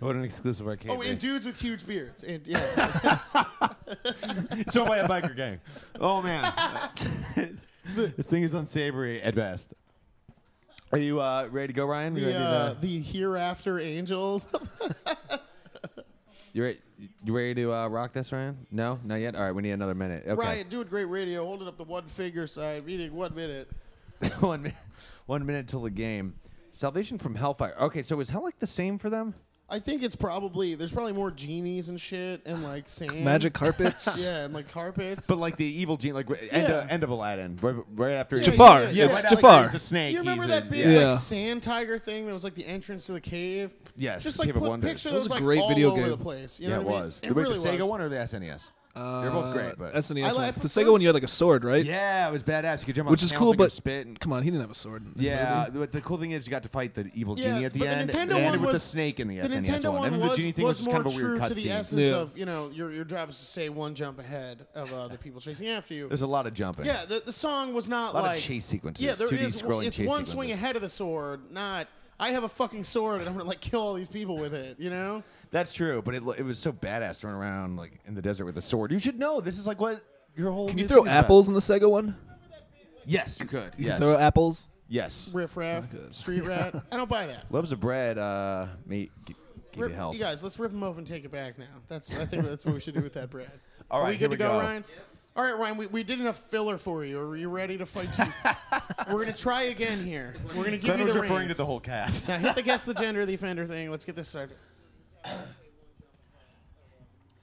Speaker 1: what an exclusive arcade.
Speaker 3: Oh,
Speaker 1: be.
Speaker 3: and dudes with huge beards. And yeah,
Speaker 1: so by a biker gang. Oh man, this thing is unsavory at best. Are you uh, ready to go, Ryan? You
Speaker 3: The,
Speaker 1: ready
Speaker 3: uh,
Speaker 1: to,
Speaker 3: the hereafter angels.
Speaker 1: you ready, you ready to uh, rock this, Ryan? No, not yet. All right, we need another minute. Okay.
Speaker 3: Ryan doing great radio, holding up the one finger sign, reading one minute.
Speaker 1: one minute, one minute till the game. Salvation from Hellfire. Okay, so is hell like the same for them?
Speaker 3: I think it's probably there's probably more genies and shit and like sand,
Speaker 4: Magic carpets.
Speaker 3: yeah, and like carpets.
Speaker 1: But like the evil genie, like right- end, of,
Speaker 3: Yeah.
Speaker 1: end of Aladdin, right, right after
Speaker 4: Jafar.
Speaker 3: yeah,
Speaker 1: Yeah,
Speaker 3: yeah,
Speaker 1: right
Speaker 3: yeah.
Speaker 1: after
Speaker 4: Jafar.
Speaker 1: he's a snake.
Speaker 3: you remember
Speaker 1: he's
Speaker 3: that
Speaker 1: in-
Speaker 3: big
Speaker 1: yeah.
Speaker 4: Yeah.
Speaker 3: like sand tiger thing that was like the entrance to the cave?
Speaker 1: Yes,
Speaker 3: just
Speaker 1: the
Speaker 3: like
Speaker 1: Cave of
Speaker 3: put
Speaker 1: Wonders.
Speaker 3: picture
Speaker 1: That
Speaker 3: that was,
Speaker 4: was a
Speaker 3: like
Speaker 4: great
Speaker 3: all
Speaker 4: video
Speaker 3: over
Speaker 4: game.
Speaker 3: the place. You know
Speaker 1: Yeah, it
Speaker 3: what I mean?
Speaker 1: was.
Speaker 3: It
Speaker 1: Wait,
Speaker 3: really
Speaker 1: the Sega
Speaker 3: was.
Speaker 1: one or the SNES?
Speaker 4: Uh,
Speaker 1: They're both great, but-
Speaker 4: SNES.
Speaker 3: I
Speaker 4: one.
Speaker 3: like-
Speaker 4: the second one, you had like a sword, right?
Speaker 1: Yeah, it was badass. You could jump on
Speaker 4: Which is
Speaker 1: panels
Speaker 4: cool,
Speaker 1: and go
Speaker 4: but
Speaker 1: spit and
Speaker 4: Come on, he didn't have a sword. in that
Speaker 1: Yeah,
Speaker 4: movie.
Speaker 1: but the cool thing is you got to fight the evil
Speaker 3: Yeah,
Speaker 1: genie at the
Speaker 3: but the
Speaker 1: end.
Speaker 3: Nintendo
Speaker 1: they ended
Speaker 3: one
Speaker 1: with the
Speaker 3: was-
Speaker 1: snake in the
Speaker 3: The
Speaker 1: SNES
Speaker 3: Nintendo
Speaker 1: one.
Speaker 3: one
Speaker 1: and
Speaker 3: was,
Speaker 1: the genie thing
Speaker 3: was
Speaker 1: was, just
Speaker 3: more
Speaker 1: kind of a
Speaker 3: true
Speaker 1: weird
Speaker 3: to the E
Speaker 1: cutscene.
Speaker 3: essence
Speaker 4: Yeah.
Speaker 3: of you know your your job is to stay one jump ahead of uh, the people chasing after you.
Speaker 1: There's a lot of jumping.
Speaker 3: Yeah, the, the song was not
Speaker 1: A lot of
Speaker 3: like
Speaker 1: chase sequences,
Speaker 3: Yeah, there
Speaker 1: 2D
Speaker 3: is-
Speaker 1: scrolling
Speaker 3: It's
Speaker 1: chase
Speaker 3: one
Speaker 1: sequences.
Speaker 3: swing ahead of the sword, not I have a fucking sword and I'm gonna like kill all these people with it. You know,
Speaker 1: that's true. But it, lo- it was so badass running around like in the desert with a sword. You should know this is like what your whole.
Speaker 4: Can you
Speaker 1: new
Speaker 4: throw
Speaker 1: thing is about.
Speaker 4: apples in the Sega one?
Speaker 1: Yes, you could.
Speaker 4: You can
Speaker 1: Yes,
Speaker 4: throw apples.
Speaker 1: yes.
Speaker 3: riff raff, street rat. I don't buy that.
Speaker 1: Loaves of bread, uh, mate, g- give
Speaker 3: Rip-
Speaker 1: you health.
Speaker 3: you guys, let's rip them up and take it back now. That's I think that's what we should do with that, Brad.
Speaker 1: All
Speaker 3: Are
Speaker 1: right,
Speaker 3: we good
Speaker 1: here
Speaker 3: to go,
Speaker 1: we go.
Speaker 3: Ryan? All right, Ryan, we, we did enough filler for you. Are you ready to fight? You? We're gonna try again here. We're gonna give
Speaker 1: Glenn
Speaker 3: you
Speaker 1: was
Speaker 3: the
Speaker 1: referring
Speaker 3: reins.
Speaker 1: to the whole cast.
Speaker 3: now hit the guess the gender of the offender thing. Let's get this started.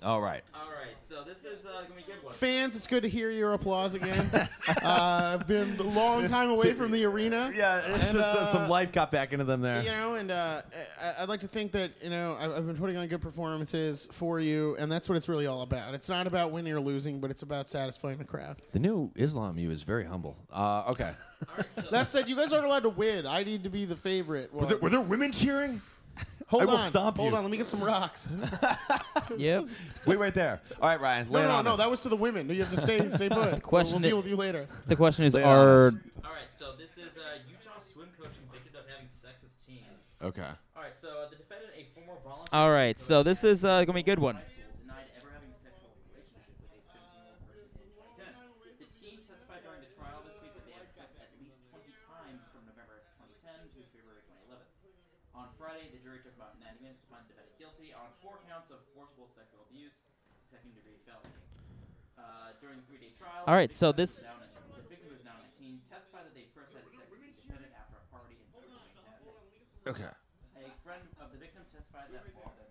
Speaker 1: All right.
Speaker 5: All right, so this is uh, gonna be a good one.
Speaker 3: Fans, it's good to hear your applause again. uh, I've been a long time away from the arena.
Speaker 1: Yeah, it's
Speaker 3: And,
Speaker 1: just uh,
Speaker 3: uh,
Speaker 1: some life got back into them there.
Speaker 3: You know, and uh, I- I'd like to think that you know I've, I've been putting on good performances for you, and that's what it's really all about. It's not about winning or losing, but it's about satisfying the crowd.
Speaker 1: The new Islam you is very humble. Uh, okay.
Speaker 3: That said, you guys aren't allowed to win. I need to be the favorite. one.
Speaker 1: there women cheering?
Speaker 3: hold
Speaker 1: I will
Speaker 3: on,
Speaker 1: stomp
Speaker 3: hold
Speaker 1: you.
Speaker 3: on. Let me get some rocks. no,
Speaker 6: Yep.
Speaker 1: Wait right there. All right, Ryan.
Speaker 3: no,
Speaker 1: land
Speaker 3: no,
Speaker 1: on
Speaker 3: no.
Speaker 1: us.
Speaker 3: That was to the women. You have to stay, stay put.
Speaker 6: question
Speaker 3: we'll
Speaker 6: that-
Speaker 3: deal with you later.
Speaker 6: The question is,
Speaker 1: Lay it on
Speaker 6: are
Speaker 1: us.
Speaker 5: All right, so this is uh, Utah swim coach convicted of having sex with teen.
Speaker 1: okay.
Speaker 5: All right, so uh, the defendant, a former volunteer.
Speaker 6: all right? So this is uh, gonna be a good one.
Speaker 5: high school denied ever having a sexual relationship with a 17-year-old person in 2010. The teen testified during the trial this week that they had sex at least 20 times from November 2010 to February 2011. On Friday, the jury took about 90 minutes to find the defendant guilty on four counts of forcible sexual abuse, second-degree felony. Uh, during the three-day trial,
Speaker 6: All right,
Speaker 5: the
Speaker 6: so
Speaker 5: victim
Speaker 6: this-
Speaker 5: was down in- the victim who was now 19 testified that they first had sex with the defendant after a party in 2010.
Speaker 1: Okay.
Speaker 5: A friend of the victim testified that while their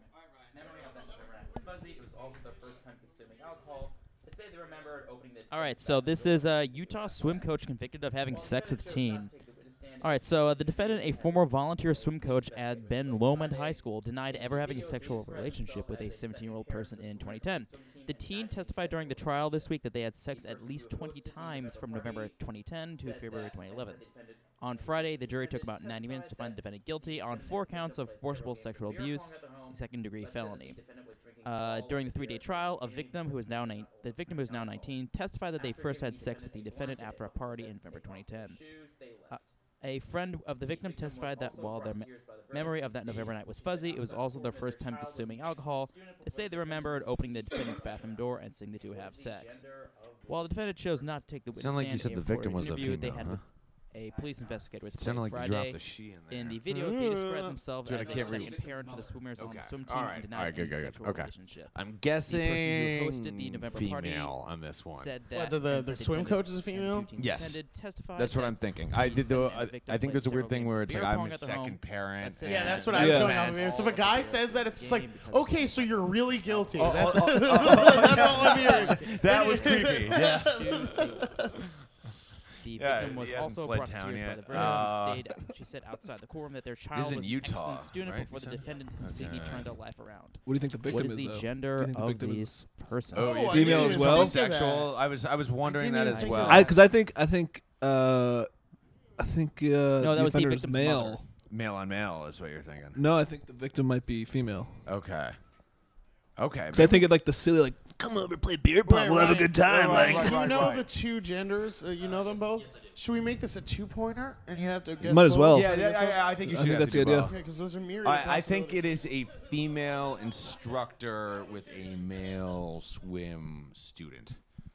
Speaker 5: memory of that event was fuzzy, it was also their first time consuming alcohol. They say they remembered opening the.
Speaker 6: All right, so this is a Utah swim coach convicted of having sex with teen. All right, so uh, the defendant, a former volunteer swim coach at Ben Lomond High School, denied ever having a sexual relationship with a 17-year-old person in 2010. The teen testified during the trial this week that they had sex at least 20 titimes from November 2010 to February 2011. On Friday, the jury took about 90 minutes to find the defendant guilty on four counts of forcible sexual abuse, second-degree felony. Uh, during the three-day trial, a victim who is now nine the victim who is now 19 testified that they first had sex with the defendant after a party in November 2010. Uh, a friend of the victim testified that while their me- memory of that November night was fuzzy, it was also their first time consuming alcohol. They say they remembered opening the defendant's bathroom door and seeing the two have sex. While the defendant chose not to take the witness
Speaker 1: Sound like you
Speaker 6: stand,
Speaker 1: said
Speaker 6: a
Speaker 1: the victim was
Speaker 6: recorded
Speaker 1: a
Speaker 6: interview they
Speaker 1: female,
Speaker 6: had
Speaker 1: huh?
Speaker 6: with a police investigator was
Speaker 1: Sounded
Speaker 6: played
Speaker 1: like you
Speaker 6: Friday.
Speaker 1: dropped the she in there.
Speaker 6: In the video, they describe themselves
Speaker 1: Dude, I
Speaker 6: as a
Speaker 1: can't read.
Speaker 6: second parent to the swimmers on the
Speaker 1: Okay.
Speaker 6: swim team
Speaker 1: All right.
Speaker 6: and
Speaker 1: All
Speaker 6: denied
Speaker 1: right, good,
Speaker 6: any
Speaker 1: good, good.
Speaker 6: sexual
Speaker 1: Okay.
Speaker 6: relationship.
Speaker 1: I'm
Speaker 6: The person who
Speaker 1: guessing
Speaker 6: hosted the November
Speaker 1: female on this one.
Speaker 6: party said that
Speaker 3: What, the- the-
Speaker 6: and
Speaker 3: the swim coach
Speaker 6: defendant
Speaker 3: is a
Speaker 6: and
Speaker 3: female?
Speaker 6: two teams
Speaker 1: Yes.
Speaker 6: attended testified
Speaker 1: That's what
Speaker 6: that
Speaker 1: I'm thinking. I did the.
Speaker 6: defendant
Speaker 1: I,
Speaker 6: and
Speaker 1: I
Speaker 6: victim
Speaker 1: think
Speaker 6: played
Speaker 1: there's a
Speaker 6: several
Speaker 1: weird thing
Speaker 6: games
Speaker 1: where
Speaker 6: of
Speaker 1: it's
Speaker 6: beer
Speaker 1: like I'm
Speaker 6: pong
Speaker 1: a
Speaker 6: at their
Speaker 1: second
Speaker 6: home.
Speaker 1: parent.
Speaker 6: That's it.
Speaker 3: Yeah,
Speaker 1: and-
Speaker 3: that's what I was
Speaker 4: Yeah.
Speaker 3: going on.
Speaker 1: That's
Speaker 3: with. It's if
Speaker 6: all
Speaker 3: a guy
Speaker 6: about the
Speaker 3: says that, it's just like,
Speaker 6: game because
Speaker 3: okay,
Speaker 6: it's
Speaker 3: so
Speaker 6: like-
Speaker 3: you're really guilty.
Speaker 1: Oh,
Speaker 3: that's,
Speaker 1: oh, oh,
Speaker 3: that's all I'm hearing.
Speaker 1: That was creepy. Yeah.
Speaker 6: The
Speaker 1: Yeah,
Speaker 6: victim was
Speaker 1: he hadn't
Speaker 6: also
Speaker 1: fled
Speaker 6: brought to
Speaker 1: town
Speaker 6: tears by
Speaker 1: yet.
Speaker 6: the verdict.
Speaker 1: Uh,
Speaker 6: she, stayed, she said outside the quorum that their child
Speaker 1: in
Speaker 6: was
Speaker 1: Utah,
Speaker 6: an excellent student
Speaker 1: right?
Speaker 6: before the
Speaker 1: You said?
Speaker 6: defendant completely
Speaker 1: Okay.
Speaker 6: turned their life around.
Speaker 4: What do you think the victim
Speaker 6: What is
Speaker 4: is?
Speaker 6: the
Speaker 4: though? Do you
Speaker 6: gender
Speaker 4: think the
Speaker 6: of
Speaker 4: victim
Speaker 6: these
Speaker 4: is?
Speaker 6: persons?
Speaker 1: Oh, yeah.
Speaker 3: I
Speaker 4: Female
Speaker 3: didn't
Speaker 4: as
Speaker 3: even think
Speaker 4: well?
Speaker 3: of
Speaker 1: Sexual. I was. I was wondering
Speaker 3: didn't
Speaker 1: that
Speaker 3: even
Speaker 1: as
Speaker 3: think of
Speaker 1: well.
Speaker 3: that.
Speaker 4: I because I think I think uh, I think uh,
Speaker 6: that
Speaker 4: the
Speaker 6: was the
Speaker 4: offender is
Speaker 6: victim's
Speaker 4: male.
Speaker 6: mother.
Speaker 1: Male on male is what you're thinking.
Speaker 4: No, I think the victim might be female.
Speaker 1: Okay. Okay.
Speaker 4: Because I think it like the silly like come over play beer pong,
Speaker 3: Right,
Speaker 4: we'll have a
Speaker 3: right.
Speaker 4: good time.
Speaker 1: Right,
Speaker 4: like
Speaker 1: right,
Speaker 3: Do you
Speaker 1: right,
Speaker 3: know
Speaker 1: right.
Speaker 3: the two genders? Uh, you know them both. Should we make this a two-pointer? And you have to guess.
Speaker 4: Might as
Speaker 3: both?
Speaker 4: well.
Speaker 1: Yeah, yeah, I, I- I think you
Speaker 4: I
Speaker 1: should.
Speaker 4: think
Speaker 1: have
Speaker 4: that's
Speaker 1: to
Speaker 4: the
Speaker 1: do
Speaker 4: idea.
Speaker 1: both.
Speaker 3: Okay, because those are myriad.
Speaker 1: I, I think it is a female instructor with a male swim student.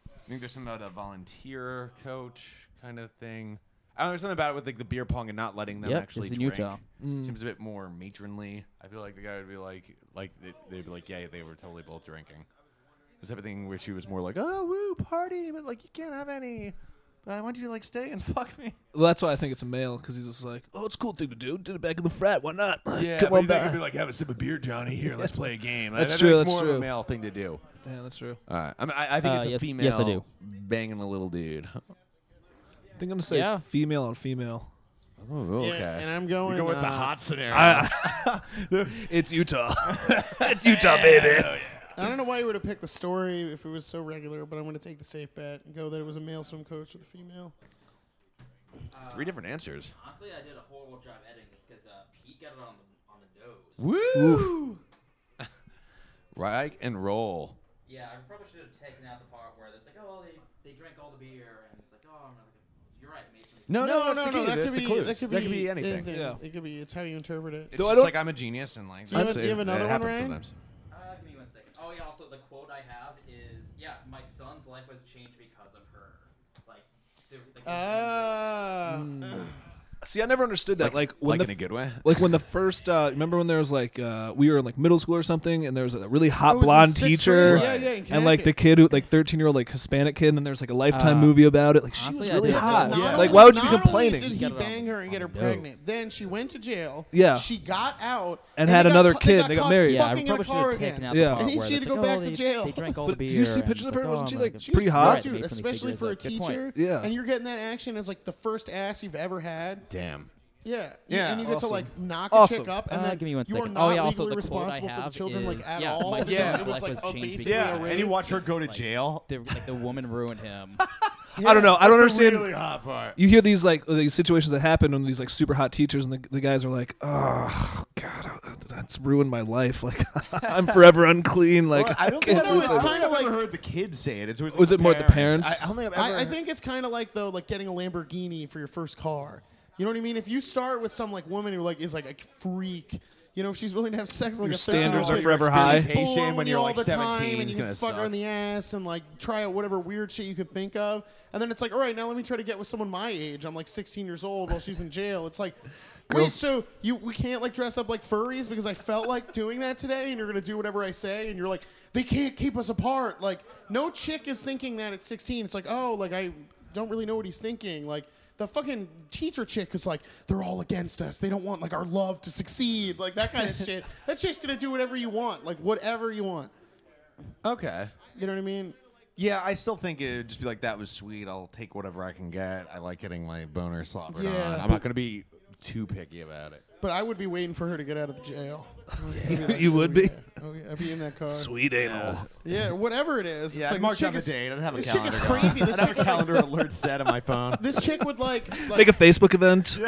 Speaker 1: I think there's something about a volunteer coach kind of thing. I don't know, there's something about it with like the beer pong and not letting them
Speaker 6: Yep,
Speaker 1: actually
Speaker 6: it's in
Speaker 1: drink.
Speaker 6: Utah.
Speaker 1: Seems a bit more matronly. I feel like the guy would be like, like they- they'd be like, yeah, they were totally both drinking. There's everything where she was more like, oh woo party, but like you can't have any. But I want you to like stay and fuck me.
Speaker 4: Well, that's why I think it's a male because he's just like, oh, it's a cool thing to do. Did it back in the frat. Why not?
Speaker 1: Yeah,
Speaker 4: Come
Speaker 1: but
Speaker 4: on
Speaker 1: you think it'd
Speaker 4: back.
Speaker 1: be like, have a sip of beer, Johnny. Here, let's play a game.
Speaker 4: That's
Speaker 1: I,
Speaker 4: true,
Speaker 1: It's
Speaker 4: that's
Speaker 1: more of a
Speaker 4: true.
Speaker 1: male thing to do.
Speaker 4: Damn, that's true.
Speaker 1: All right, I, mean, I, I think
Speaker 6: Uh,
Speaker 1: it's a
Speaker 6: yes-
Speaker 1: female.
Speaker 6: yes, I do.
Speaker 1: Banging a little dude.
Speaker 4: I think I'm gonna say
Speaker 6: Yeah.
Speaker 4: female on female.
Speaker 1: Oh, okay.
Speaker 3: Yeah, and I'm going.
Speaker 1: Go with the
Speaker 3: uh,
Speaker 1: hot scenario.
Speaker 4: it's Utah. it's Utah, baby.
Speaker 3: I don't know why you would have picked the story if it was so regular, but I'm going to take the safe bet and go that it was a male swim coach with a female.
Speaker 1: Three different answers.
Speaker 5: Honestly, I did a horrible job editing this because uh, Pete got it on the, on the nose.
Speaker 1: Woo! Rag and roll.
Speaker 5: Yeah, I probably should have taken out the part where it's like, oh, they, they drank all the beer, and it's like, oh, I'm not gonna... You're right, Mason.
Speaker 3: no,
Speaker 1: that's the
Speaker 3: no, no.
Speaker 1: key.
Speaker 3: That
Speaker 1: That's
Speaker 3: could,
Speaker 1: the
Speaker 3: be,
Speaker 1: clues.
Speaker 3: that could be.
Speaker 1: anything.
Speaker 4: Yeah.
Speaker 3: It could be. It's how you interpret it.
Speaker 1: It's
Speaker 4: Though I
Speaker 1: just
Speaker 4: don't-
Speaker 1: like I'm a genius and like.
Speaker 3: you
Speaker 1: that's
Speaker 3: have-
Speaker 1: it.
Speaker 3: do you have
Speaker 1: It
Speaker 3: another one,
Speaker 1: happens
Speaker 3: Ryan?
Speaker 1: sometimes.
Speaker 5: Uh, give me one second. Oh yeah. Also, the quote I have is, yeah, my son's life was changed because of her. Like, the, the
Speaker 3: Uh? Ah.
Speaker 4: See, I never understood that. Like, when
Speaker 1: like
Speaker 4: the
Speaker 1: in a good way.
Speaker 4: like when the first uh remember when there was like uh we were in like middle school or something and there was a really
Speaker 3: Oh, it
Speaker 4: hot
Speaker 3: was in
Speaker 4: blonde
Speaker 3: sixth grade.
Speaker 4: teacher
Speaker 3: Yeah, yeah, in
Speaker 4: and like the
Speaker 3: Connecticut.
Speaker 4: kid who like 13 year old like hispanic kid and then there's like a lifetime
Speaker 6: Uh,
Speaker 4: movie about it like she
Speaker 6: honestly,
Speaker 4: was
Speaker 6: I
Speaker 4: really
Speaker 6: did.
Speaker 4: hot
Speaker 6: Yeah.
Speaker 4: like why would you be
Speaker 3: Not only
Speaker 4: complaining
Speaker 3: Did he
Speaker 6: Got it on-
Speaker 3: bang her and get her
Speaker 6: on nose.
Speaker 3: pregnant? Then she went to jail.
Speaker 4: Yeah.
Speaker 3: She got out
Speaker 4: And
Speaker 3: they
Speaker 4: had
Speaker 3: got
Speaker 4: another
Speaker 3: cu-
Speaker 4: kid.
Speaker 3: They got
Speaker 4: They got
Speaker 3: caught
Speaker 4: married.
Speaker 6: Yeah, I
Speaker 3: fucking in
Speaker 6: probably
Speaker 3: a
Speaker 6: should
Speaker 3: car
Speaker 6: have
Speaker 3: again.
Speaker 6: taken out
Speaker 4: Yeah.
Speaker 6: the part
Speaker 4: And
Speaker 3: he
Speaker 6: where
Speaker 3: should
Speaker 6: it's
Speaker 3: go
Speaker 6: like,
Speaker 3: back
Speaker 6: oh,
Speaker 3: to
Speaker 6: they-
Speaker 3: jail.
Speaker 6: They drank all
Speaker 4: But
Speaker 6: the beer.
Speaker 4: did you see
Speaker 6: and
Speaker 4: pictures of
Speaker 6: it's like,
Speaker 4: her? Wasn't
Speaker 6: oh,
Speaker 4: she,
Speaker 6: I'm
Speaker 4: like,
Speaker 6: gonna
Speaker 4: pretty
Speaker 6: be
Speaker 4: hot?
Speaker 6: right,
Speaker 3: Dude,
Speaker 6: Mason, they
Speaker 3: especially
Speaker 6: figured
Speaker 3: for a
Speaker 6: it out. Good point.
Speaker 3: teacher,
Speaker 4: Yeah.
Speaker 3: and you're getting that action as like the first ass you've ever had.
Speaker 1: Damn.
Speaker 3: Yeah,
Speaker 1: Yeah,
Speaker 3: and you get
Speaker 4: awesome.
Speaker 3: to like knock a
Speaker 4: Awesome.
Speaker 3: chick up, and
Speaker 6: Uh,
Speaker 3: then
Speaker 6: give me one
Speaker 3: you are
Speaker 6: second.
Speaker 3: not
Speaker 6: Oh, yeah, also
Speaker 3: legally
Speaker 6: the quote I
Speaker 3: responsible for the
Speaker 6: have
Speaker 3: children, like
Speaker 6: is-
Speaker 3: at
Speaker 6: yeah,
Speaker 3: all.
Speaker 6: my
Speaker 3: It was-
Speaker 1: son's
Speaker 3: it was
Speaker 6: life
Speaker 3: like
Speaker 6: was
Speaker 3: a
Speaker 6: changed
Speaker 3: basic
Speaker 6: because
Speaker 1: Yeah,
Speaker 6: of
Speaker 1: and you watch her go to jail.
Speaker 6: The, like the woman ruined him.
Speaker 4: i don't know i don't understand
Speaker 1: Really hot part.
Speaker 4: you hear these like these situations that happen when these like super hot teachers and the, the guys are like oh god uh, that's ruined my life like i'm forever unclean like
Speaker 1: Well, I don't think
Speaker 4: can't
Speaker 1: I've
Speaker 3: Well, no,
Speaker 4: do
Speaker 3: it's
Speaker 4: this.
Speaker 1: ever- I
Speaker 3: kinda
Speaker 1: don't think I've
Speaker 3: like-
Speaker 1: ever heard the kids say it. It's always like
Speaker 4: Was it more the parents?
Speaker 1: I, I don't think I've ever.
Speaker 3: I, I think it's kind of like though, like getting a Lamborghini for your first car. You know what I mean? If you start with some like woman who like is like a freak, you know, if she's willing to have sex, with, like
Speaker 4: Your
Speaker 3: a 13 -year-old,
Speaker 4: standards are
Speaker 3: like,
Speaker 4: forever
Speaker 3: she's
Speaker 4: high.
Speaker 3: blowing
Speaker 1: Expectation when
Speaker 3: you
Speaker 1: you're,
Speaker 3: all
Speaker 1: like,
Speaker 3: the time,
Speaker 1: 17
Speaker 3: and
Speaker 1: is
Speaker 3: you can
Speaker 1: gonna
Speaker 3: fuck her in
Speaker 1: suck.
Speaker 3: the ass and like try out whatever weird shit you could think of, and then it's like, all right, now let me try to get with someone my age. I'm like 16 years old while she's in jail. It's like. Wait,
Speaker 4: Girls-
Speaker 3: so you we can't like dress up like furries because I felt like doing that today, and you're gonna do whatever I say, and you're like, they can't keep us apart. Like, no chick is thinking that at 16. It's like, oh, like I don't really know what he's thinking. Like the fucking teacher chick is like, they're all against us. They don't want like our love to succeed. Like that kind of shit. That chick's gonna do whatever you want. Like whatever you want.
Speaker 1: okay.
Speaker 3: You know what I mean?
Speaker 1: Yeah, I still think it would just be like that was sweet. I'll take whatever I can get. I like getting my boner slobbered
Speaker 3: Yeah,
Speaker 1: on. I'm
Speaker 3: but-
Speaker 1: not gonna be too picky about it.
Speaker 3: But I would be waiting for her to get out of the jail. I'd be like,
Speaker 4: You would
Speaker 3: oh,
Speaker 4: be?
Speaker 3: yeah. Oh, yeah, I'd be in that car.
Speaker 4: sweet anal
Speaker 3: Yeah, whatever it is.
Speaker 1: Yeah,
Speaker 3: it's
Speaker 1: I'd
Speaker 3: like
Speaker 1: march
Speaker 3: this
Speaker 1: on
Speaker 3: chick
Speaker 1: the
Speaker 3: is,
Speaker 1: date. I don't have a
Speaker 3: this chick is
Speaker 1: calendar going.
Speaker 3: crazy. This
Speaker 1: I have a
Speaker 3: chick-
Speaker 1: calendar alert set on my phone.
Speaker 3: This chick would like, like
Speaker 4: make a facebook event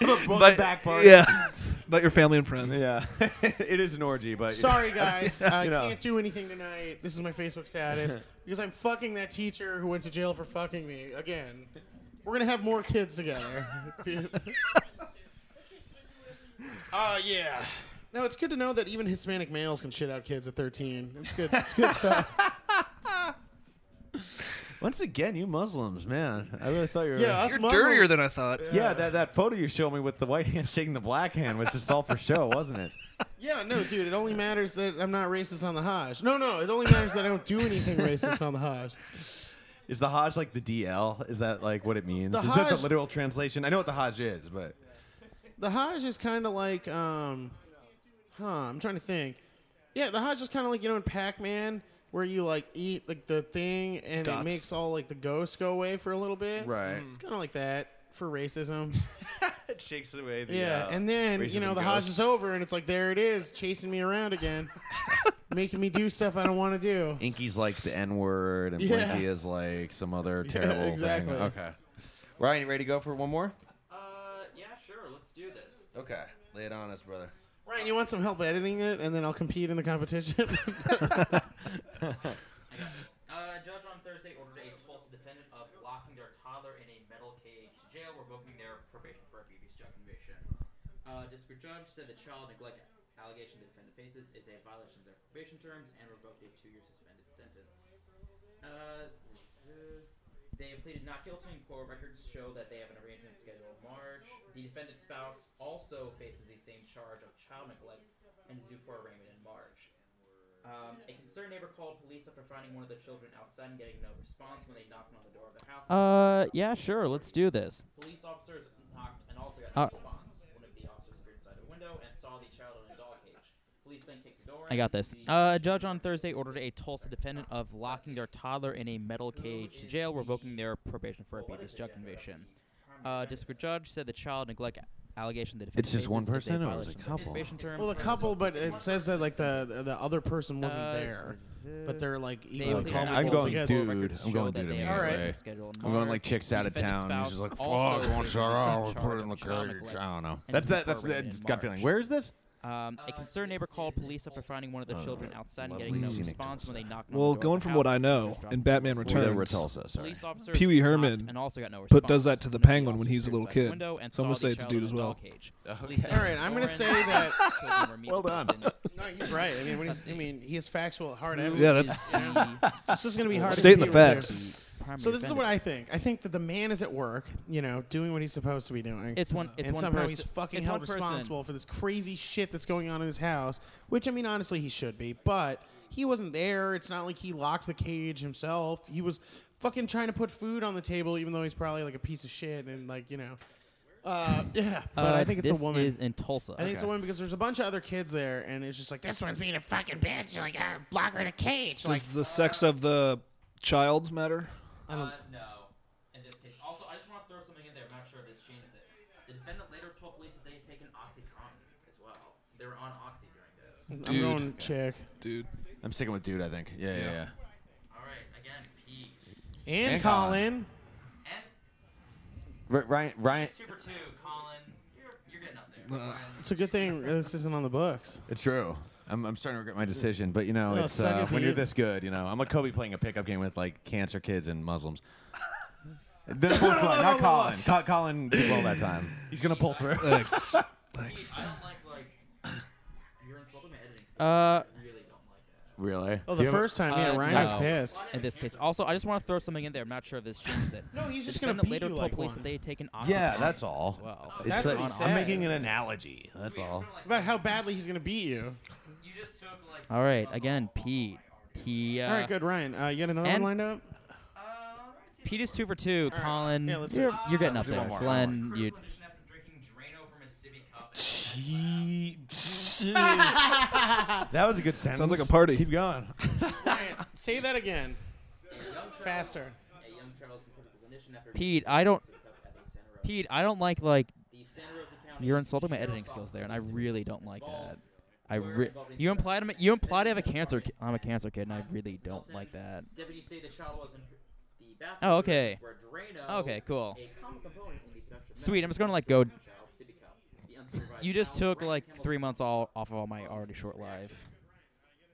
Speaker 1: the back part.
Speaker 4: yeah about your family and friends
Speaker 1: Yeah, it is an orgy, but
Speaker 3: Sorry, guys. I
Speaker 1: You know.
Speaker 3: can't do anything tonight. This is my Facebook status because I'm fucking that teacher who went to jail for fucking me again. We're gonna have more kids together. uh, yeah. No, it's good to know that even Hispanic males can shit out kids at 13. It's good. It's good stuff.
Speaker 1: Once again, you Muslims, man. I really thought you were.
Speaker 3: Yeah, us
Speaker 4: you're
Speaker 3: Muslim-
Speaker 4: dirtier than i thought
Speaker 1: yeah.
Speaker 3: Uh.
Speaker 1: That, that photo you showed me with the white hand shaking the black hand was just all for show, wasn't it?
Speaker 3: Yeah, no, dude. It only matters that I'm not racist on the Hajj. No, no. It only matters that I don't do anything racist on the Hajj.
Speaker 1: Is the Hajj like the DL? Is that like what it means?
Speaker 3: The
Speaker 1: is that the
Speaker 3: Hajj-
Speaker 1: literal translation? I know what the Hajj is, but
Speaker 3: The Hajj is kind of like, um, huh? I'm trying to think. Yeah, the Hajj is kind of like you know in Pac-Man where you like eat like the thing and it
Speaker 4: Dots.
Speaker 3: makes all like the ghosts go away for a little bit.
Speaker 1: right,
Speaker 3: It's kind of like that for racism.
Speaker 1: it shakes away. The,
Speaker 3: yeah,
Speaker 1: uh,
Speaker 3: and then you
Speaker 1: racism
Speaker 3: know the
Speaker 1: ghost.
Speaker 3: Hajj is over and it's like there it is chasing me around again, making me do stuff I don't want to do.
Speaker 1: Inky's like the N word, and
Speaker 3: Yeah.
Speaker 1: Blinky is like some other terrible
Speaker 3: exactly.
Speaker 1: thing. Okay. Ryan, you ready to go for one more?
Speaker 5: Uh, yeah, sure. Let's do this.
Speaker 1: Okay. Lay it on us, brother.
Speaker 3: Ryan, you want some help editing it, and then I'll compete in the competition.
Speaker 5: I got this. Uh, a judge on Thursday ordered a Tulsa defendant of locking their toddler in a metal cage to jail, revoking their probation for a previous drug conviction. Uh, district judge said the child neglect allegation the defendant faces is a violation of their probation terms and revoked a two-year suspended sentence. Uh, uh, They have pleaded not guilty, and court records show that they have an arraignment scheduled in March. The defendant's spouse also faces the same charge of child neglect and is due for arraignment in March. Um, a concerned neighbor called police after finding one of the children outside and getting no response when they knocked on the door of their house.
Speaker 6: Uh, yeah, sure. Let's do this.
Speaker 5: Police officers knocked and also got
Speaker 6: Uh,
Speaker 5: no response. One of the officers peered inside the window and saw the child in a dog cage. Police then kicked the door.
Speaker 6: I got
Speaker 5: in.
Speaker 6: this.
Speaker 5: The-
Speaker 6: Uh, a judge on Thursday ordered a Tulsa defendant of locking their toddler in a metal cage to jail, revoking their probation for a
Speaker 5: What
Speaker 6: beavis
Speaker 5: is the
Speaker 6: jug
Speaker 5: gender of
Speaker 6: conviction.
Speaker 5: the
Speaker 6: Uh,
Speaker 5: crime
Speaker 6: district judge said the child neglect allegation the defendant
Speaker 1: It's just one
Speaker 6: faces is
Speaker 1: person or was it
Speaker 6: violation of
Speaker 1: couple?
Speaker 6: Probation terms.
Speaker 3: Well, the couple, but it says that like the the other person wasn't
Speaker 6: Uh,
Speaker 3: there, but they're like
Speaker 6: They
Speaker 3: equally
Speaker 6: pleaded
Speaker 1: Okay,
Speaker 6: not
Speaker 1: I'm
Speaker 3: culpable
Speaker 1: going
Speaker 3: together.
Speaker 6: guilty.
Speaker 1: dude.
Speaker 6: Court records
Speaker 1: I'm
Speaker 6: show
Speaker 1: going
Speaker 6: that
Speaker 1: dude
Speaker 6: they
Speaker 1: in
Speaker 6: have
Speaker 3: the
Speaker 6: an
Speaker 3: way.
Speaker 6: arraignment schedule in
Speaker 1: I'm going
Speaker 6: March.
Speaker 1: like chicks out of
Speaker 6: Defendant's
Speaker 1: town. and She's
Speaker 6: spouse
Speaker 1: just like, fuck,
Speaker 6: also
Speaker 1: I want
Speaker 6: faces
Speaker 1: to out.
Speaker 6: some
Speaker 1: We'll
Speaker 6: charge
Speaker 1: put it
Speaker 6: of
Speaker 1: in Oh, the
Speaker 6: child
Speaker 1: cage.
Speaker 6: neglect
Speaker 1: I don't know.
Speaker 6: and
Speaker 1: That's
Speaker 6: is
Speaker 1: that. That's
Speaker 6: incorporated
Speaker 1: that
Speaker 6: in
Speaker 1: gut
Speaker 6: March.
Speaker 1: feeling. Where is this?
Speaker 6: Um, a concerned neighbor called police after finding one of the
Speaker 1: Uh,
Speaker 6: children outside and
Speaker 1: lovely
Speaker 6: getting no
Speaker 1: scenic
Speaker 6: response when they knocked on the door.
Speaker 4: Well,
Speaker 6: of
Speaker 4: going
Speaker 6: the
Speaker 4: from
Speaker 6: house
Speaker 4: what I
Speaker 6: and said the
Speaker 4: know,
Speaker 6: judge
Speaker 4: in
Speaker 6: dropped the
Speaker 4: Batman
Speaker 6: door.
Speaker 4: Returns,
Speaker 1: Whatever it's also. Sorry.
Speaker 6: Police officers
Speaker 4: Pee Wee
Speaker 6: knocked
Speaker 4: Herman
Speaker 6: and also got no response.
Speaker 4: but does that to the
Speaker 6: None of
Speaker 4: penguin when
Speaker 6: officers
Speaker 4: he's a
Speaker 6: peered
Speaker 4: little
Speaker 6: inside the
Speaker 4: kid.
Speaker 6: window and
Speaker 4: Someone
Speaker 6: saw
Speaker 4: say
Speaker 6: the
Speaker 4: it's a
Speaker 6: child
Speaker 4: dude
Speaker 6: in
Speaker 4: as
Speaker 6: a
Speaker 4: well.
Speaker 6: dog cage.
Speaker 1: Okay.
Speaker 6: Police then
Speaker 3: All right, I'm gonna
Speaker 5: Lauren.
Speaker 3: say that.
Speaker 6: Children were immediately
Speaker 1: Well done.
Speaker 6: placed in
Speaker 3: No, he's right. I mean, when he's, I mean, he has factual hard evidence.
Speaker 4: Yeah, that's
Speaker 6: the
Speaker 3: This is gonna be hard. to
Speaker 4: Stating the
Speaker 3: compete with
Speaker 4: facts.
Speaker 3: here.
Speaker 6: primary
Speaker 3: So this is what
Speaker 6: offender.
Speaker 3: I think. I think that the man is at work, you know, doing what he's supposed to be doing.
Speaker 6: It's one. It's
Speaker 3: and
Speaker 6: one
Speaker 3: somehow
Speaker 6: person.
Speaker 3: he's fucking
Speaker 6: it's
Speaker 3: held
Speaker 6: one person.
Speaker 3: responsible for this crazy shit that's going on in his house. Which I mean, honestly, he should be, but he wasn't there. It's not like he locked the cage himself. He was fucking trying to put food on the table, even though he's probably like a piece of shit and like you know, uh, yeah. But
Speaker 6: Uh,
Speaker 3: I think it's a
Speaker 6: this
Speaker 3: woman.
Speaker 6: is in Tulsa.
Speaker 3: I think it's a woman because there's a bunch of other kids there, and it's just like this one's being a fucking bitch. Like, ah, block her in a cage. Like,
Speaker 4: Does the sex of the child matter?
Speaker 3: I don't.
Speaker 5: Uh, no. In this case. Also, I just want to throw something in there. I'm not sure if this changes it. The defendant later told police that they had taken Oxycontin as well. So they were on Oxy during this.
Speaker 3: I'm
Speaker 4: Dude.
Speaker 3: going chick.
Speaker 4: Dude.
Speaker 1: I'm sticking with dude. I think. Yeah, yeah, yeah.
Speaker 5: Alright, again, P.
Speaker 3: And,
Speaker 1: And
Speaker 3: Colin.
Speaker 5: And
Speaker 1: R- Ryan. Ryan.
Speaker 5: it's two for two, Colin. You're, you're getting up there.
Speaker 4: Uh,
Speaker 5: Ryan,
Speaker 3: It's a good thing this isn't on the books.
Speaker 1: It's true. I'm, I'm starting to regret my decision, but you know,
Speaker 3: No,
Speaker 1: it's
Speaker 3: suck
Speaker 1: uh,
Speaker 3: it,
Speaker 1: when you're
Speaker 3: dude.
Speaker 1: this good, you know. I'm like Kobe playing a pickup game with like cancer kids and Muslims. this was Colin, not Colin. Co- Colin did well that time. He's gonna pull through.
Speaker 4: Thanks.
Speaker 5: Pete,
Speaker 4: Thanks.
Speaker 5: I don't like, like, you're insulting my editing stuff.
Speaker 6: Uh,
Speaker 5: I really don't like that.
Speaker 1: really?
Speaker 3: Oh,
Speaker 1: Do
Speaker 3: the
Speaker 1: you have a-
Speaker 3: first time, yeah,
Speaker 6: Uh,
Speaker 3: Ryan was
Speaker 6: no.
Speaker 3: pissed.
Speaker 6: in this case, also, I just want to throw something in there. I'm not sure if this changes it.
Speaker 3: No, he's
Speaker 6: The
Speaker 3: just gonna
Speaker 6: defendant
Speaker 3: beat
Speaker 6: later
Speaker 3: you
Speaker 6: told
Speaker 3: like
Speaker 6: police
Speaker 3: one.
Speaker 6: that they had taken Oxycontin.
Speaker 1: Yeah, that's all.
Speaker 6: Well,
Speaker 1: It's
Speaker 3: That's
Speaker 1: like-
Speaker 3: what he
Speaker 1: I'm
Speaker 3: said.
Speaker 1: making an analogy. That's all.
Speaker 3: About how badly he's gonna beat you.
Speaker 5: You just took, like,
Speaker 6: all right. Again, Pete. He. Uh,
Speaker 3: All right, good, Ryan. Uh, you got another one
Speaker 6: and-
Speaker 3: lined up?
Speaker 6: Pete is two for two.
Speaker 3: right.
Speaker 6: Colin,
Speaker 3: Yeah, let's do
Speaker 6: you're,
Speaker 3: it.
Speaker 6: you're getting up
Speaker 1: Do one
Speaker 6: there.
Speaker 1: more.
Speaker 6: Glenn, you.
Speaker 5: critical condition after drinking Drano from a Civi cup.
Speaker 1: that was a good sentence.
Speaker 4: like a party.
Speaker 1: Keep going.
Speaker 3: Ryan, say that again,
Speaker 5: Young Charles-
Speaker 3: faster.
Speaker 5: Yeah, young Charles in critical condition after
Speaker 6: Pete, I don't.
Speaker 5: drinking Civi cup at the Santa Rosa.
Speaker 6: Pete, I don't like like
Speaker 5: The Santa Rosa County
Speaker 6: you're insulting my
Speaker 5: Sheriff's
Speaker 6: editing skills
Speaker 5: Office
Speaker 6: there, and I
Speaker 5: said that
Speaker 6: really don't like
Speaker 5: involved
Speaker 6: that. I
Speaker 5: were
Speaker 6: re-
Speaker 5: involved in
Speaker 6: you
Speaker 5: theft.
Speaker 6: implied I'm, you implied I have a cancer. Ki- I'm a cancer kid, and I really don't like that.
Speaker 5: Deputies say the child was in the bathroom.
Speaker 6: Oh, okay.
Speaker 5: Where Drano,
Speaker 6: Okay, cool.
Speaker 5: a common component in the production of
Speaker 6: Sweet, I'm just gonna like go.
Speaker 5: medicine, child Civi cup. The unsupervised
Speaker 6: You just
Speaker 5: child
Speaker 6: took
Speaker 5: Brandon
Speaker 6: like
Speaker 5: Campbell-
Speaker 6: three months all off of all my already short life.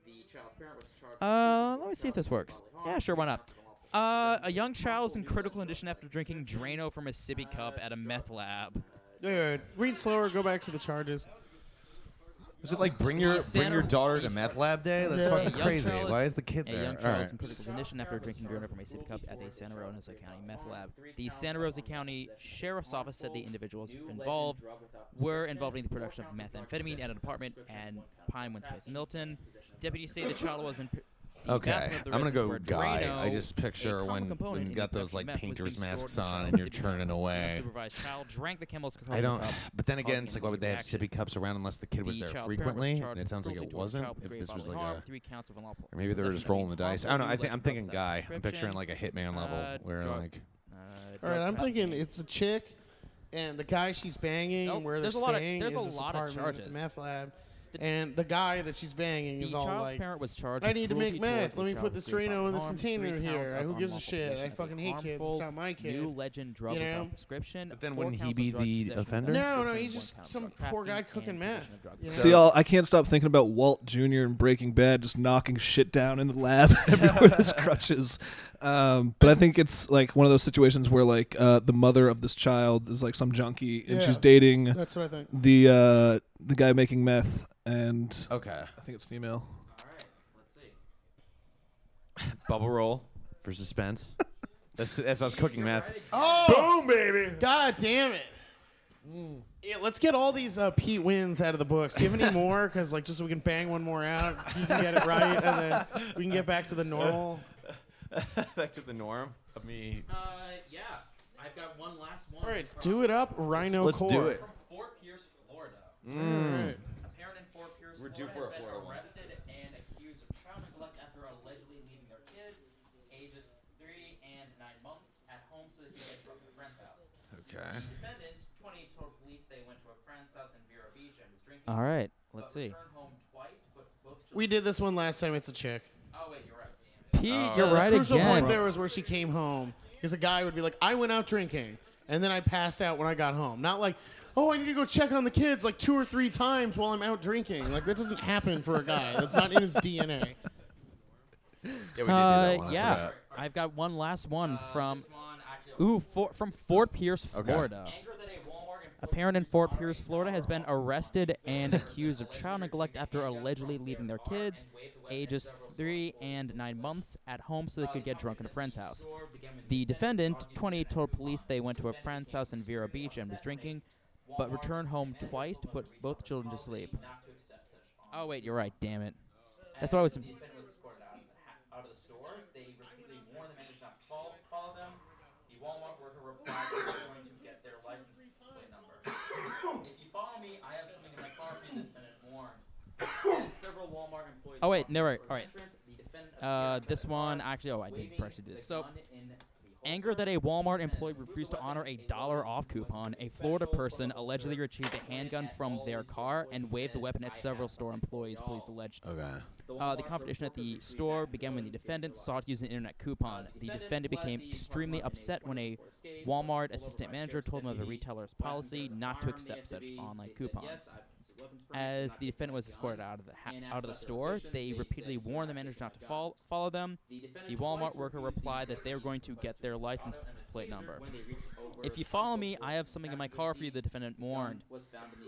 Speaker 5: The child's parent was charged
Speaker 6: Uh, let me see if this works. Yeah, sure, why not? Uh, a young child is in critical condition after drinking Drano from a sippy cup at a meth lab.
Speaker 3: Wait, wait, wait. Read slower. Go back to the charges.
Speaker 1: Is it like bring your bring your daughter to
Speaker 6: Police-
Speaker 1: meth lab day? That's
Speaker 3: Yeah.
Speaker 1: fucking
Speaker 6: A young
Speaker 1: crazy.
Speaker 6: child-
Speaker 1: Why is the kid
Speaker 6: A
Speaker 1: there?
Speaker 6: young
Speaker 1: All
Speaker 6: child
Speaker 1: right.
Speaker 6: is in critical condition after drinking Drano from a sippy cup at the Santa Rosa County meth lab. The Santa Rosa County Sheriff's Office said the individuals involved were involved in the production of methamphetamine at an apartment and Pinewoods Place in Milton. Deputies say the child was in. pr- the
Speaker 1: Okay,
Speaker 6: bathroom of the
Speaker 1: I'm gonna
Speaker 6: residence
Speaker 1: go
Speaker 6: where
Speaker 1: guy.
Speaker 6: Drano,
Speaker 1: I just
Speaker 6: a
Speaker 1: picture
Speaker 6: common
Speaker 1: when
Speaker 6: component
Speaker 1: when
Speaker 6: in
Speaker 1: you
Speaker 6: the
Speaker 1: got those
Speaker 6: production of
Speaker 1: like
Speaker 6: meth, was
Speaker 1: painters
Speaker 6: being stored
Speaker 1: masks
Speaker 6: in a
Speaker 1: on
Speaker 6: child
Speaker 1: and you're
Speaker 6: sippy cup.
Speaker 1: turning away.
Speaker 6: Unsupervised child drank the chemicals.
Speaker 1: I don't.
Speaker 6: cup,
Speaker 1: But then again,
Speaker 6: causing
Speaker 1: it's like why would they have
Speaker 6: reaction.
Speaker 1: sippy cups around unless the kid was
Speaker 6: The
Speaker 1: there
Speaker 6: child's
Speaker 1: frequently?
Speaker 6: parent was
Speaker 1: And it sounds like
Speaker 6: charged
Speaker 1: it
Speaker 6: with cruelty
Speaker 1: wasn't.
Speaker 6: towards a child with
Speaker 1: If
Speaker 6: grave
Speaker 1: this was
Speaker 6: bodily
Speaker 1: like
Speaker 6: harm,
Speaker 1: a,
Speaker 6: three counts of unlawful.
Speaker 1: or maybe they were
Speaker 6: possession
Speaker 1: just
Speaker 6: of
Speaker 1: rolling
Speaker 6: a
Speaker 1: the dice. I don't know.
Speaker 6: lawfully
Speaker 1: I think I'm
Speaker 6: alleged
Speaker 1: thinking
Speaker 6: drug without
Speaker 1: guy. I'm picturing
Speaker 6: prescription,
Speaker 1: like a hitman
Speaker 6: Uh,
Speaker 1: level where
Speaker 6: drug-
Speaker 1: like
Speaker 6: uh,
Speaker 3: All
Speaker 6: drug
Speaker 3: right, I'm thinking
Speaker 6: trafficking.
Speaker 3: it's a chick, and the guy she's banging
Speaker 6: Nope,
Speaker 3: and where they're
Speaker 6: there's a lot of-
Speaker 3: staying
Speaker 6: there's
Speaker 3: is
Speaker 6: a
Speaker 3: this
Speaker 6: lot of
Speaker 3: apartment at the
Speaker 6: charges.
Speaker 3: meth lab,
Speaker 6: The-
Speaker 3: and the guy that she's banging
Speaker 6: The
Speaker 3: is all
Speaker 6: child's
Speaker 3: like,
Speaker 6: parent was charged.
Speaker 3: I
Speaker 6: with
Speaker 3: need to make
Speaker 6: cruelty towards
Speaker 3: meth.
Speaker 6: the
Speaker 3: Let me
Speaker 6: child
Speaker 3: put
Speaker 6: with
Speaker 3: this
Speaker 6: grave
Speaker 3: Drano in
Speaker 6: bodily
Speaker 3: this
Speaker 6: harm,
Speaker 3: container
Speaker 6: three
Speaker 3: here.
Speaker 6: counts of
Speaker 3: Who gives a
Speaker 6: unlawful
Speaker 3: shit?
Speaker 6: possession
Speaker 3: I
Speaker 6: of a
Speaker 3: fucking hate kids. It's
Speaker 6: harmful
Speaker 3: not my kid.
Speaker 6: New legend drug
Speaker 3: You know?
Speaker 6: without prescription.
Speaker 1: But then
Speaker 6: four
Speaker 1: wouldn't he
Speaker 6: counts
Speaker 1: be
Speaker 6: of drug
Speaker 1: the
Speaker 6: possession without
Speaker 1: offender?
Speaker 3: No, no,
Speaker 6: prescription,
Speaker 3: he's
Speaker 6: one
Speaker 3: just
Speaker 6: count of
Speaker 3: some
Speaker 6: drug
Speaker 3: poor guy
Speaker 6: trafficking,
Speaker 3: cooking
Speaker 6: and possession
Speaker 3: meth,
Speaker 6: of drugs.
Speaker 3: you know?
Speaker 4: See, all, I can't stop thinking about Walt Jr. and Breaking Bad, just knocking shit down in the lab everywhere this crutches. Um, but I think it's like one of those situations where like uh, the mother of this child is like some junkie and
Speaker 3: Yeah.
Speaker 4: she's dating
Speaker 3: That's what I think.
Speaker 4: the uh, the guy making meth, and
Speaker 1: okay,
Speaker 4: I think it's female.
Speaker 5: All right, let's see.
Speaker 1: bubble roll for suspense. That's, that's I was cooking math.
Speaker 3: Oh,
Speaker 1: Boom, baby.
Speaker 3: god damn it. Mm. Yeah, let's get all these uh, Pete wins out of the books. Do you have any more? Because like, just so we can bang one more out, you can get it right, and then we can get back to the normal.
Speaker 1: Back to the norm of me.
Speaker 5: Uh, yeah. I've got one last one.
Speaker 3: All right,
Speaker 5: from,
Speaker 3: do it up, Rhino
Speaker 1: Let's
Speaker 3: Core.
Speaker 1: do it.
Speaker 5: From Fort Pierce, Florida.
Speaker 3: All right.
Speaker 5: A parent in Fort Pierce,
Speaker 1: We're due for a
Speaker 5: Florida, has been
Speaker 1: Florida one.
Speaker 5: arrested and accused of child neglect after allegedly leaving their kids, ages three and nine months, at home so they could get from their friend's house.
Speaker 1: Okay.
Speaker 5: The defendant, 28, told police they went to a friend's house in Vero Beach and was drinking.
Speaker 6: All right, Uh,
Speaker 5: but
Speaker 6: let's see.
Speaker 5: returned home twice, but both children.
Speaker 3: We did this one last time. It's a chick. Uh,
Speaker 5: Oh wait, you're right. Damn it.
Speaker 6: Pete, you're
Speaker 3: the
Speaker 6: right
Speaker 3: crucial
Speaker 6: again.
Speaker 3: point there was where she came home because a guy would be like, "I went out drinking, and then I passed out when I got home." Not like, "Oh, I need to go check on the kids like two or three times while I'm out drinking." Like that doesn't happen for a guy. That's not in his DNA.
Speaker 1: Yeah, we did do
Speaker 6: Uh,
Speaker 1: that one. I
Speaker 6: yeah,
Speaker 1: forgot.
Speaker 6: I've got one last one
Speaker 5: Uh,
Speaker 6: from
Speaker 5: this one, actually,
Speaker 6: ooh for, from Fort Pierce, Florida.
Speaker 5: Anger that a Walmart employee
Speaker 6: A parent in
Speaker 5: used
Speaker 6: Fort
Speaker 5: to
Speaker 6: Pierce,
Speaker 5: operate
Speaker 6: Florida,
Speaker 5: an
Speaker 6: has been
Speaker 5: hour-long
Speaker 6: arrested and accused of child neglect after allegedly leaving their kids, ages three and nine months, at home so they could get drunk at a friend's house. The defendant, 28, told police they went to a friend's house in Vero Beach and was drinking, but returned home twice to put both children to sleep.
Speaker 5: not to accept such honor.
Speaker 6: Oh wait, you're right. Damn it. That's why I was.
Speaker 5: The defendant was escorted out of the, ha- out of the store. They repeatedly warned the man not to call, call them. The Walmart worker replied they were going to get their license plate number. if you follow me, I have something in my car for you, the defendant warned. As several Walmart employees
Speaker 6: Oh, wait,
Speaker 5: walked
Speaker 6: no,
Speaker 5: to
Speaker 6: right,
Speaker 5: the
Speaker 6: all right.
Speaker 5: entrance, the defendant
Speaker 6: Uh,
Speaker 5: appeared
Speaker 6: this
Speaker 5: at the
Speaker 6: one
Speaker 5: bar,
Speaker 6: actually. Oh, I did
Speaker 5: waving
Speaker 6: partially do
Speaker 5: the
Speaker 6: this. So.
Speaker 5: gun in the
Speaker 6: Anger
Speaker 5: holster.
Speaker 6: that a Walmart employee refused to honor a dollar off coupon, a Florida person allegedly retrieved a handgun from their car and waved the weapon at several store employees, police alleged.
Speaker 1: Okay.
Speaker 6: Uh, the competition at the store began when the defendant sought using an internet coupon. The defendant became extremely upset when a Walmart assistant manager told him of the retailer's policy not to accept such online coupons. As the defendant was escorted out of the ha- out of the store, they repeatedly warned the manager not to fol- follow them. The Walmart worker replied that they were going to get their license plate number. If you follow me, I have something in my car for you, the defendant warned.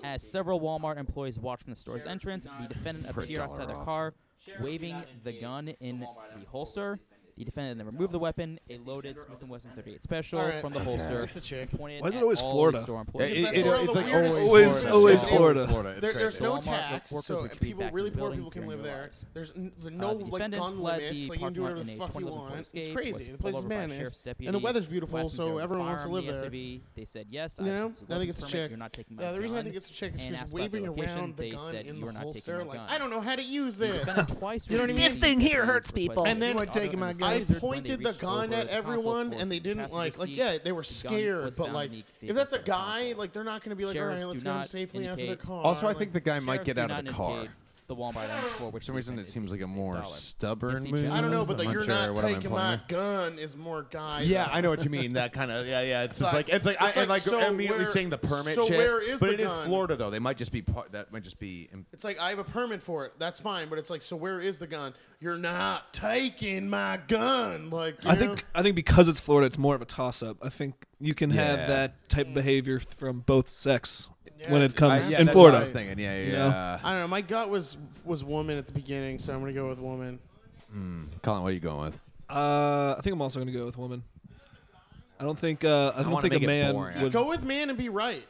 Speaker 6: As several Walmart employees watched from the store's entrance, the defendant
Speaker 1: For a
Speaker 6: appeared outside
Speaker 1: dollar
Speaker 6: their
Speaker 1: off.
Speaker 6: car, waving the gun in the holster. The defendant then removed the weapon, a loaded Smith & Wesson 38 Special
Speaker 3: All right.
Speaker 6: from the
Speaker 1: Okay.
Speaker 6: holster.
Speaker 3: It's a chick.
Speaker 6: pointed
Speaker 4: Why is it
Speaker 6: at
Speaker 4: always
Speaker 6: all the
Speaker 4: Florida?
Speaker 6: Store
Speaker 1: Yeah,
Speaker 6: employees.
Speaker 3: it- that's it- where all
Speaker 1: it's
Speaker 3: the
Speaker 1: like
Speaker 3: weirdest-
Speaker 1: always,
Speaker 4: Florida. Always
Speaker 1: Florida.
Speaker 4: Florida.
Speaker 1: It's
Speaker 3: There,
Speaker 1: crazy.
Speaker 3: there's no
Speaker 6: Walmart
Speaker 3: tax,
Speaker 6: workers
Speaker 3: so
Speaker 6: retreat
Speaker 3: people
Speaker 6: back to
Speaker 3: really
Speaker 6: the
Speaker 3: poor
Speaker 6: building
Speaker 3: people can
Speaker 6: during
Speaker 3: live
Speaker 6: their
Speaker 3: there.
Speaker 6: lives.
Speaker 3: There's n- the
Speaker 6: Uh,
Speaker 3: no
Speaker 6: the
Speaker 3: like
Speaker 6: defendant
Speaker 3: gun
Speaker 6: fled
Speaker 3: limits,
Speaker 6: the
Speaker 3: like you can do
Speaker 6: parking lot
Speaker 3: whatever
Speaker 6: in
Speaker 3: the
Speaker 6: a
Speaker 3: fuck you
Speaker 6: 2011 Ford
Speaker 3: want. It's
Speaker 6: Escape, was
Speaker 3: crazy. The
Speaker 6: pulled
Speaker 3: place is
Speaker 6: over by a
Speaker 3: managed,
Speaker 6: sheriff's
Speaker 3: and the
Speaker 6: deputy,
Speaker 3: weather's beautiful,
Speaker 6: Wesson
Speaker 3: so
Speaker 6: drove the
Speaker 3: everyone wants to
Speaker 6: firearm,
Speaker 3: live
Speaker 6: the
Speaker 3: there.
Speaker 6: SUV. They said yes.
Speaker 3: You
Speaker 6: I
Speaker 3: know,
Speaker 6: have this
Speaker 3: I think
Speaker 6: weapons
Speaker 3: it's a
Speaker 6: permit,
Speaker 3: chick.
Speaker 6: You're not taking my
Speaker 3: Yeah, the reason I
Speaker 6: gun."
Speaker 3: think it's a chick is
Speaker 6: and
Speaker 3: because
Speaker 6: asked about
Speaker 3: waving
Speaker 6: the location,
Speaker 3: around the
Speaker 6: they
Speaker 3: gun
Speaker 6: said
Speaker 3: in
Speaker 6: you
Speaker 3: the
Speaker 6: are not taking
Speaker 3: holster,
Speaker 6: my
Speaker 3: like
Speaker 6: gun.
Speaker 3: I don't know how to use
Speaker 6: The
Speaker 3: this.
Speaker 6: defendant twice
Speaker 3: You know what I mean?
Speaker 6: refused
Speaker 3: This
Speaker 6: the
Speaker 7: thing here
Speaker 6: police
Speaker 7: hurts
Speaker 6: request
Speaker 7: people.
Speaker 6: to
Speaker 3: And then
Speaker 6: auto
Speaker 3: I
Speaker 6: them
Speaker 7: taking my
Speaker 6: as
Speaker 7: gun.
Speaker 3: I
Speaker 6: tasers when they
Speaker 3: pointed the
Speaker 6: reached
Speaker 3: gun
Speaker 6: over
Speaker 3: at
Speaker 6: the console
Speaker 3: everyone,
Speaker 6: floor
Speaker 3: and they
Speaker 6: to the
Speaker 3: didn't like,
Speaker 6: passenger
Speaker 3: like
Speaker 6: seat.
Speaker 3: yeah, they were
Speaker 6: The gun
Speaker 3: scared,
Speaker 6: was
Speaker 3: but
Speaker 6: found
Speaker 3: like
Speaker 6: beneath the
Speaker 3: if that's a
Speaker 6: console.
Speaker 3: guy, like they're not gonna be like, all
Speaker 6: Sheriffs
Speaker 3: right, let's
Speaker 6: do
Speaker 3: get him
Speaker 6: not
Speaker 3: safely out to the
Speaker 6: indicate-
Speaker 3: car.
Speaker 1: Also, I think
Speaker 3: like-
Speaker 1: the guy might
Speaker 6: Sheriffs
Speaker 1: get
Speaker 6: do
Speaker 1: out
Speaker 6: not
Speaker 1: of the car.
Speaker 6: indicate The Walmart item for which
Speaker 1: For some reason, it seems like a more stubborn
Speaker 6: the
Speaker 1: move.
Speaker 6: general-
Speaker 3: I don't know, but
Speaker 1: I'm
Speaker 3: the you're
Speaker 1: sure
Speaker 3: not
Speaker 1: what I'm
Speaker 3: taking
Speaker 1: implying
Speaker 3: my
Speaker 1: there.
Speaker 3: gun is more guy.
Speaker 1: Yeah,
Speaker 3: than-
Speaker 1: I know what you mean. That kind of yeah, yeah. It's, just
Speaker 3: like-
Speaker 1: like it's like
Speaker 3: it's
Speaker 1: I and
Speaker 3: like,
Speaker 1: like,
Speaker 3: so
Speaker 1: immediately
Speaker 3: where-
Speaker 1: seeing the permit.
Speaker 3: so
Speaker 1: shit,
Speaker 3: where is
Speaker 1: but
Speaker 3: the
Speaker 1: it is
Speaker 3: gun?
Speaker 1: Florida though. They might just be part. That might just be. im-
Speaker 3: It's like I have a permit for it. That's fine, but it's like, so where is the gun? You're not taking my gun. Like you
Speaker 4: I
Speaker 3: know?
Speaker 4: think I think because it's Florida, it's more of a toss-up. I think you can
Speaker 1: Yeah.
Speaker 4: have that type of behavior from both sex
Speaker 3: Mm. Yeah,
Speaker 4: when
Speaker 3: dude.
Speaker 4: it
Speaker 1: I,
Speaker 4: comes
Speaker 1: yeah,
Speaker 4: in
Speaker 1: that's
Speaker 4: Florida.
Speaker 1: What I was thinking. Yeah, yeah.
Speaker 4: You know?
Speaker 1: yeah.
Speaker 3: I don't know. My gut was was woman at the beginning, so I'm gonna go with woman.
Speaker 1: Colin, what are you going with?
Speaker 4: Uh, I think I'm also gonna go with woman. I don't think uh, I don't
Speaker 1: wanna
Speaker 4: think
Speaker 1: make
Speaker 4: a
Speaker 1: it
Speaker 4: man
Speaker 1: boring.
Speaker 4: would.
Speaker 3: Go with man and be right.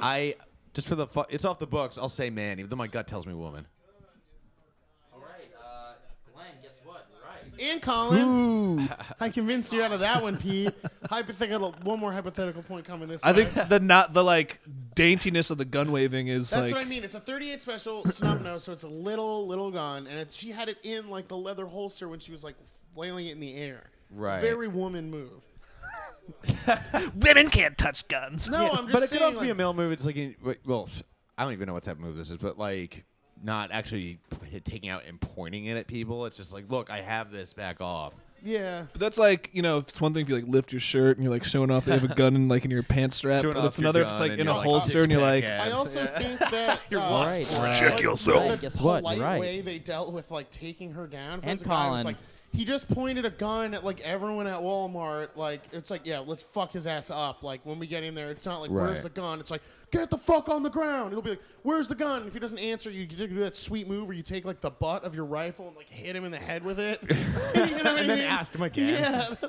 Speaker 1: I just for the fu- it's off the books. I'll say man, even though my gut tells me woman.
Speaker 5: All right, uh, Glenn, guess what? You're Right.
Speaker 3: And Colin, I convinced you out of that one, Pete. hypothetical. One more hypothetical point coming this
Speaker 4: I
Speaker 3: way.
Speaker 4: think the not the like daintiness of the gun waving is
Speaker 3: That's
Speaker 4: like
Speaker 3: what I mean. It's a 38 special snub nose, so it's a little little gun, and it's, she had it in like the leather holster when she was like flailing it in the air.
Speaker 1: Right.
Speaker 3: Very woman move.
Speaker 7: Women can't touch guns.
Speaker 3: No, I'm just
Speaker 1: but it
Speaker 3: saying.
Speaker 1: could also be
Speaker 3: like-
Speaker 1: a male move. It's like in- wait, well, I don't even know what type of move this is, but like not actually taking out and pointing it at people. It's just like, look, I have this. Back off.
Speaker 3: yeah.
Speaker 4: But that's like you know, it's one thing if you like lift your shirt and you're like showing off that you have a gun in like in your pants strap.
Speaker 1: Showing
Speaker 4: but
Speaker 1: off
Speaker 4: it's
Speaker 1: your
Speaker 4: another if
Speaker 1: gun
Speaker 4: it's like
Speaker 1: and
Speaker 4: in a
Speaker 1: your, like,
Speaker 4: holster and you're
Speaker 1: six-pack
Speaker 4: like,
Speaker 1: abs.
Speaker 3: I also think that uh,
Speaker 6: All right,
Speaker 3: like,
Speaker 6: uh,
Speaker 3: like,
Speaker 7: yourself.
Speaker 3: the
Speaker 6: Guess what? You're
Speaker 3: polite
Speaker 6: right.
Speaker 3: way they dealt with like taking her down. If
Speaker 6: And
Speaker 3: there's a guy who's
Speaker 6: Colin.
Speaker 3: like, He just pointed a gun at like everyone at Walmart. Like it's like, yeah, let's fuck his ass up. Like when we get in there, it's not like where's
Speaker 1: Right.
Speaker 3: the gun. It's like get the fuck on the ground. It'll be like where's the gun. If he doesn't answer, you just do that sweet move where you take like the butt of your rifle and like hit him in the head with it. you know what I
Speaker 1: And then
Speaker 3: mean?
Speaker 1: ask him again.
Speaker 3: Yeah.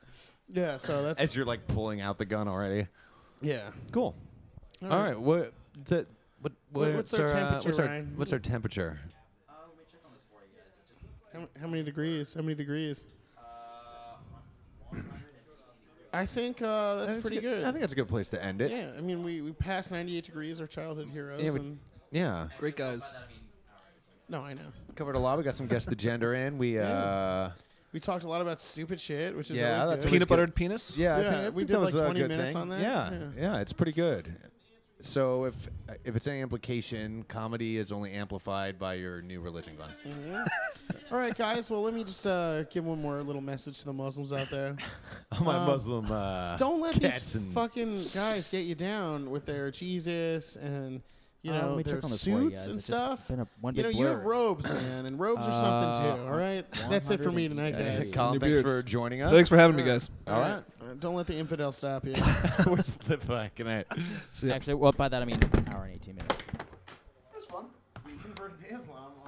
Speaker 3: yeah. So that's
Speaker 1: As you're like pulling out the gun already.
Speaker 3: yeah. Hmm.
Speaker 1: Cool. All right. What? That, what,
Speaker 3: What- what's our
Speaker 1: uh,
Speaker 3: temperature,
Speaker 1: what's our-
Speaker 3: Ryan?
Speaker 1: what's our temperature?
Speaker 5: Uh, let me check on this for you guys. It just
Speaker 3: How, how many degrees? How many degrees?
Speaker 5: uh, 100
Speaker 3: I think uh, that's,
Speaker 1: That's
Speaker 3: pretty
Speaker 1: a
Speaker 3: good.
Speaker 1: I think that's a good place to end it.
Speaker 3: yeah, I mean, we, we passed 98 degrees, our childhood heroes.
Speaker 1: Yeah, we-
Speaker 3: and
Speaker 1: Yeah.
Speaker 4: Great guys.
Speaker 3: No, I know.
Speaker 1: Covered a lot. We got some guess the gender in. We uh, yeah.
Speaker 3: We talked a lot about stupid shit, which is
Speaker 1: Yeah,
Speaker 3: always
Speaker 1: that's
Speaker 3: good.
Speaker 1: pretty-
Speaker 4: Peanut buttered penis.
Speaker 1: I
Speaker 3: Yeah,
Speaker 1: think- I think,
Speaker 3: we
Speaker 1: that
Speaker 3: did
Speaker 1: was
Speaker 3: like
Speaker 1: a
Speaker 3: 20
Speaker 1: good
Speaker 3: minutes
Speaker 1: thing.
Speaker 3: on that.
Speaker 1: Yeah,
Speaker 3: Yeah.
Speaker 1: yeah. It's pretty good. So if if it's any implication, comedy is only amplified by your new religion, Glenn.
Speaker 3: All right, guys. Well, let me just uh, give one more little message to the Muslims out there.
Speaker 1: All my
Speaker 3: Um,
Speaker 1: Muslim. Uh,
Speaker 3: Don't let
Speaker 1: Cats
Speaker 3: these
Speaker 1: and-
Speaker 3: fucking guys get you down with their Jesus and you
Speaker 6: Uh, let
Speaker 3: know
Speaker 6: me check
Speaker 3: their
Speaker 6: on this
Speaker 3: suits
Speaker 6: for you guys.
Speaker 3: and
Speaker 6: It's just
Speaker 3: stuff.
Speaker 6: been a- one
Speaker 3: you know,
Speaker 6: big
Speaker 3: you have
Speaker 6: blur.
Speaker 3: robes, man, and robes are something too.
Speaker 6: Uh,
Speaker 3: All right, that's it for me tonight,
Speaker 6: 180
Speaker 3: guys.
Speaker 1: Colin,
Speaker 4: Your
Speaker 1: thanks
Speaker 4: beards.
Speaker 1: for joining us.
Speaker 4: Thanks for having me, guys.
Speaker 1: All right.
Speaker 3: Uh, Don't let the infidel stop you.
Speaker 1: Where's the fucking at?
Speaker 6: Actually, well, by that I mean an hour and 18 minutes.
Speaker 3: That's fun. We converted to Islam.